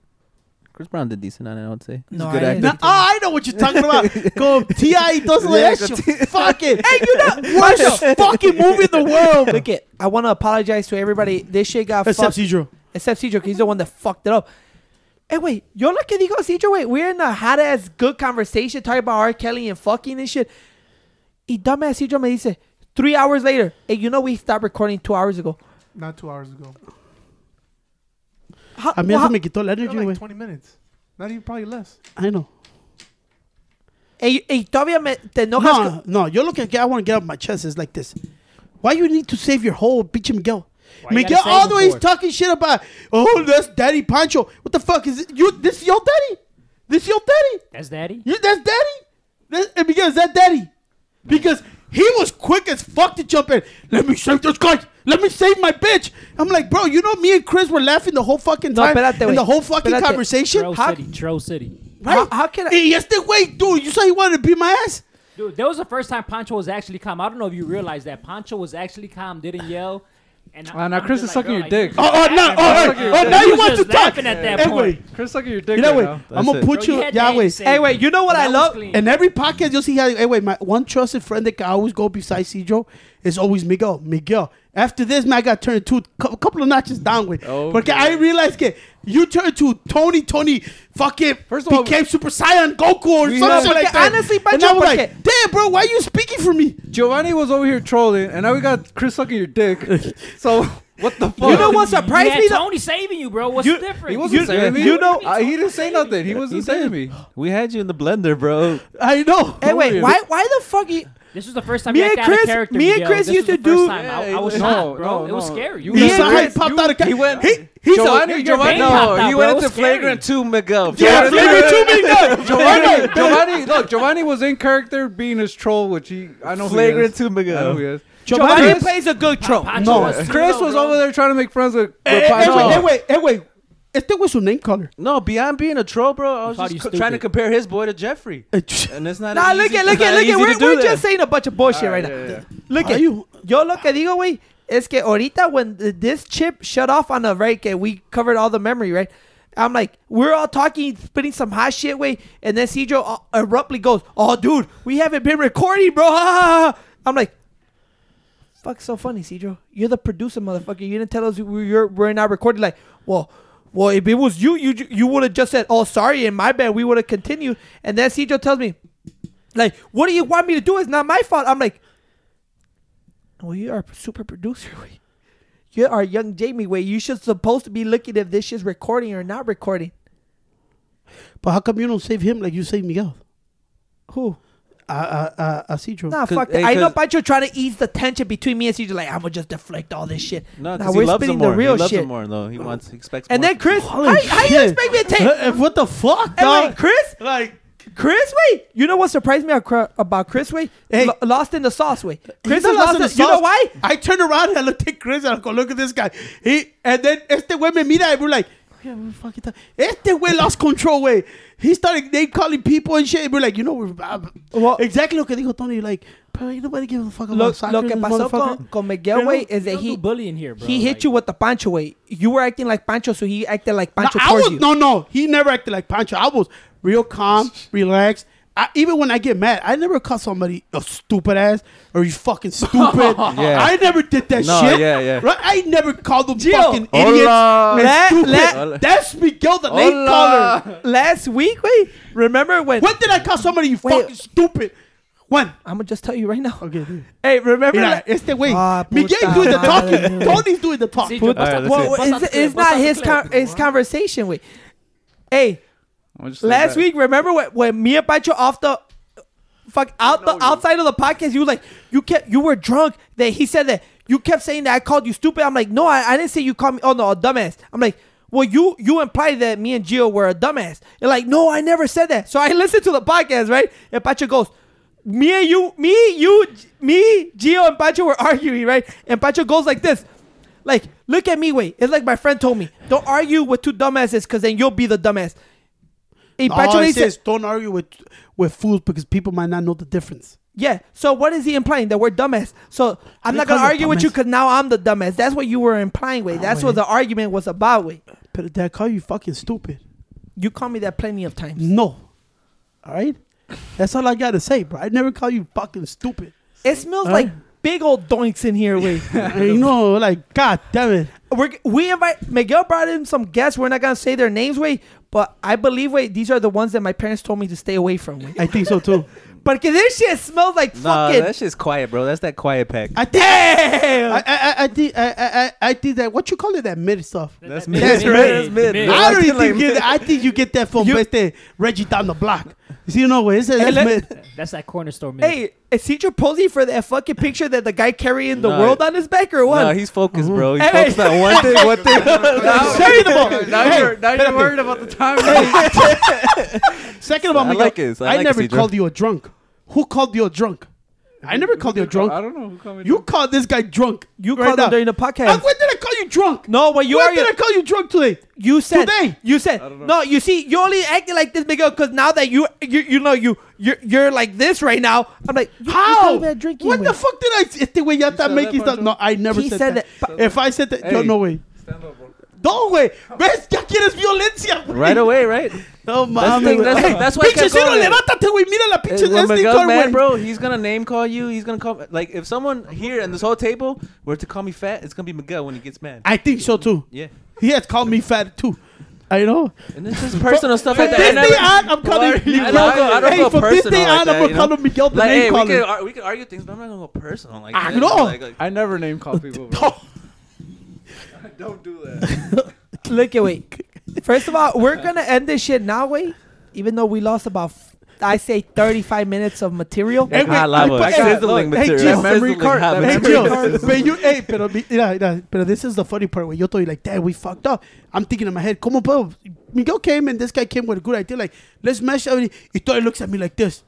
C: Chris Brown did decent on it. I would say. He's
A: No,
C: a good
A: I
C: actor.
A: didn't.
B: Nah, oh, I know what you're talking about. Go T.I. y todo eso de
C: [LAUGHS] Yeah,
B: eso.
A: [LAUGHS]
C: con
B: Fuck it.
A: Hey, you [LAUGHS] know worst fucking movie in the world. Look it. I want to apologize to everybody. This shit got
B: Except
A: fucked.
B: Cedro.
A: Except Cedro, 'cause he's the one that fucked it up. Hey, wait. Yo lo que digo, Cedro, wait. We're in a hot ass good conversation talking about R. Kelly and fucking and shit. Y dumbass Cedro me dice, three hours later, hey, you know we stopped recording two hours ago.
F: Not two hours ago.
A: How,
B: A mí eso
A: how-
B: me quitó la
F: Yeah,
B: energy,
F: like
B: güey.
F: 20 minutes. Not even probably less.
B: I know.
A: hey, hey, todavía me, te enojas.
B: No,
A: con-
B: no. Yo lo que que I want to get off my chest is like this. Why you need to save your whole bitch Miguel?
E: you
B: Miguel
E: gotta save
B: all
E: him
B: the way is
E: for?
B: talking shit about, oh, that's Daddy Pancho. What the fuck is it? You, this is your daddy. This your daddy.
E: That's daddy.
B: You, that's daddy. That, and because that daddy, because he was quick as fuck to jump in. Let me save this guy. Let me save my bitch. I'm like, bro, you know me and Chris were laughing the whole fucking
A: No,
B: time
A: espérate,
B: and
A: wait.
B: the whole fucking
A: Espérate.
B: conversation.
E: Troll
A: how-
E: City, Troll City.
A: How, how can I?
B: Hey, yes, the way, dude. You saw he wanted to beat my ass.
E: Dude, that was the first time Pancho was actually calm. I don't know if you realize that Pancho was actually calm, didn't yell. And
D: Ah, now
E: I'm
D: Chris
E: just
D: is sucking
E: bro,
D: your dick.
B: Oh, oh, no, oh,
D: Fuck you.
B: oh, oh, now
E: He
B: you
E: was
B: want to
E: just
B: talk.
E: laughing at that
B: Hey,
E: point.
B: wait.
D: Chris sucking your
B: You
D: dick.
B: know,
D: right
B: wait,
D: now.
B: I'm gonna
C: That's it.
B: put
E: you
B: you,
E: had
B: yeah,
E: that
B: wait.
E: same-
A: Hey, wait. You know what
E: That
A: I
E: was
A: love?
E: clean.
B: In every podcast, you'll see how. Hey, wait, my one trusted friend that can always go beside Cedro is always Miguel. Miguel. After this, man, I got turned two, a couple of notches down with.
D: Okay.
B: Porque I realized that you turned to Tony, Tony, fucking
D: First of all,
B: became Super Saiyan Goku or something
D: we have-
B: like
A: Porque
B: that.
A: honestly,
B: and
A: Pancho,
B: I was
A: porque-
B: like, damn, bro, why you speaking for me?
D: Giovanni was over here trolling, and now we got Chris sucking your [LAUGHS] dick. so what the fuck?
A: You know what surprised
E: you
A: me?
E: had
A: though?
E: Tony saving you, bro. What's
A: You-
E: the difference?
D: He wasn't
A: You-
D: saying me.
A: you know-
D: Uh, he didn't say nothing.
C: He
D: He wasn't saying
C: did.
D: me.
C: We had you in the blender, [LAUGHS] bro.
B: I know.
A: Hey, wait.
D: Tony.
A: Why? Why the fuck? You,
E: This was the first time
A: Me
E: you
A: and
E: acted out of
A: Chris-
E: character.
A: me and
E: Miguel.
A: Chris
E: This
A: used
E: was
A: to
E: the first
A: do-
E: time. [LAUGHS] I,
D: Yeah,
E: I was
D: no,
E: shocked, bro.
D: no,
E: it was
D: no.
E: scary.
D: You-
B: You
A: Me
B: saw
A: and
B: how he
A: Chris,
B: popped out of
C: He went.
B: He, he's
E: Giovanni,
B: a,
E: your
C: Giovanni,
E: vein popped
C: no,
E: out,
C: he
E: bro. It
C: went
E: was
C: to
E: scary.
C: flagrant two, Miguel.
B: yeah, flavor to Miguel.
D: Giovanni, Giovanni, look, Giovanni was in character being his troll, which he I know
C: Flagrant
D: who
C: two,
D: he is. I know
C: Miguel.
D: who he is.
A: Giovanni
B: Giovanni.
A: plays a good troll.
B: No.
D: Chris was over there trying to make friends with.
B: Eh, eh,
D: with
B: eh,
D: Pancho.
B: wait, eh, wait, eh, wait. Este güey es su name [LAUGHS] color.
C: No, beyond being a troll, bro, I was
E: Thought you
C: just co- trying to
E: stupid.
C: compare his boy to Jeffrey,
B: Eh, ch-
C: and it's not.
A: Nah,
C: easy,
A: look at,
C: it's
A: look
C: not
A: at, look
C: easy
A: at.
C: to
A: We're,
C: do
A: we're
C: that. Ah,
A: just saying a bunch of bullshit
D: All
A: right
D: yeah,
A: now.
D: yeah.
A: Look
B: Are
A: at
B: you-
A: Yo lo que digo, güey, es que ahorita when th- this chip shut off on the right, que we covered all the memory, right? I'm like, we're all talking, spitting some hot shit, way, and then Cedro uh, abruptly goes, "Oh, dude, we haven't been recording, bro." [LAUGHS] I'm like, "Fuck, so funny, Cedro. You're the producer, motherfucker. You didn't tell us we you're, we're not recording." Like, well, well, if it was you, you ju- you would have just said, "Oh, sorry," and my bad. We would have continued. And then Cedro tells me, "Like, what do you want me to do? It's not my fault." I'm like, well, you are a super producer, [LAUGHS] way. You are young Jamie, way. You should supposed to be looking if this is recording or not recording.
B: But how come you don't save him like you save Miguel?
A: Who?
B: A a a a Cedro.
A: Nah,
C: 'Cause-
A: fuck.
C: hey,
A: that. I know
C: 'cause-
A: Pancho trying to ease the tension between me and CJ. Like, I'm gonna just deflect all this shit.
C: No,
A: Nah,
C: because he loves him
A: spitting
C: more. he loves him more, though. He wants, he expects.
A: And
C: more
A: then Chris,
B: Holy
A: how, how you
B: shit.
A: expect me
C: [LAUGHS]
A: to take?
B: Eh, eh, [LAUGHS] what the fuck,
A: Hey, wait,
B: dog?
A: Chris,
B: Like,
A: Chris, wait. You know what surprised me acro- about Chris, wait?
B: Hey.
A: Lo- lost in the sauce, wait. Chris
B: He's
A: is
B: not
A: lost.
B: lost
A: In
B: in the
A: You know
B: sauce.
A: why?
B: I turned around and I looked at Chris and I go, look at this guy. He and then este güey me mira and we're like, "Yeah, we're fucking ta- este güey lost control, güey. He started name calling people and shit. We're like, you know, we're uh,
A: Well-
B: exactly lo que dijo Tony. Like, pero ain't nobody gives a fuck about
A: Lo,
B: soccer.
A: lo que
B: this
A: pasó
B: motherfucker."
A: con, con Miguel, way, is that
E: he
A: he
E: bullying here, bro.
A: he hit
E: Like,
A: you with the Pancho way. You were acting like Pancho, so he acted like
B: No,
A: Pancho
B: I
A: towards
B: was,
A: you.
B: no, no, he never acted like Pancho. I was real
A: [LAUGHS]
B: calm, relaxed. I, even when I get mad, I never call somebody a stupid ass or you
A: [LAUGHS]
B: fucking stupid.
C: Yeah.
B: I never did that
C: No,
B: shit.
C: yeah, yeah.
B: Right? I never called them
A: Gio.
B: fucking
C: Hola.
B: idiots. and
A: Let-
B: stupid.
A: let-
C: Hola.
B: That's Miguel, the name
C: Hola.
B: caller.
A: Last week, wait. Remember when?
B: When did I call somebody you
A: Wait.
B: fucking stupid? When?
A: I'm gonna just tell you right now.
B: Okay, dude.
A: Hey, remember?
B: Mira,
A: la-
B: it's the way.
A: Ah,
B: Miguel's
A: puta
B: doing the
A: madre.
B: talking. Tony's doing the talking.
E: Cedro,
C: All right,
E: bust
A: well,
C: let's see.
E: out- bust out
A: it's,
E: the clip,
A: it's
E: bust
A: not
E: out the
A: his
E: clip.
A: con- his conversation. Wait. Hey,
D: I'ma just leave
A: last
D: that.
A: week, remember when, when me and Pancho off the fuck out the outside of the podcast? You like you kept you were drunk. That he said that you kept saying that I called you stupid. I'm like, no, I, I didn't say you called me. Oh no, a dumbass. I'm like. Well, you you implied that me and Gio were a dumbass. You're like, no, I never said that. So I [LAUGHS] listened to the podcast, right? And Pancho goes, me and you, me, you, me, Gio, and Pancho were arguing, right? And Pancho goes like this, like, look at me, wait. It's like my friend told me, don't argue with two dumbasses, cause then you'll be the dumbass. Y Pancho
B: All
A: le
B: Oh, he
A: dice-
B: says, don't argue with, with fools because people might not know the difference.
A: yeah. So what is he implying that we're dumbass? So I'm
B: You
A: not gonna
B: call me
A: argue with you
B: dumbass. Ah,
A: because now I'm the dumbass. That's what you were implying, wait. That's what the argument was about, wait.
B: But did I call you fucking stupid?
A: You called me that plenty of times.
B: No. All right? That's all I got to say, bro. I never call you fucking stupid.
A: It smells
B: Huh?
A: like big old doinks in here,
B: [LAUGHS]
A: wait.
B: you know, like, god damn it.
A: We're, we invite Miguel brought in some guests. We're not gonna say their names, wait. But I believe, wait, these are the ones that my parents told me to stay away from.
B: [LAUGHS]
A: Wait.
B: I think so too.
A: Porque this shit smells like
C: Nah,
A: fucking.
C: that shit's quiet, bro. That's that quiet pack.
B: I think. I, I, I, I think I, I, I- I think that what you call it that mid stuff.
E: That's
C: mid.
B: That's
C: That's [LAUGHS] mid.
E: mid. Mid.
B: I
D: [LAUGHS]
B: don't
C: like
B: even think
C: it like
B: you, I think you get that from
A: You-
B: este Reggie down the block. You see, you know what? It's a, that's
A: let-
B: mid.
E: That's that corner store, man.
A: Hey, is Cedro posing for that fucking picture that the guy carrying the
C: No,
A: world
C: it-
A: on his back or what? [LAUGHS]
C: No, he's focused, bro. He's
B: Mm-hmm.
A: Hey.
C: focused on one thing,
A: [LAUGHS]
C: one thing.
B: Second of all,
D: [LAUGHS] [LAUGHS] Now
B: hey,
D: you're now you're
B: espérate.
D: worried about the time.
B: second of all,
C: I
B: Miguel,
C: like this. I like
B: never
C: this, Cedro.
B: called you a drunk. Who called you a drunk? I never called you a
D: [LAUGHS] I
B: drunk.
D: don't know who called me.
B: You called this guy drunk.
A: you
B: right
A: called
B: now.
A: him during the
B: Uh,
A: podcast.
B: when did I call you drunk?
A: no, when you
B: when
A: are,
B: did I call you drunk today?
A: you said
B: Today.
A: you said
D: don't know.
A: no. You see, you only acting like this, Miguel, because now that you you you know you you're, you're like this right now. I'm like,
B: How?
A: You that drinking
B: When the fuck did I? Este güey ya está
D: said
B: making
D: that,
B: stuff. No, I never
A: He
B: said,
A: said
B: that.
A: that.
B: If I said that, yo,
D: Hey.
B: no way.
D: Stand up, bro.
B: No, güey. ¿Ves? Ya quieres violencia, güey.
C: Right away, right?
B: No
C: That's, the
B: mames,
C: thing, that's,
B: güey.
C: that's why I
B: Pinche
C: kept
B: cero,
C: calling it.
B: levántate, güey. Mira la pinche
C: Hey, when
B: SD
C: Miguel's
B: card,
C: mad,
B: güey.
C: bro, he's gonna name call you. He's gonna call like if someone here in this whole table were to call me fat, it's gonna be Miguel when he gets mad.
B: I think so, too.
C: yeah,
B: He had called me fat, too. I know.
C: and it's just personal stuff
B: From
C: like that. I
B: this day
C: never-
B: on, I'm calling
C: Why-
B: Miguel.
C: I don't go- I don't
B: Hey,
C: go
B: from this day
C: personal like
B: on,
C: that,
B: I'm gonna
C: you know?
B: call him Miguel the
C: Like, hey,
B: name
C: we could
B: caller.
C: ar- we could argue things, but I'm not gonna go personal like
A: Ah,
B: I
C: that.
B: know.
C: Like, like,
D: I never name call people, bro. [LAUGHS] Don't do that.
A: Look at wait. [LAUGHS] First of all, we're gonna end this shit now, wait. Even though we lost about, f- I say, 35 minutes of material.
B: Hey,
C: Like hot
B: wait,
C: lava,
B: but- hey,
C: sizzling
B: look, hey,
C: material.
B: Jill,
D: memory
C: Sizzling
D: card,
C: hot
D: that
B: Hey,
C: material.
B: Jill, [LAUGHS]
D: Remember-
B: but you, hey, pero, mi- mira, mira, pero this is the funny part where yo thought like, damn, we fucked up. I'm thinking in my head, como puedo? Miguel came and this guy came with a good idea, like, let's mash up. He thought he looks at me like this.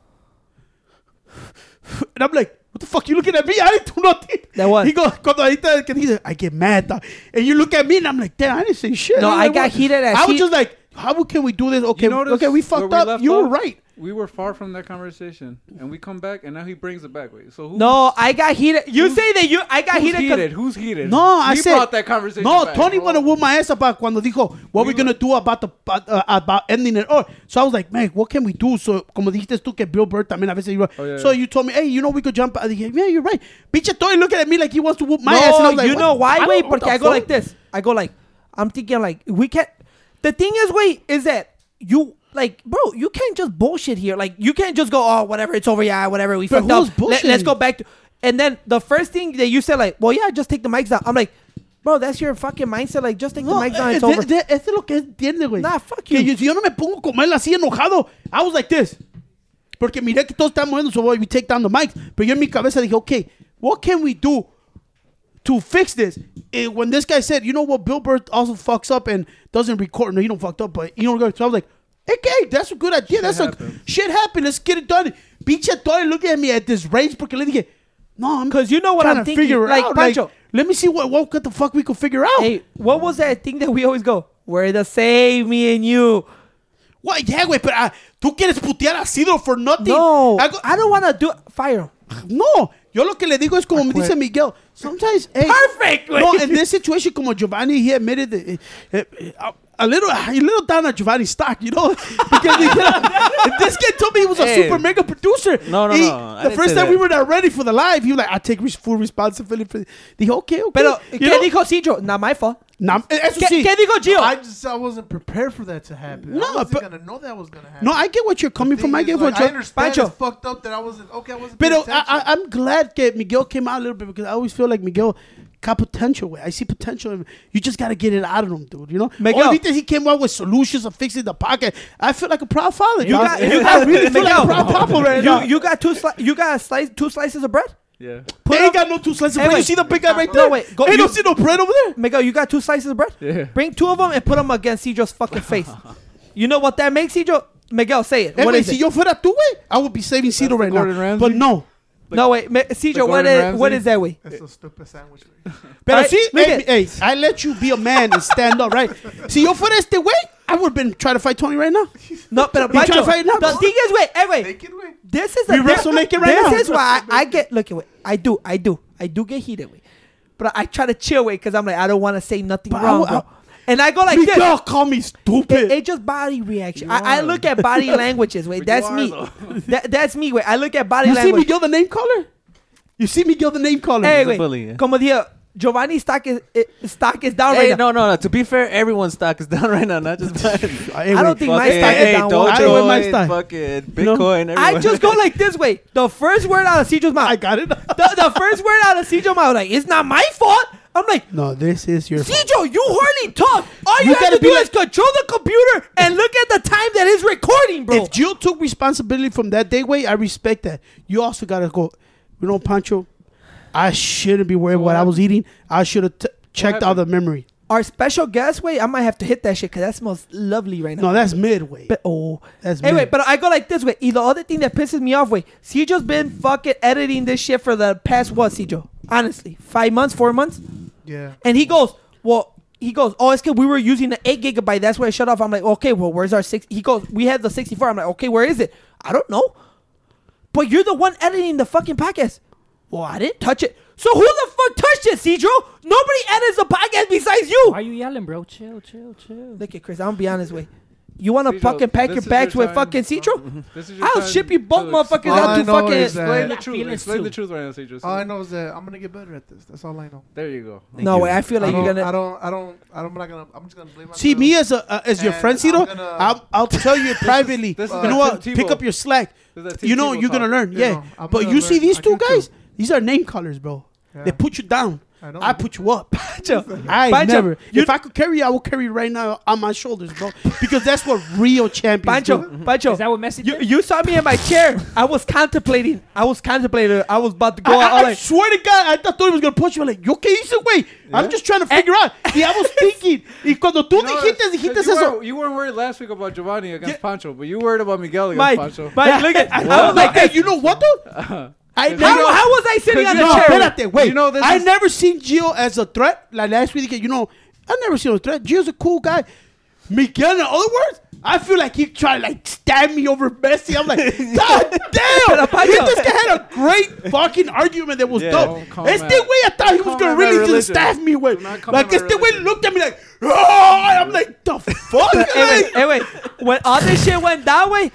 B: [LAUGHS] And I'm like, What the fuck you looking at me? [LAUGHS] I didn't do nothing.
A: That what?
B: He goes, cuando ahí está, que dice, I get mad, dog. And you look at me and I'm like, damn, I didn't say shit.
A: No,
B: I'm
A: I
B: like,
A: got
B: what?
A: heated at
B: I was
A: he-
B: just like, how can we do this? Okay,
D: notice
B: okay, we
D: where
B: fucked
D: we
B: up.
D: left
B: You were
D: off?
B: right.
D: We were far from that conversation, and we come back, and now he brings it back. Wait, so who?
A: No, I got heated. You
D: Who's-
A: say that you I got
D: who's
A: heated.
D: heated.
A: 'cause-
D: Who's heated?
B: No, I
D: he
B: said-
D: brought that conversation.
B: No,
D: back.
B: Tony wanna whoop my ass about cuando dijo, what we, gonna do about the uh, about ending it all. So I was like, man, what can we do? So como dijiste tú que Bill Burr también a veces iba.
D: Oh, yeah,
B: so
D: yeah.
B: you told me, hey, you know we could jump. I dije, yeah, you're right. Bitch, Tony looking at me like he wants to whoop my ass. And I
A: no,
B: was like,
A: you
B: what?
A: know why,
B: don't-
A: wait?
B: what
A: Porque
B: the
A: I go
B: fuck?
A: like this. I go like, I'm thinking like we can't. The thing is, wait, is that you like, bro? You can't just bullshit here. Like you can't just go, oh, whatever, it's over, yeah, whatever, we
B: But
A: fucked
B: who's
A: up. Let, let's
B: bullshitting?
A: go back to. And then the first thing that you said, like, well, yeah, just take the mics down. I'm like, bro, that's your fucking mindset. Like, just take
B: No,
A: the mics down.
B: eh,
A: It's
B: de-
A: over.
B: de- este es lo que entiende, güey.
A: Nah, fuck
B: Que
A: you.
B: yo, si yo no me pongo como él así enojado. I was like this. Porque miré que todos estaban moviendo su voz. We take down the mic. Pero yo en mi cabeza dije, okay, what can we do to fix this? Eh, when this guy said, you know what, Bill Burr also fucks up and doesn't record. No, you don't fucked up, but you know. So I was like, okay, that's a good idea. that's
D: happened.
B: a shit happened. Let's get it done. Pinche Tony looking at me at this rage porque le dije, no, I'm
A: Because you know what
B: trying
A: I'm
B: to
A: thinking.
B: figure it
A: like,
B: out.
A: Pancho,
B: let me see what, what the fuck we could figure out.
A: hey, what was that thing that we always go? We're the same, me and you.
B: Why, yeah, güey, pero ah, tú quieres putear a Sidro for nothing.
A: No,
B: I go-
A: I don't want to do fire. 'em.
B: no, yo lo que le digo es como me dice Miguel. Sometimes, hey,
A: Perfect, güey.
B: No, in this situation, como Giovanni, he admitted that, eh, eh, eh, a, a little, a little down on Giovanni's stock, you know, [LAUGHS] because he, this guy told me he was a
C: Hey.
B: super mega producer.
C: No, no,
B: He-
C: no, I
B: The
C: didn't
B: first
C: say
B: time
C: that.
B: we were not ready for the live, he was like, I take res- full responsibility for. Dije, okay, okay.
A: Pero,
B: You
A: ¿qué
B: know?
A: dijo Cedro? Not my fault.
B: Nah, eh, eso
A: ¿Qué,
B: sí.
A: ¿qué dijo Gio?
F: I just I wasn't prepared for that to happen.
B: No,
F: I wasn't
B: but-
F: gonna know that was gonna happen.
B: no, I get what you're coming
F: The
B: from.
F: thing
B: I
F: is,
B: get
F: like,
B: what
F: I
B: you're.
F: understand.
A: Pancho.
F: It's fucked up that I wasn't okay. I wasn't. paying
B: Pero I, I,
F: attention.
B: I'm glad that Miguel came out a little bit because I always feel like Miguel got potential. Wey. I see potential. In, you just got to get it out of him, dude. You know?
A: Miguel.
B: Or he came out with solutions of fixing the pocket. I feel like a proud father.
A: You got, you
B: I
A: got
B: really feel like a proud papa right now.
A: You, you got two sli- you got a slice two slices of bread.
D: Yeah.
B: ain't got no two slices of
A: Hey,
B: bread. You
A: wait.
B: see the big guy right
A: No,
B: there?
A: wait, go-
B: ain't no
A: you-
B: see no bread over there?
A: Miguel, you got two slices of bread.
D: Yeah.
A: Bring two of them and put them against Cedro's fucking face. [LAUGHS] you know what that makes, Cedro? Miguel, say it.
B: Hey,
A: what
B: wait,
A: is
B: si
A: it?
B: yo fuera tu way, I would be saving Cito right now.
D: Gordon Ramsay?
B: But no.
A: no wait, Ma- Cedro, what
D: Gordon
A: is what
D: Ramsay?
A: is that
B: [LAUGHS]
A: way?
F: That's a stupid sandwich.
A: Eh,
B: Pero
A: Right?
B: sí,
A: Look
B: hey,
A: at-
B: hey, I let you be a man and stand
A: [LAUGHS]
B: up, right? Si yo fuera este way, I would have been trying to fight Tony right now.
A: No, pero
B: You trying
A: Pancho,
B: to fight now?
A: the thing is, wait, hey, wait.
F: Naked way.
A: This is
B: We
A: a-
B: wrestle
A: this,
B: naked right now.
A: This is why I, I get look wait, I do, I do, I do get heated, wait. but I try to chill, wait, because I'm like I don't want to say nothing
B: But I
A: wrong,
B: w- I-
A: bro. and I go like this.
B: Miguel, call me
A: It,
B: stupid.
A: it's just body reaction. I, I look at body languages.
B: [LAUGHS]
A: Wait,
D: But you
A: that's
D: are,
A: me.
D: though.
A: [LAUGHS] That, that's me. Wait, I look at body
B: You see
A: language.
B: Miguel the name caller? You see Miguel the name caller?
A: hey,
C: He's a
A: wait.
C: bully, yeah.
A: Como dia, Giovanni stock is it, stock is down right
C: Hey,
A: now.
C: no, no, no. To be fair, everyone's stock is [LAUGHS] down right now, not
B: [LAUGHS]
C: just mine.
B: Hey,
A: I
B: wait.
A: don't think my
C: Fucking-
A: stock is
C: hey,
A: down.
C: Dogecoin,
A: one.
B: I went my stock.
C: Fucking Bitcoin.
A: I
C: everywhere.
A: just go like this way. The first word out of Cedro's mouth.
B: I got it.
A: the, the first word out of Cedro's mouth. Like it's not my fault. I'm like.
B: [LAUGHS] no, this is your.
A: Cedro, you hardly talk. All you,
B: You
A: have
B: gotta
A: to do
B: be
A: is control the computer and look at the time that is recording, bro.
B: If you took responsibility from that day, way I respect that. You also gotta go. You know, Pancho, I shouldn't be worried what I was eating. I should have t- checked out the memory.
A: Our special guest, wait, I might have to hit that shit because that smells lovely right now.
B: No, that's midway.
A: But oh,
B: That's
A: anyway.
B: mid.
A: But I go like this way. And the other thing that pisses me off, wait, Cedro's been fucking editing this shit for the past what, Cedro? Honestly, five months, four months,
F: Yeah.
A: and he goes, well, he goes, oh, it's because we were using the eight gigabyte. That's why I shut off. I'm like, okay, well, where's our six? He goes, we had the sixty four. I'm like, okay, where is it? I don't know. But you're the one editing the fucking podcast. Well, I didn't touch it. So who the fuck touched it, Cedro? Nobody edits the podcast besides you.
E: Why are you yelling, bro? Chill, chill, chill.
A: Look at Chris. I'm gonna be honest with you. You want to
D: Cedro,
A: fucking pack
D: this
A: your
D: is
A: bags
D: your
A: with
D: time. Mm-hmm.
A: fucking Cedro?
D: This is your
A: I'll
D: time
A: ship you both
D: to
A: motherfuckers
D: explain-
F: All
A: out
F: I
A: to
F: know is
A: fucking.
F: that-
D: Explain the
E: Yeah,
D: truth.
E: feelings
D: Explain the
E: too.
D: truth right now, Cedric.
F: All I know is that I'm gonna get better at this. That's all I know.
D: There you go.
C: Thank
A: No
C: you.
A: way. I feel
F: I
A: like
F: don't,
A: you're
F: I
A: gonna.
F: don't. I don't. I don't. I'm not gonna. I'm just gonna blame myself.
B: See me as a uh, as your
F: And
B: friend, Cito.
F: I'm gonna-
B: I'll, I'll tell you privately.
D: [LAUGHS] this is
B: you
D: that
B: know what?
D: Tim
B: Pick
D: Tebow.
B: up your slack.
D: This is that Tim
B: You know
D: Tebow
B: you're gonna
D: talk.
B: learn.
F: You
B: Yeah,
F: know, I'm
B: but
F: gonna
B: you see
F: learn.
B: these
F: I
B: two
F: do too.
B: guys. These are name callers, bro.
F: Yeah.
B: They put you down.
F: I
A: ah,
F: know.
B: I put you up.
A: Pancho,
B: I
A: Pancho,
B: never.
A: you-
B: if I could carry, I would carry right now on my shoulders, [LAUGHS] bro. Because that's what real champions [LAUGHS] do.
A: Pancho, Pancho.
E: Is that what Messi
A: You,
E: did?
A: you saw me in my chair. I was contemplating. I was contemplating. I was about to go out.
B: I, I,
A: I'm
B: I
A: like,
B: swear to God, I thought Tony was gonna punch you. I'm like, yo, ¿qué hice, güey? I'm just trying to figure out. Y I was [LAUGHS] thinking. Y cuando tú
D: You know,
B: dijiste,
D: it's-
B: dijiste
D: 'cause you
B: eso.
D: Were, you weren't worried last week about Giovanni against Pancho, but you worried about Miguel against
A: Mike,
D: Pancho.
A: Mike, look at. I was like,
B: hey, you know what, though? [LAUGHS] I
A: How,
B: never.
A: how was I sitting on a
B: no,
A: chair?
B: espérate, wait.
D: You know, this
B: I
D: is-
B: never seen Gio as a threat. Like last week, you know, I never seen him as a threat. Gio's a cool guy. Miguel, in other words, I feel like he tried to like stab me over Messi. I'm like,
D: [LAUGHS]
B: God damn!
A: Papayo.
B: this guy had a great fucking argument that was
C: Yeah.
B: dope.
D: Don't call
B: Este
D: him
B: way
D: out.
B: I thought he was
D: Call
B: gonna
D: him out
B: really just
D: religion.
B: stab me with.
D: Do not call
B: Like
D: him out
B: este way
D: religion.
B: looked at me like, oh! I'm like, the fuck?
A: hey,
B: like?
A: wait, hey, wait. When all this shit went that way,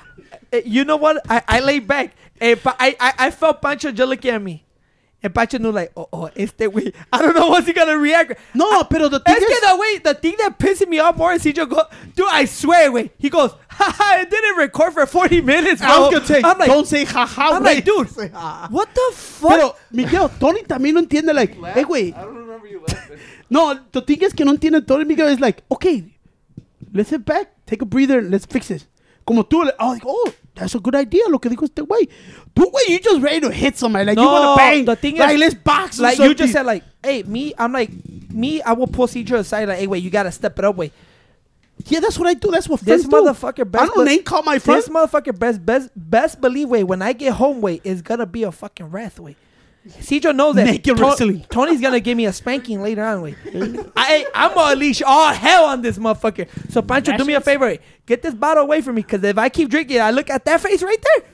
A: eh, you know what? I, I laid back. And pa- I, I, I felt Pancho just looking at me. And Pancho knew, like, oh, oh, it's the way. I don't know what's he going to react.
B: No, pero the thing
A: Es
B: is,
A: que the way, the thing that pisses me off more is he just go, dude, I swear, wait. He goes, haha, it didn't record for 40 minutes, bro.
B: I was gonna say,
A: I'm like,
B: don't say haha.
A: I'm like,
B: wait.
A: dude, what the fuck?
B: Pero, Miguel, Tony también no entiende, like, hey, güey.
D: I don't remember you laughing.
B: No, the thing is que no entiende Tony Miguel. It's like, okay, let's sit back, take a breather, and let's fix it. Como tú, like, oh, like, oh, that's a good idea, lo que dijo este güey. Tú, güey, you just ready to hit somebody. Like, you
A: No,
B: want to bang.
A: the thing
B: like,
A: is-
B: let's box. or
A: like you just
B: something.
A: said, like, hey, me, I'm like, me, I will pull Cedro aside, like, hey, wait, you gotta step it up, wait.
B: yeah, that's what I do. That's what
A: This
B: friends do.
A: motherfucker best
B: I don't
A: be-
B: name call my
A: This
B: friends.
A: motherfucker best best best believe wait when I get home wait is gonna be a fucking wrath wait. Cedro knows that
B: Naked wrestling.
A: [LAUGHS] Tony's gonna give me a spanking later on
B: [LAUGHS]
A: wait. I I'm gonna unleash all hell on this motherfucker. So Pancho,
E: That
A: do me a
E: shit's-
A: favor, wait. get this bottle away from me because if I keep drinking, I look at that face right there.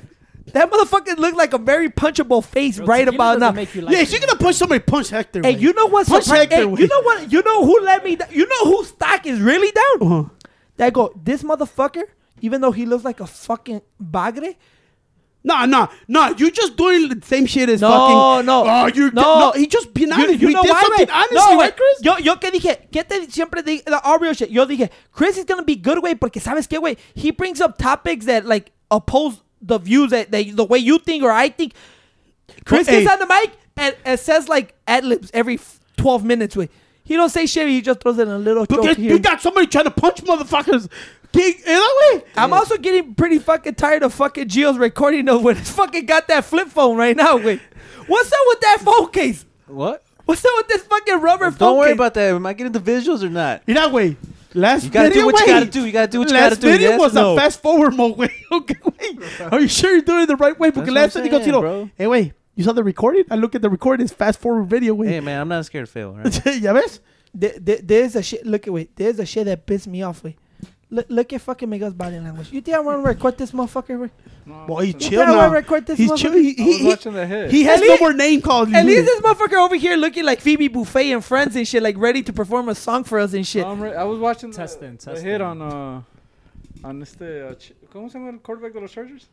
A: That motherfucker looked like a very punchable face
E: Bro,
A: right
E: tequila
A: about
E: doesn't
A: now.
E: make you like
B: Yeah,
E: it,
B: if you're going to punch somebody, punch Hector.
A: Hey,
B: güey.
A: you know what?
B: Punch
A: surpri-
B: Hector,
A: hey,
B: güey.
A: you know what? You know who let me? Down? You know whose stock is really down?
B: Uh-huh.
A: That go. This motherfucker, even though he looks like a fucking bagre,
B: Nah, nah, nah. You just doing the same shit as
A: No,
B: fucking.
A: no.
B: Oh, you're
A: No.
B: no. He just being
A: You,
B: honest.
A: you
B: we
A: know
B: did
A: why,
B: something
A: güey?
B: honestly,
A: no, güey.
B: right, Chris?
A: Yo, yo que dije, ¿qué te siempre dije? The all real shit. Yo dije, Chris is gonna be good, way, porque sabes qué, güey? He brings up topics that like oppose the views that, that the way you think or I think. Chris
B: Well,
A: gets
B: hey.
A: on the mic and, and says like ad libs every f- twelve minutes, way. He don't say shit. He just throws in a little
B: But
A: joke
B: there's-
A: here.
B: you got somebody trying to punch motherfuckers. King, you know, güey?
A: I'm also getting pretty fucking tired of fucking Gio's recording though when [LAUGHS] it's fucking got that flip phone right now. Wait, what's up with that phone case?
C: [LAUGHS] What?
A: What's up with this fucking rubber phone
C: Don't worry
A: case?
C: about that. Am I getting the visuals or not?
B: You know, güey. Last
C: You gotta
B: video,
C: do what you
B: güey.
C: gotta do. You gotta do what you
B: last
C: gotta do.
B: video
C: yes
B: was
C: or no?
B: a fast forward mode, [LAUGHS] güey. Okay, güey. Are you sure you're doing it the right way? Because last
C: That's what I'm
B: time he goes, you
C: saying,
B: know,
C: bro.
B: hey, wait, you saw the recording? I look at the recording, it's fast forward video,
C: Hey
B: güey.
C: man, I'm not scared of fail. all
B: [LAUGHS]
C: Right?
B: ya ves?
A: There- there- there's a shit. Look at wait. There's a shit that pissed me off. Wait, look, look at fucking Miguel's body language. You think I want to record this motherfucker? Wait?
D: [LAUGHS] No,
B: Boy, he
D: I
A: You
B: chill
A: think I want
B: now.
A: to record this
B: He's
A: motherfucker?
B: chill. He,
D: was
B: he, he,
D: watching the hit.
B: he has
A: At
B: no
A: lea-
B: more name calls.
A: At least this motherfucker over here looking like Phoebe Buffet and Friends and shit, like ready to perform a song for us and shit.
D: No, I'm re- I was watching the,
E: Testing,
D: the
E: testing.
D: hit on uh on este uh, Ch- ¿Cómo se llama el quarterback de los Chargers?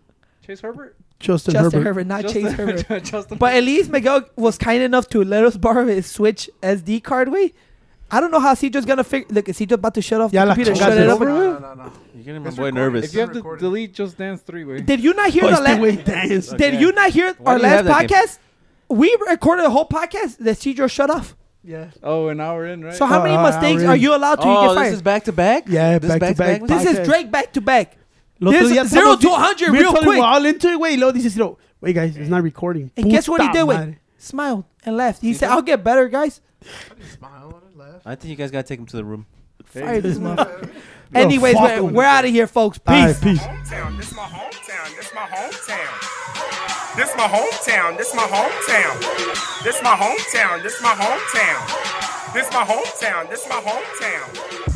D: Chase Herbert.
B: Justin,
A: Justin
B: Herbert.
A: Herbert, not Ah, Chase Herbert.
D: [LAUGHS] Justin
A: But at least Miguel was kind enough to let us [LAUGHS] borrow his Switch SD card. Wait, I don't know how Cedro's gonna figure. Look, Cedro about to shut off
B: Ya
A: the
B: la
A: computer.
B: chingaste,
A: Shut it
B: bro.
A: up.
F: No, no, no.
C: You're getting my
F: It's
C: boy
F: recorded.
C: nervous.
D: If you have to
F: Recording.
D: delete Just Dance three way.
A: Did you not hear
B: Oh,
A: the
B: este
A: last?
B: güey dance.
A: Did
C: Okay.
A: you not hear
C: Why
A: our
C: do you
A: last
C: have that game?
A: podcast? We recorded a whole podcast that Cedro shut off.
F: Yeah.
D: Oh, an hour in, right?
A: So how
B: Oh,
A: many
B: oh,
A: mistakes
B: really?
A: are you allowed to
C: oh,
A: get
C: this
A: fired?
C: is back to back.
B: Yeah,
C: this
B: back to back.
A: This
B: podcast.
A: is Drake back to back.
B: Lo otro
A: This-
B: día
A: zero
B: estamos-
A: to 100
B: me
A: real
B: totally
A: quick.
B: We're all into it, güey. Y luego dices, you know, wait, guys, it's not recording.
A: And guess what he
B: Puta
A: did? Wait,
B: madre.
A: smiled and left. He said, "I'll get better, guys."
F: Smile and laugh.
C: I think you guys gotta take him to the room.
A: Fire this motherfucker.
B: Yo,
A: Anyways,
B: fuck
A: we're,
B: him.
A: we're out of here, folks.
B: All right,
A: Peace.
B: peace.
I: hometown. This my hometown. This my hometown. This my hometown. This my hometown. This my hometown. This my hometown. This my hometown. This my hometown.